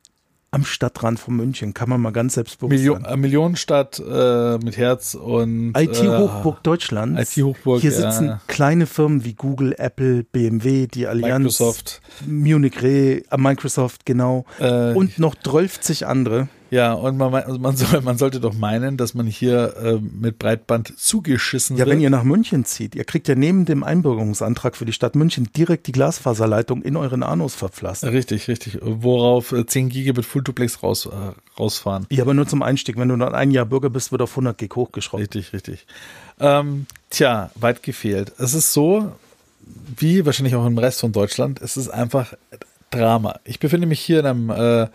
[SPEAKER 3] am Stadtrand von München, kann man mal ganz selbstbewusst
[SPEAKER 1] Milio
[SPEAKER 3] sagen.
[SPEAKER 1] äh, Millionenstadt äh, mit Herz und äh,
[SPEAKER 3] IT-Hochburg Deutschlands.
[SPEAKER 1] IT-Hochburg,
[SPEAKER 3] Hier
[SPEAKER 1] ja.
[SPEAKER 3] sitzen kleine Firmen wie Google, Apple, BMW, die
[SPEAKER 1] äh,
[SPEAKER 3] Allianz,
[SPEAKER 1] Microsoft.
[SPEAKER 3] Munich Re, äh, Microsoft, genau.
[SPEAKER 1] Äh,
[SPEAKER 3] Und noch 30 andere.
[SPEAKER 1] ja, und man, mei- also man, soll, man sollte doch meinen, dass man hier äh, mit Breitband zugeschissen
[SPEAKER 3] Ja,
[SPEAKER 1] wird.
[SPEAKER 3] wenn ihr nach München zieht, ihr kriegt ja neben dem Einbürgerungsantrag für die Stadt München direkt die Glasfaserleitung in euren Anus verpflastert.
[SPEAKER 1] Richtig, richtig. Worauf äh, 10 Gigabit Full Duplex raus, äh, rausfahren.
[SPEAKER 3] Ja, aber nur zum Einstieg. Wenn du dann ein Jahr Bürger bist, wird auf 100 Gig hochgeschraubt.
[SPEAKER 1] Richtig, richtig. Ähm, tja, weit gefehlt. Es ist so, wie wahrscheinlich auch im Rest von Deutschland, es ist einfach Drama. Ich befinde mich hier in einem, äh,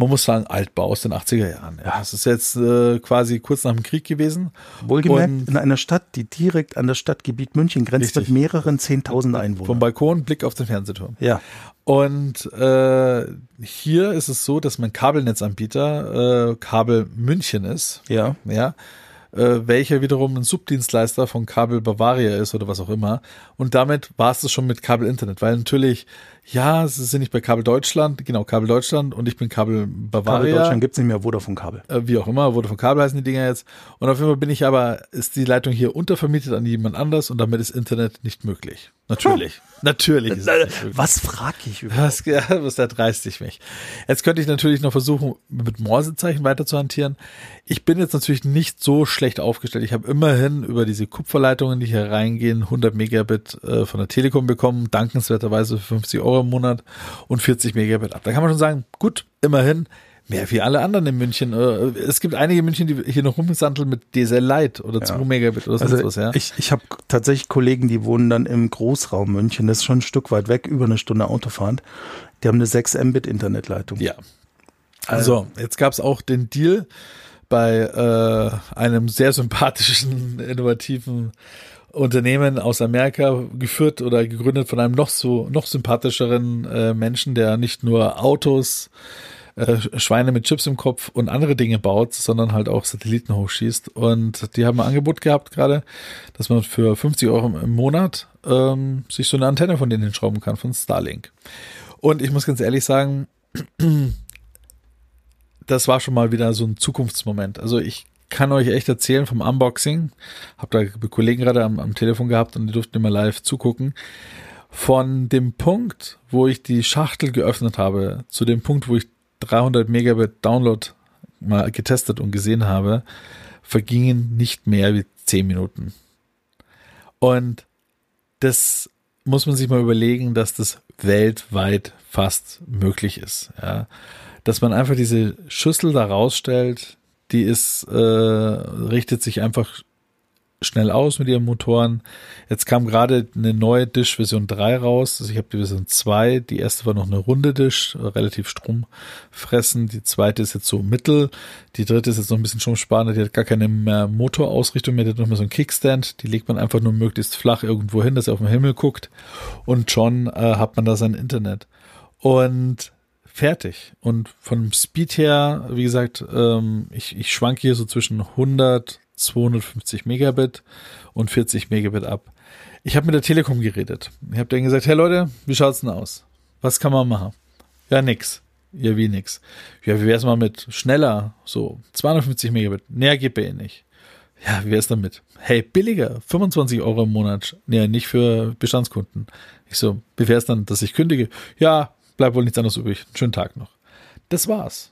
[SPEAKER 1] man muss sagen, Altbau aus den 80er Jahren. Ja, es ist jetzt äh, quasi kurz nach dem Krieg gewesen.
[SPEAKER 3] Wohlgemerkt,
[SPEAKER 1] Und
[SPEAKER 3] in einer Stadt, die direkt an das Stadtgebiet München grenzt,
[SPEAKER 1] Richtig.
[SPEAKER 3] mit mehreren 10.000
[SPEAKER 1] vom
[SPEAKER 3] Einwohnern.
[SPEAKER 1] Balkon Blick auf den Fernsehturm.
[SPEAKER 3] Ja,
[SPEAKER 1] Und äh, hier ist es so, dass mein Kabelnetzanbieter äh, Kabel München ist.
[SPEAKER 3] ja.
[SPEAKER 1] ja, äh, welcher wiederum ein Subdienstleister von Kabel Bavaria ist oder was auch immer. Und damit war es das schon mit Kabel Internet, weil natürlich, ja, sie sind nicht bei Kabel Deutschland, genau, Kabel Deutschland und ich bin Kabel
[SPEAKER 3] Kabel
[SPEAKER 1] Bavaria.
[SPEAKER 3] Deutschland gibt's nicht mehr Vodafone-Kabel.
[SPEAKER 1] äh, wie auch immer, wurde von Kabel heißen die Dinger jetzt. Und auf jeden Fall bin ich aber, ist die Leitung hier untervermietet an jemand anders und damit ist Internet nicht möglich. Natürlich. Natürlich ist es nicht möglich.
[SPEAKER 3] Äh, Was frag ich über?
[SPEAKER 1] Was, ja, was dreist ich mich. Jetzt könnte ich natürlich noch versuchen, mit Morsezeichen weiter zu hantieren. Ich bin jetzt natürlich nicht so schlecht aufgestellt. Ich habe immerhin über diese Kupferleitungen, die hier reingehen, 100 Megabit äh, von der Telekom bekommen, dankenswerterweise für 50 Euro im Monat und 40 Megabit ab. Da kann man schon sagen, gut, immerhin mehr wie alle anderen in München. Äh, es gibt einige in München, die hier noch rumsandeln mit DSL Lite oder 2 Megabit oder sonst
[SPEAKER 3] Also
[SPEAKER 1] was, ja.
[SPEAKER 3] ich, ich habe tatsächlich Kollegen, die wohnen dann im Großraum München. Das ist schon ein Stück weit weg, über eine Stunde Autofahrt. Die haben eine 6 Mbit Internetleitung.
[SPEAKER 1] Ja. Also, jetzt gab es auch den Deal bei äh, einem sehr sympathischen, innovativen Unternehmen aus Amerika, geführt oder gegründet von einem noch so noch sympathischeren äh, Menschen, der nicht nur Autos, äh, Schweine mit Chips im Kopf und andere Dinge baut, sondern halt auch Satelliten hochschießt. Und die haben ein Angebot gehabt gerade, dass man für 50 Euro im Monat ähm, sich so eine Antenne von denen schrauben kann, von Starlink. Und ich muss ganz ehrlich sagen, das war schon mal wieder so ein Zukunftsmoment. Also ich kann euch echt erzählen vom Unboxing. Hab da Kollegen gerade am, am Telefon gehabt und die durften immer live zugucken. Von dem Punkt, wo ich die Schachtel geöffnet habe, zu dem Punkt, wo ich 300 Megabit Download mal getestet und gesehen habe, vergingen nicht mehr wie 10 Minuten. Und das muss man sich mal überlegen, dass das weltweit fast möglich ist. Ja dass man einfach diese Schüssel da rausstellt, die ist, äh, richtet sich einfach schnell aus mit ihren Motoren. Jetzt kam gerade eine neue Dish Version 3 raus. Also ich habe die Version 2. Die erste war noch eine runde Dish, äh, relativ stromfressend. Die zweite ist jetzt so mittel. Die dritte ist jetzt noch ein bisschen stromsparender. Die hat gar keine mehr Motorausrichtung mehr. Die hat noch mal so einen Kickstand. Die legt man einfach nur möglichst flach irgendwo hin, dass er auf den Himmel guckt. Und schon äh, hat man da sein Internet. Und fertig. Und vom Speed her, wie gesagt, ähm, ich, ich schwank hier so zwischen 100, 250 Megabit und 40 Megabit ab. Ich habe mit der Telekom geredet. Ich habe denen gesagt, hey Leute, wie schaut's denn aus? Was kann man machen? Ja, nix. Ja, wie nix. Ja, wie wär's mal mit schneller? So, 250 Megabit. Näher geht bei ihr nicht. Ja, wie wär's damit? Hey, billiger, 25 Euro im Monat. Nee, nicht für Bestandskunden. Ich so, wie wär's dann, dass ich kündige? Ja, bleibt wohl nichts anderes übrig. Schönen Tag noch. Das war's.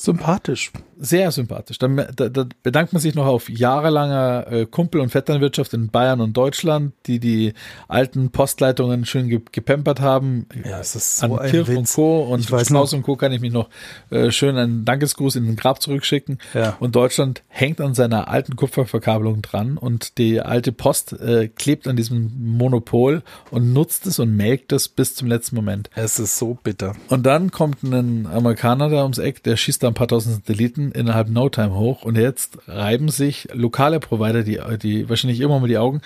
[SPEAKER 3] Sympathisch.
[SPEAKER 1] Sehr sympathisch. Dann, da, da bedankt man sich noch auf jahrelanger äh, Kumpel- und Vetternwirtschaft in Bayern und Deutschland, die die alten Postleitungen schön ge gepempert haben.
[SPEAKER 3] Ja, es ist
[SPEAKER 1] an
[SPEAKER 3] so ein
[SPEAKER 1] Kirch und
[SPEAKER 3] Witz.
[SPEAKER 1] Co. und
[SPEAKER 3] Ich weiß
[SPEAKER 1] Strauß und Co. kann ich mich noch äh, schön einen Dankesgruß in den Grab zurückschicken.
[SPEAKER 3] Ja.
[SPEAKER 1] Und Deutschland hängt an seiner alten Kupferverkabelung dran und die alte Post äh, klebt an diesem Monopol und nutzt es und melkt es bis zum letzten Moment.
[SPEAKER 3] Es ist so bitter.
[SPEAKER 1] Und dann kommt ein Amerikaner da ums Eck, der schießt da ein paar tausend Satelliten innerhalb No Time hoch und jetzt reiben sich lokale Provider die, die wahrscheinlich immer mal die Augen,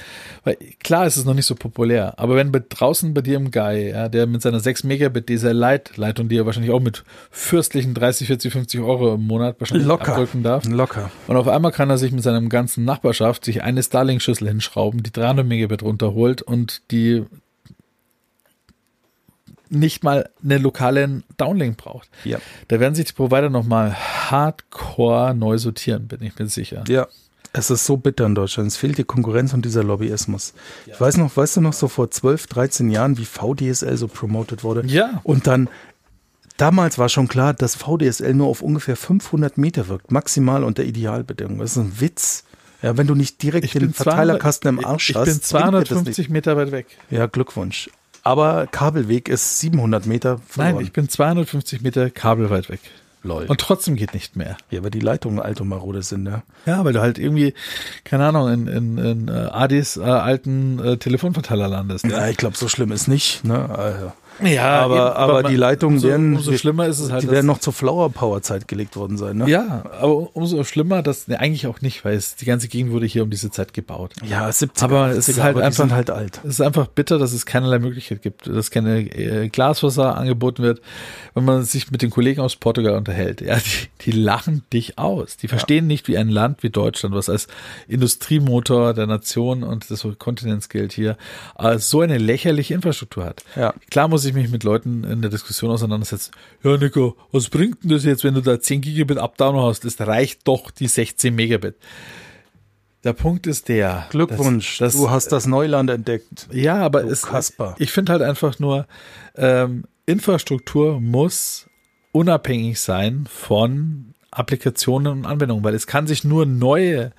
[SPEAKER 1] weil klar ist es noch nicht so populär, aber wenn bei, draußen bei dir im Guy, ja, der mit seiner 6 Megabit dieser Light Leitung, die er wahrscheinlich auch mit fürstlichen 30, 40, 50 Euro im Monat wahrscheinlich
[SPEAKER 3] Locker.
[SPEAKER 1] abdrücken darf
[SPEAKER 3] Locker.
[SPEAKER 1] und auf einmal kann er sich mit seinem ganzen Nachbarschaft sich eine Starlink-Schüssel hinschrauben, die 300 Megabit runterholt und die nicht mal eine lokale Downlink braucht.
[SPEAKER 3] Ja.
[SPEAKER 1] Da werden sich die Provider nochmal hardcore neu sortieren, bin ich mir sicher.
[SPEAKER 3] Ja. Es ist so bitter in Deutschland. Es fehlt die Konkurrenz und dieser Lobbyismus. Ich weiß noch, weißt du noch so vor 12, 13 Jahren, wie VDSL so promoted wurde?
[SPEAKER 1] Ja.
[SPEAKER 3] Und dann, damals war schon klar, dass VDSL nur auf ungefähr 500 Meter wirkt, maximal unter Idealbedingungen. Das ist ein Witz. Ja, wenn du nicht direkt den
[SPEAKER 1] 200
[SPEAKER 3] Verteilerkasten im Arsch
[SPEAKER 1] Ich
[SPEAKER 3] hast.
[SPEAKER 1] bin
[SPEAKER 3] bringt dir das nicht.
[SPEAKER 1] 250 Meter weit weg.
[SPEAKER 3] Ja, Glückwunsch. Aber Kabelweg ist 700 Meter verloren.
[SPEAKER 1] Nein, ich bin 250 Meter kabelweit weg.
[SPEAKER 3] Lol.
[SPEAKER 1] Und trotzdem geht nicht mehr.
[SPEAKER 3] ja, weil die Leitungen alt und marode sind, ne?
[SPEAKER 1] Ja, weil du halt irgendwie, keine Ahnung, in, in, in äh, Adis äh, alten äh, Telefonverteiler landest.
[SPEAKER 3] Ja, ich glaube, so schlimm ist nicht, ne? Also.
[SPEAKER 1] Ja,
[SPEAKER 3] aber,
[SPEAKER 1] Ah, eben,
[SPEAKER 3] aber die Leitungen
[SPEAKER 1] umso,
[SPEAKER 3] werden,
[SPEAKER 1] Umso schlimmer ist es halt.
[SPEAKER 3] die
[SPEAKER 1] dass-
[SPEAKER 3] werden noch zur Flower Power Zeit gelegt worden sein, ne?
[SPEAKER 1] ja, aber umso schlimmer, dass ne, eigentlich auch nicht, weil es, die ganze Gegend wurde hier um diese Zeit gebaut.
[SPEAKER 3] Ja, 70er,
[SPEAKER 1] Aber es ist
[SPEAKER 3] 80er,
[SPEAKER 1] halt
[SPEAKER 3] aber die
[SPEAKER 1] einfach-
[SPEAKER 3] sind halt alt.
[SPEAKER 1] Es ist einfach bitter, dass es keinerlei Möglichkeit gibt, dass keine äh, Glaswasser angeboten wird, wenn man sich mit den Kollegen aus Portugal unterhält. Ja, die, die lachen dich aus. Die verstehen nicht, wie ein Land wie Deutschland, was als Industriemotor der Nation und des Kontinents gilt hier, äh, so eine lächerliche Infrastruktur hat.
[SPEAKER 3] Ja.
[SPEAKER 1] Klar muss ich mich mit Leuten in der Diskussion auseinandersetzen. Ja, Nico, was bringt denn das jetzt, wenn du da 10 Gigabit Updown hast? Das reicht doch die 16 Megabit. Der Punkt ist der.
[SPEAKER 3] Glückwunsch,
[SPEAKER 1] dass- dass-
[SPEAKER 3] du hast das Neuland entdeckt.
[SPEAKER 1] ja, aber
[SPEAKER 3] Du
[SPEAKER 1] es,
[SPEAKER 3] Kasper.
[SPEAKER 1] ich finde halt einfach nur, ähm, Infrastruktur muss unabhängig sein von Applikationen und Anwendungen, weil es kann sich nur neue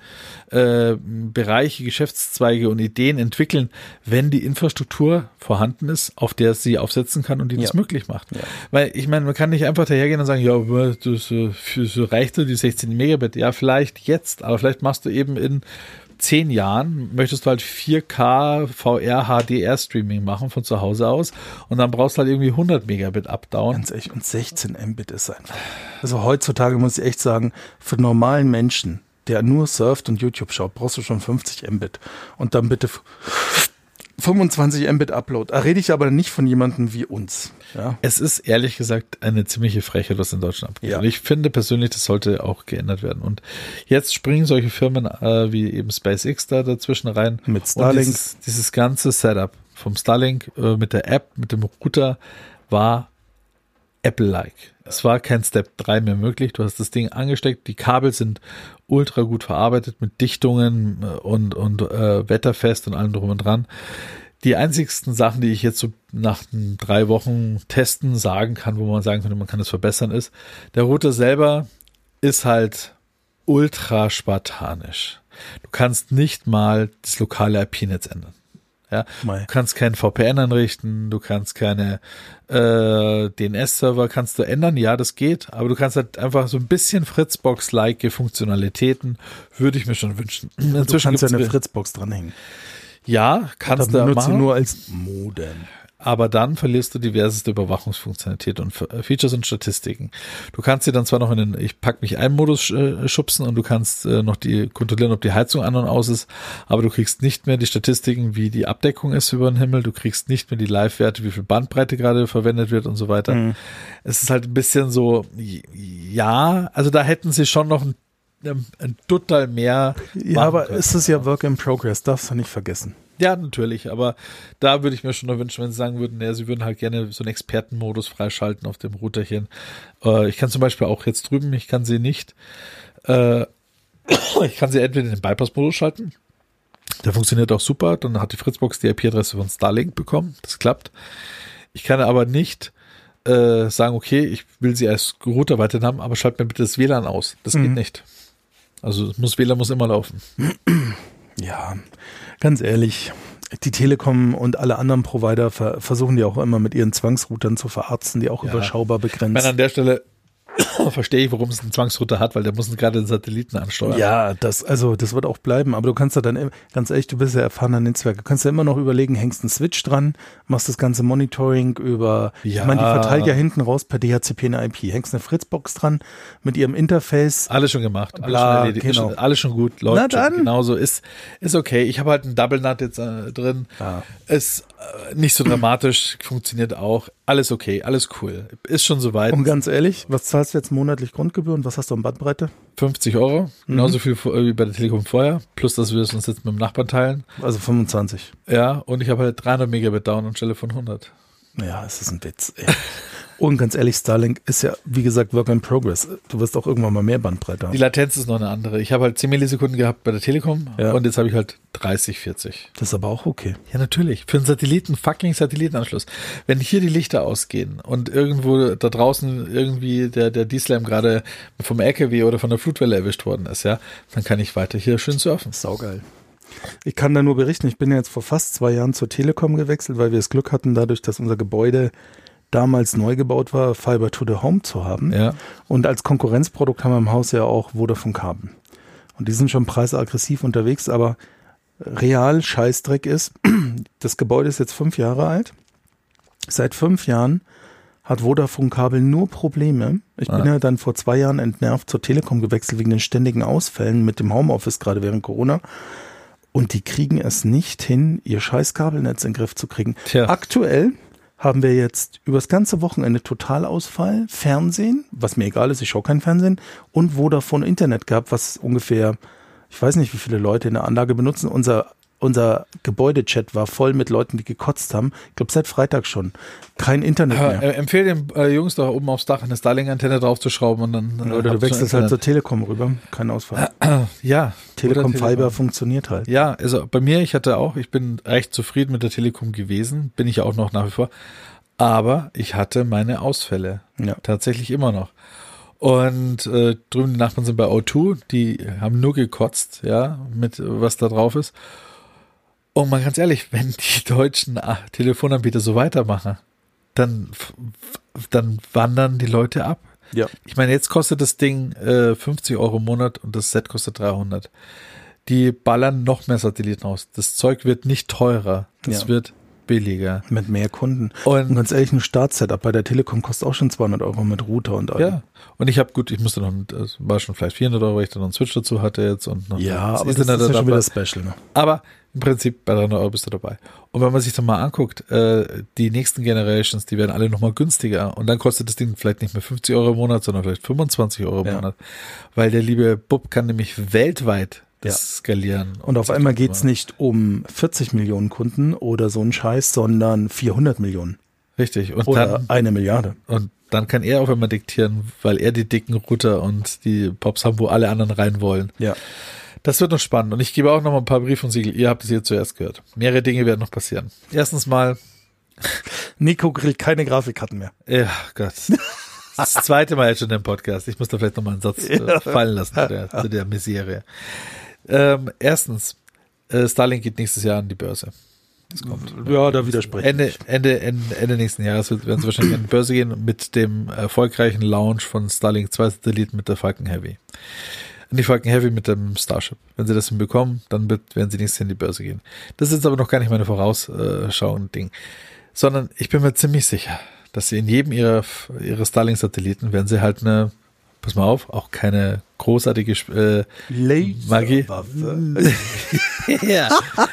[SPEAKER 1] äh, Bereiche, Geschäftszweige und Ideen entwickeln, wenn die Infrastruktur vorhanden ist, auf der es sie aufsetzen kann und die das
[SPEAKER 3] Ja.
[SPEAKER 1] möglich macht. Weil ich meine, man kann nicht einfach dahergehen und sagen, ja, aber das äh, für- so reicht nur die 16 Megabit. Ja, vielleicht jetzt, aber vielleicht machst du eben in zehn Jahren, möchtest du halt 4K VR HDR Streaming machen von zu Hause aus und dann brauchst du halt irgendwie 100 Megabit abdauen.
[SPEAKER 3] Ganz ehrlich, und 16 Mbit ist einfach. Also heutzutage muss ich echt sagen, für einen normalen Menschen, der nur surft und YouTube schaut, brauchst du schon 50 Mbit. Und dann bitte f- 25 Mbit Upload. Da rede ich aber nicht von jemandem wie uns. Ja.
[SPEAKER 1] Es ist ehrlich gesagt eine ziemliche Frechheit, was in Deutschland abgeht.
[SPEAKER 3] Ja.
[SPEAKER 1] Und ich finde persönlich, das sollte auch geändert werden. Und jetzt springen solche Firmen äh, wie eben SpaceX da dazwischen rein.
[SPEAKER 3] Mit Starlink.
[SPEAKER 1] Und dieses, dieses ganze Setup vom Starlink äh, mit der App, mit dem Router war Apple-like. Es war kein Step 3 mehr möglich. Du hast das Ding angesteckt. Die Kabel sind ultra gut verarbeitet mit Dichtungen äh, und, und äh, wetterfest und allem drum und dran. Die einzigsten Sachen, die ich jetzt so nach den drei Wochen testen sagen kann, wo man sagen könnte, man kann es verbessern, ist, der Router selber ist halt ultra spartanisch. Du kannst nicht mal das lokale IP-Netz ändern. Ja,
[SPEAKER 3] Mei.
[SPEAKER 1] du kannst keinen VPN anrichten, du kannst keine äh, DNS-Server kannst du ändern, ja, das geht, aber du kannst halt einfach so ein bisschen Fritzbox-like Funktionalitäten, würde ich mir schon wünschen.
[SPEAKER 3] Du
[SPEAKER 1] Inzwischen
[SPEAKER 3] kannst ja
[SPEAKER 1] gibt's
[SPEAKER 3] eine
[SPEAKER 1] wieder-
[SPEAKER 3] Fritzbox dranhängen.
[SPEAKER 1] ja,
[SPEAKER 3] Dann
[SPEAKER 1] kannst du
[SPEAKER 3] benutze
[SPEAKER 1] machen.
[SPEAKER 3] ihn nur als Modem.
[SPEAKER 1] Aber dann verlierst du diverseste Überwachungsfunktionalität und F- äh, Features und Statistiken. Du kannst dir dann zwar noch in den Ich pack mich ein Modus äh, schubsen und du kannst äh, noch die kontrollieren, ob die Heizung an und aus ist, aber du kriegst nicht mehr die Statistiken, wie die Abdeckung ist über den Himmel, du kriegst nicht mehr die Live-Werte, wie viel Bandbreite gerade verwendet wird und so weiter. Es ist halt ein bisschen so, j- ja, also da hätten sie schon noch ein einem, ein Duttal mehr.
[SPEAKER 3] Ja,
[SPEAKER 1] machen
[SPEAKER 3] aber
[SPEAKER 1] können.
[SPEAKER 3] es ist ja Work in Progress, darfst du nicht vergessen.
[SPEAKER 1] Ja, natürlich, aber da würde ich mir schon noch wünschen, wenn sie sagen würden, ja, sie würden halt gerne so einen Expertenmodus freischalten auf dem Routerchen. Äh, ich kann zum Beispiel auch jetzt drüben, ich kann sie nicht. Äh, ich kann sie entweder in den Bypass-Modus schalten. Der funktioniert auch super. Dann hat die Fritzbox die IP-Adresse von Starlink bekommen. Das klappt. Ich kann aber nicht äh, sagen, okay, ich will sie als Router weiterhin haben, aber schalt mir bitte das WLAN aus. Das geht nicht. Also es muss WLAN muss immer laufen.
[SPEAKER 3] Ja, ganz ehrlich, die Telekom und alle anderen Provider ver versuchen die auch immer mit ihren Zwangsroutern zu verarzen, die auch überschaubar
[SPEAKER 1] Ich meine,
[SPEAKER 3] begrenzt.
[SPEAKER 1] an der Stelle verstehe ich, warum es einen Zwangsrouter hat, weil der muss gerade den Satelliten ansteuern.
[SPEAKER 3] Ja, das, also, das wird auch bleiben, aber du kannst ja dann, im- ganz ehrlich, du bist ja erfahrener Netzwerker, kannst ja immer noch überlegen, hängst einen Switch dran, machst das ganze Monitoring über,
[SPEAKER 1] Ja.
[SPEAKER 3] ich meine, die verteilt ja hinten raus per DHCP eine IP, hängst eine Fritzbox dran mit ihrem Interface,
[SPEAKER 1] Alles schon gemacht, alles,
[SPEAKER 3] Bla,
[SPEAKER 1] schon, erledigt, ist
[SPEAKER 3] genau.
[SPEAKER 1] schon, alles schon gut, läuft
[SPEAKER 3] Na dann.
[SPEAKER 1] schon genauso, ist, ist okay. Ich habe halt einen Double Nut jetzt äh, drin, ist äh, nicht so dramatisch, funktioniert auch, alles okay, alles cool, ist schon soweit,
[SPEAKER 3] und ganz ehrlich, was zahlst du jetzt monatlich Grundgebühr und was hast du an Bandbreite?
[SPEAKER 1] 50 Euro,
[SPEAKER 3] Mhm.
[SPEAKER 1] genauso viel äh, wie bei der Telekom vorher, plus dass wir es uns jetzt mit dem Nachbarn teilen,
[SPEAKER 3] Also 25.
[SPEAKER 1] ja, und ich habe halt 300 Megabit down anstelle von 100.
[SPEAKER 3] Ja, es ist ein Witz. Ey. Und ganz ehrlich, Starlink ist ja, wie gesagt, Work in Progress. Du wirst auch irgendwann mal mehr Bandbreite
[SPEAKER 1] Die
[SPEAKER 3] haben.
[SPEAKER 1] Latenz ist noch eine andere. Ich habe halt 10 Millisekunden gehabt bei der Telekom
[SPEAKER 3] Ja.
[SPEAKER 1] und jetzt habe ich halt 30, 40.
[SPEAKER 3] Das ist aber auch okay.
[SPEAKER 1] Ja, natürlich. Für einen Satelliten, fucking Satellitenanschluss. Wenn hier die Lichter ausgehen und irgendwo da draußen irgendwie der, der D-Slam gerade vom LKW oder von der Flutwelle erwischt worden ist, ja, dann kann ich weiter hier schön surfen.
[SPEAKER 3] Saugeil. Ich kann da nur berichten, ich bin ja jetzt vor fast zwei Jahren zur Telekom gewechselt, weil wir das Glück hatten, dadurch, dass unser Gebäude damals neu gebaut war, Fiber to the Home zu haben.
[SPEAKER 1] Ja.
[SPEAKER 3] Und als Konkurrenzprodukt haben wir im Haus ja auch Vodafone Carbon. Und die sind schon preisaggressiv unterwegs, aber real Scheißdreck ist, das Gebäude ist jetzt fünf Jahre alt. Seit fünf Jahren hat Vodafone Kabel nur Probleme. Ich bin ja dann vor zwei Jahren entnervt zur Telekom gewechselt wegen den ständigen Ausfällen mit dem Homeoffice, gerade während Corona. Und die kriegen es nicht hin, ihr scheiß Kabelnetz in den Griff zu kriegen.
[SPEAKER 1] Tja.
[SPEAKER 3] Aktuell haben wir jetzt übers ganze Wochenende Totalausfall, Fernsehen, was mir egal ist, ich schaue kein Fernsehen, und Vodafone Internet gehabt, was ungefähr, ich weiß nicht, wie viele Leute in der Anlage benutzen. Unser, unser Gebäudechat war voll mit Leuten, die gekotzt haben. Ich glaube, seit Freitag schon. Kein Internet
[SPEAKER 1] Ja.
[SPEAKER 3] mehr.
[SPEAKER 1] Äh, empfehle den äh, Jungs doch oben aufs Dach eine Starlink-Antenne draufzuschrauben und dann. dann
[SPEAKER 3] Oder du
[SPEAKER 1] habt ihr
[SPEAKER 3] wechselst
[SPEAKER 1] schon
[SPEAKER 3] halt zur
[SPEAKER 1] Internet.
[SPEAKER 3] Telekom rüber. Kein Ausfall.
[SPEAKER 1] Ja.
[SPEAKER 3] Telekom
[SPEAKER 1] Oder
[SPEAKER 3] Fiber funktioniert halt.
[SPEAKER 1] Ja, also bei mir, ich hatte auch, ich bin recht zufrieden mit der Telekom gewesen, bin ich auch noch nach wie vor, aber ich hatte meine Ausfälle
[SPEAKER 3] Ja.
[SPEAKER 1] tatsächlich immer noch. Und äh, drüben die Nachbarn sind bei O2, die haben nur gekotzt, ja, mit äh, was da drauf ist. Und mal ganz ehrlich, wenn die deutschen ah, Telefonanbieter so weitermachen, dann, f- f- dann wandern die Leute ab.
[SPEAKER 3] Ja.
[SPEAKER 1] Ich meine, jetzt kostet das Ding äh, 50 Euro im Monat und das Set kostet 300. Die ballern noch mehr Satelliten aus. Das Zeug wird nicht teurer, das
[SPEAKER 3] Ja.
[SPEAKER 1] wird billiger.
[SPEAKER 3] Mit mehr Kunden.
[SPEAKER 1] Und-
[SPEAKER 3] Und ganz ehrlich, ein Startsetup bei der Telekom kostet auch schon 200 Euro mit Router und allem.
[SPEAKER 1] Ja, und ich habe gut, ich musste noch, das war schon vielleicht 400 Euro, weil ich dann noch einen Switch dazu hatte jetzt und noch
[SPEAKER 3] Ja,
[SPEAKER 1] das
[SPEAKER 3] aber das ist
[SPEAKER 1] Ethernet
[SPEAKER 3] ja schon
[SPEAKER 1] dabei.
[SPEAKER 3] wieder Special. Ne?
[SPEAKER 1] Aber im Prinzip bei 300 Euro bist du dabei. Und wenn man sich dann mal anguckt, äh, die nächsten Generations, die werden alle nochmal günstiger. Und dann kostet das Ding vielleicht nicht mehr 50 Euro im Monat, sondern vielleicht 25 Euro im
[SPEAKER 3] Ja.
[SPEAKER 1] Monat. Weil der liebe Bub kann nämlich weltweit das skalieren.
[SPEAKER 3] Und auf einmal geht's nicht um 40 Millionen Kunden oder so einen Scheiß, sondern 400 Millionen
[SPEAKER 1] Richtig. Und
[SPEAKER 3] oder
[SPEAKER 1] dann,
[SPEAKER 3] eine Milliarde.
[SPEAKER 1] und dann kann er auf einmal diktieren, weil er die dicken Router und die Pops haben, wo alle anderen rein wollen.
[SPEAKER 3] Ja.
[SPEAKER 1] Das wird noch spannend und ich gebe auch noch mal ein paar Briefe und Siegel. Ihr habt es hier zuerst gehört. Mehrere Dinge werden noch passieren. Erstens mal,
[SPEAKER 3] Nico kriegt keine Grafikkarten mehr.
[SPEAKER 1] ja Gott, das zweite Mal jetzt schon im Podcast. Ich muss da vielleicht noch mal einen Satz äh, fallen lassen zu der, zu der Miserie. Ähm, erstens, äh, Starlink geht nächstes Jahr an die Börse.
[SPEAKER 3] Ja, da widerspreche
[SPEAKER 1] Ende, Ende, Ende, Ende nächsten Jahres wird- werden sie wahrscheinlich an die Börse gehen mit dem erfolgreichen Launch von Starlink 2 Satelliten mit der Falcon Heavy. Die Falcon Heavy mit dem Starship. Wenn sie das hinbekommen, dann wird, werden sie nächstes Jahr in die Börse gehen. Das ist jetzt aber noch gar nicht meine vorausschauende Ding. Sondern ich bin mir ziemlich sicher, dass sie in jedem ihrer, ihrer Starlink-Satelliten werden sie halt eine, pass mal auf, auch keine großartige Sp- äh,
[SPEAKER 3] Laser
[SPEAKER 1] Magie.
[SPEAKER 3] Waffe.
[SPEAKER 1] ja.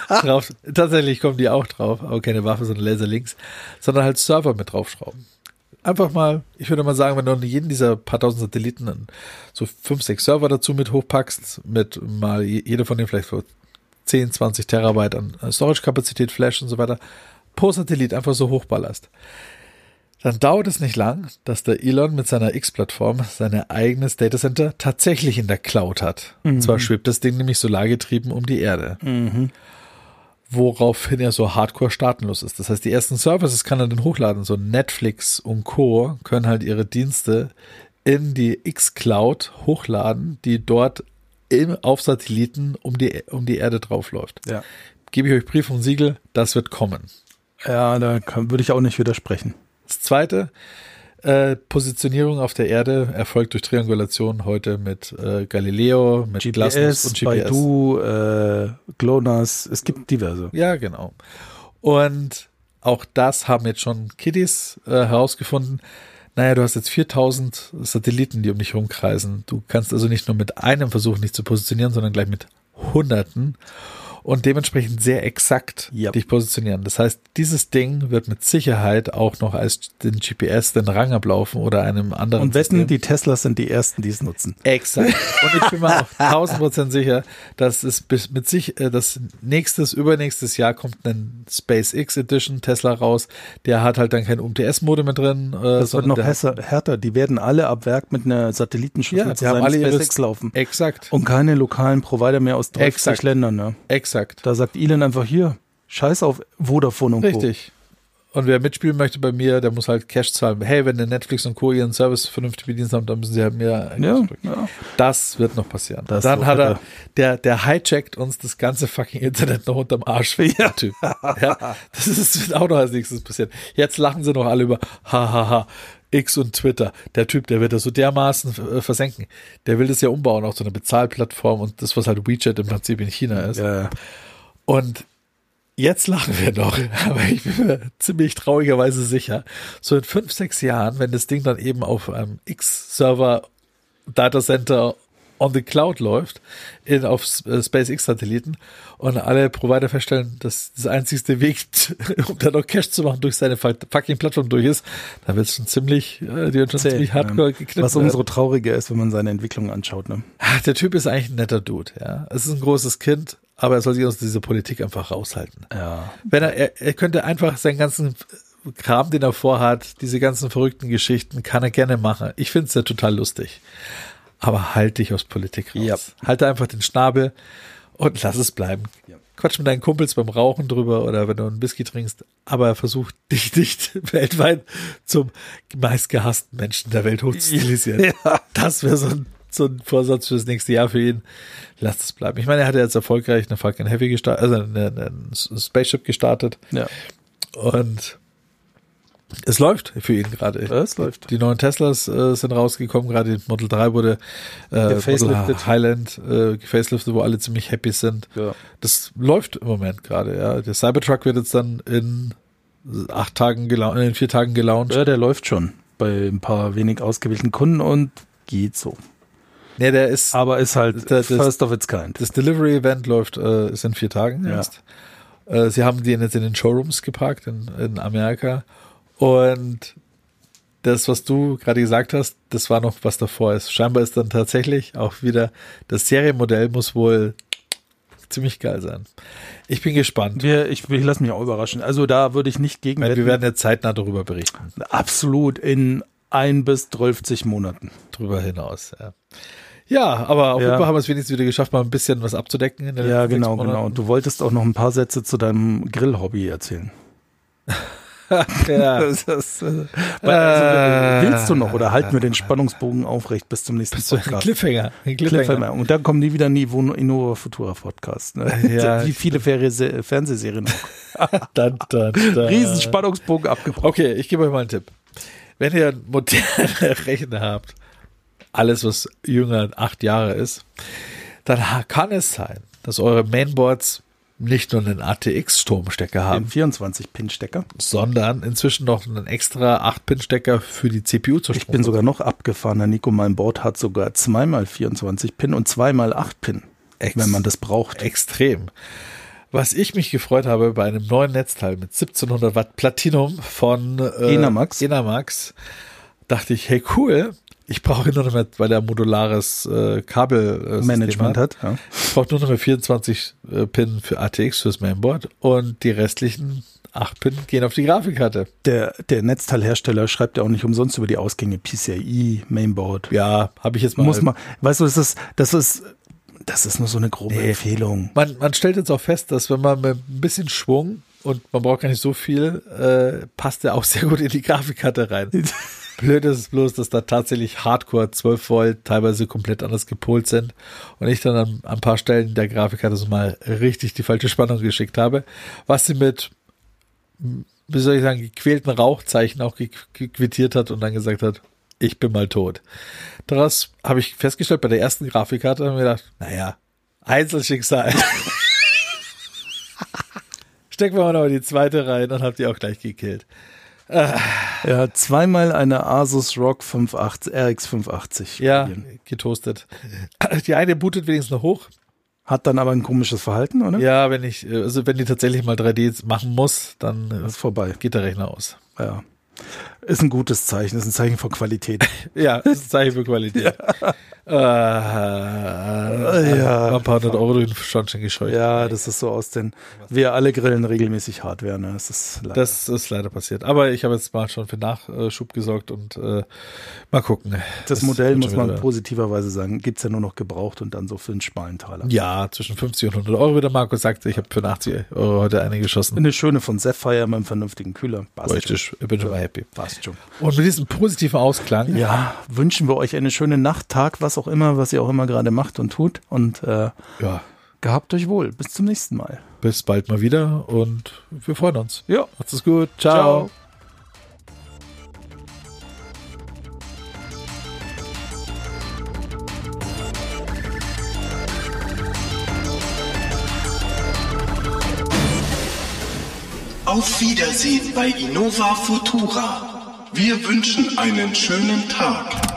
[SPEAKER 1] drauf, tatsächlich kommen die auch drauf, aber keine Waffe, sondern Laserlinks, sondern halt Server mit draufschrauben. einfach mal, ich würde mal sagen, wenn du an jeden dieser paar tausend Satelliten dann so fünf, sechs Server dazu mit hochpackst, mit mal je- jede von denen vielleicht so 10, 20 Terabyte an äh, Storage-Kapazität, Flash und so weiter, pro Satellit einfach so hochballerst. Dann dauert es nicht lang, dass der Elon mit seiner X-Plattform sein eigenes Datacenter tatsächlich in der Cloud hat. Und zwar schwebt das Ding nämlich solargetrieben um die Erde woraufhin er so hardcore staatenlos ist. Das heißt, die ersten Services kann er dann hochladen. So Netflix und Co. können halt ihre Dienste in die X-Cloud hochladen, die dort im, auf Satelliten um die, um die Erde draufläuft.
[SPEAKER 3] Ja.
[SPEAKER 1] Gebe ich euch Brief und Siegel, das wird kommen.
[SPEAKER 3] Ja, da kann, würde ich auch nicht widersprechen.
[SPEAKER 1] Das zweite, äh, Positionierung auf der Erde erfolgt durch Triangulation heute mit äh, Galileo, mit
[SPEAKER 3] GPS,
[SPEAKER 1] Glasnost und GPS.
[SPEAKER 3] Baidu, äh, GLONASS, es gibt diverse.
[SPEAKER 1] Ja, genau. Und auch das haben jetzt schon Kiddies äh, herausgefunden. Naja, du hast jetzt 4000 Satelliten, die um dich rumkreisen. Du kannst also nicht nur mit einem versuchen, dich zu positionieren, sondern gleich mit Hunderten und dementsprechend sehr exakt
[SPEAKER 3] Ja.
[SPEAKER 1] dich positionieren. Das heißt, dieses Ding wird mit Sicherheit auch noch als den GPS den Rang ablaufen oder einem anderen.
[SPEAKER 3] Und wetten,
[SPEAKER 1] System.
[SPEAKER 3] die Teslas sind die ersten, die es nutzen.
[SPEAKER 1] Exakt. Und ich bin mir auch 1000 Prozent sicher, dass es bis mit sich, äh, das nächstes, übernächstes Jahr kommt ein SpaceX Edition Tesla raus. Der hat halt dann kein UMTS-Modem mit drin. Äh,
[SPEAKER 3] Das wird
[SPEAKER 1] sondern
[SPEAKER 3] noch
[SPEAKER 1] der-
[SPEAKER 3] härter, härter. Die werden alle ab Werk mit einer Satellitenschüssel
[SPEAKER 1] Ja, die haben
[SPEAKER 3] zusammen
[SPEAKER 1] alle ihre
[SPEAKER 3] SpaceX laufen.
[SPEAKER 1] Exakt.
[SPEAKER 3] Und keine lokalen Provider mehr aus 30
[SPEAKER 1] Exakt.
[SPEAKER 3] Ländern. Ne?
[SPEAKER 1] Exakt.
[SPEAKER 3] Da sagt Elon einfach hier, scheiß auf Vodafone und
[SPEAKER 1] Richtig. Und wer mitspielen möchte bei mir, der muss halt Cash zahlen. Hey, wenn der Netflix und Co. ihren Service vernünftig bedient haben, dann müssen sie halt mehr
[SPEAKER 3] Co. Ja, ja.
[SPEAKER 1] Das wird noch passieren.
[SPEAKER 3] Das
[SPEAKER 1] dann
[SPEAKER 3] wird
[SPEAKER 1] hat er,
[SPEAKER 3] er.
[SPEAKER 1] der, der hijackt uns das ganze fucking Internet noch unterm Arsch. Ja. Typ. Ja, das ist das wird auch noch als nächstes passiert. Jetzt lachen sie noch alle über, hahaha, X und Twitter. Der Typ, der wird das so dermaßen äh, versenken. Der will das ja umbauen auf so eine Bezahlplattform und das, was halt WeChat im Prinzip in China ist.
[SPEAKER 3] Ja, ja.
[SPEAKER 1] Und jetzt lachen wir noch, aber ich bin mir ziemlich traurigerweise sicher, so in fünf, sechs Jahren, wenn das Ding dann eben auf einem X-Server Datacenter on the Cloud läuft, in, auf S- äh, SpaceX-Satelliten und alle Provider feststellen, dass das einzigste Weg, um da noch Cash zu machen, durch seine fa- fucking Plattform durch ist, dann wird es schon ziemlich, äh, die wird schon ziemlich hardcore geknippt.
[SPEAKER 3] ähm, Was
[SPEAKER 1] werden.
[SPEAKER 3] umso trauriger ist, wenn man seine Entwicklung anschaut. Ne?
[SPEAKER 1] Ah, Der Typ ist eigentlich ein netter Dude, ja. Es ist ein großes Kind, aber er soll sich aus dieser Politik einfach raushalten.
[SPEAKER 3] Ja.
[SPEAKER 1] Wenn er, er, er könnte einfach seinen ganzen Kram, den er vorhat, diese ganzen verrückten Geschichten, kann er gerne machen. Ich finde es ja total lustig. Aber halt dich aus Politik raus.
[SPEAKER 3] Ja.
[SPEAKER 1] Halte einfach den Schnabel und lass es bleiben. Quatsch mit deinen Kumpels beim Rauchen drüber oder wenn du einen Whisky trinkst, aber versuch dich nicht weltweit zum meistgehassten Menschen der Welt hochzustilisieren. Das wäre so ein, so ein Vorsatz fürs nächste Jahr für ihn. Lass es bleiben. Ich meine, er hat ja jetzt erfolgreich eine Falcon Heavy gestartet, also eine, eine ein Spaceship gestartet
[SPEAKER 3] ja.
[SPEAKER 1] und es läuft für ihn gerade.
[SPEAKER 3] Es läuft.
[SPEAKER 1] Die neuen Teslas äh, sind rausgekommen, gerade die Model 3 wurde äh, Model
[SPEAKER 3] facelifted.
[SPEAKER 1] Highland äh, gefaceliftet, wo alle ziemlich happy sind.
[SPEAKER 3] Ja.
[SPEAKER 1] Das läuft im Moment gerade, ja. Der Cybertruck wird jetzt dann in acht Tagen gelau- in vier Tagen gelauncht.
[SPEAKER 3] ja, der läuft schon bei ein paar wenig ausgewählten Kunden und geht so.
[SPEAKER 1] Nee, der ist
[SPEAKER 3] Aber ist halt
[SPEAKER 1] Das- das-
[SPEAKER 3] first of its kind.
[SPEAKER 1] das Delivery Event läuft äh, ist in vier Tagen
[SPEAKER 3] Ja.
[SPEAKER 1] erst. Äh, sie haben den jetzt in den Showrooms geparkt in, in Amerika und das, was du gerade gesagt hast, das war noch was davor ist. Scheinbar ist dann tatsächlich auch wieder das Serienmodell muss wohl ziemlich geil sein. Ich bin gespannt.
[SPEAKER 3] Wir, ich, ich lasse mich auch überraschen. Also da würde ich nicht gegen
[SPEAKER 1] Weil wir
[SPEAKER 3] wetten.
[SPEAKER 1] werden ja zeitnah darüber berichten,
[SPEAKER 3] Absolut in ein bis 12 Monaten.
[SPEAKER 1] darüber hinaus. Ja, ja aber auf
[SPEAKER 3] Ja.
[SPEAKER 1] jeden Fall haben wir es wenigstens wieder geschafft, mal ein bisschen was abzudecken. In den
[SPEAKER 3] Ja,
[SPEAKER 1] letzten sechs
[SPEAKER 3] genau,
[SPEAKER 1] Monaten.
[SPEAKER 3] genau. Und du wolltest auch noch ein paar Sätze zu deinem Grill-Hobby erzählen.
[SPEAKER 1] Ja.
[SPEAKER 3] Das, das, äh, weil, also, willst du noch oder halten wir den Spannungsbogen aufrecht bis zum nächsten
[SPEAKER 1] So ein
[SPEAKER 3] Podcast?
[SPEAKER 1] Cliffhanger. Ein Cliffhanger.
[SPEAKER 3] Cliffhanger. Und dann kommen die wieder in die Ivo- Innova Futura Podcast. Ne?
[SPEAKER 1] Ja.
[SPEAKER 3] Wie viele Fernseh Fernsehserien. auch.
[SPEAKER 1] Dann, dann, dann.
[SPEAKER 3] Riesen Spannungsbogen abgebrochen.
[SPEAKER 1] Okay, ich gebe euch mal einen Tipp. Wenn ihr einen modernen Rechner habt, alles was jünger als acht Jahre ist, dann ha- kann es sein, dass eure Mainboards nicht nur einen ATX-Stromstecker haben,
[SPEAKER 3] Den 24-Pin-Stecker.
[SPEAKER 1] sondern inzwischen noch einen extra 8-Pin-Stecker für die CPU zur
[SPEAKER 3] Ich bin
[SPEAKER 1] Strom.
[SPEAKER 3] sogar noch abgefahrener. Nico, mein Board hat sogar zweimal 24 Pin und zweimal 8 Pin,
[SPEAKER 1] Ex-
[SPEAKER 3] wenn man das braucht.
[SPEAKER 1] Extrem. Was ich mich gefreut habe bei einem neuen Netzteil mit 1700 Watt Platinum von äh,
[SPEAKER 3] Enamax.
[SPEAKER 1] Enamax, dachte ich, hey cool, ich brauche nur noch mehr, weil er modulares äh, Kabel äh,
[SPEAKER 3] Management
[SPEAKER 1] System
[SPEAKER 3] hat. Ja.
[SPEAKER 1] Ich brauche nur noch mehr 24 äh, Pin für ATX fürs Mainboard und die restlichen 8 Pin gehen auf die Grafikkarte.
[SPEAKER 3] Der, der Netzteilhersteller schreibt ja auch nicht umsonst über die Ausgänge PCIe, Mainboard.
[SPEAKER 1] Ja, habe ich jetzt mal.
[SPEAKER 3] Muss man, weißt du, das ist, das ist, das ist nur so eine grobe
[SPEAKER 1] Nee.
[SPEAKER 3] Empfehlung.
[SPEAKER 1] man, man stellt jetzt auch fest, dass wenn man mit ein bisschen Schwung und man braucht gar nicht so viel, äh, passt der auch sehr gut in die Grafikkarte rein. Blöd ist es bloß, dass da tatsächlich Hardcore 12 Volt teilweise komplett anders gepolt sind und ich dann an, an ein paar Stellen der Grafikkarte so mal richtig die falsche Spannung geschickt habe, was sie mit, m, wie soll ich sagen, gequälten Rauchzeichen auch ge- ge- quittiert hat und dann gesagt hat, ich bin mal tot. Daraus habe ich festgestellt, bei der ersten Grafikkarte haben wir gedacht, naja, Einzelschicksal. Stecken wir mal noch die zweite rein und habt ihr auch gleich gekillt.
[SPEAKER 3] Er hat zweimal eine Asus ROG 580, RX 580.
[SPEAKER 1] Ja,
[SPEAKER 3] probieren.
[SPEAKER 1] getoastet. Die eine bootet wenigstens noch hoch.
[SPEAKER 3] Hat dann aber ein komisches Verhalten, oder?
[SPEAKER 1] Ja, wenn ich, äh, also wenn die tatsächlich mal 3D machen muss, dann äh,
[SPEAKER 3] Ist vorbei.
[SPEAKER 1] geht der Rechner aus.
[SPEAKER 3] Ja. Ist ein gutes Zeichen, ist ein Zeichen von Qualität.
[SPEAKER 1] Ja, das ist ein Zeichen für Qualität. Äh,
[SPEAKER 3] Ja.
[SPEAKER 1] ein paar hundert Euro durch den Schornstein gescheucht.
[SPEAKER 3] ja, das ist so aus den. Wir alle grillen regelmäßig Hardware, ne? Das ist leider.
[SPEAKER 1] Das ist leider passiert. Aber ich habe jetzt mal schon für Nachschub gesorgt und äh, mal gucken.
[SPEAKER 3] das Modell,
[SPEAKER 1] wird
[SPEAKER 3] muss
[SPEAKER 1] schon
[SPEAKER 3] man
[SPEAKER 1] wieder-
[SPEAKER 3] positiverweise sagen, gibt es ja nur noch gebraucht und dann so für einen schmalen Taler.
[SPEAKER 1] Ja, zwischen 50 und 100 Euro, wie der Markus sagte. Ich habe für 80 Euro heute eine geschossen.
[SPEAKER 3] Eine schöne von Sapphire mit einem vernünftigen Kühler. Passt
[SPEAKER 1] Richtig, ich bin schon mal happy.
[SPEAKER 3] Passt schon.
[SPEAKER 1] Und mit diesem positiven Ausklang,
[SPEAKER 3] Ja, wünschen wir euch eine schöne Nacht, Tag, was auch immer, was ihr auch immer gerade macht und tut. Und äh,
[SPEAKER 1] ja,
[SPEAKER 3] gehabt euch wohl. Bis zum nächsten Mal.
[SPEAKER 1] bis bald mal wieder und wir freuen uns.
[SPEAKER 3] Ja.
[SPEAKER 1] Macht's es gut.
[SPEAKER 3] Ciao.
[SPEAKER 1] Ciao.
[SPEAKER 2] Auf Wiedersehen bei Innova Futura. Wir wünschen einen schönen Tag.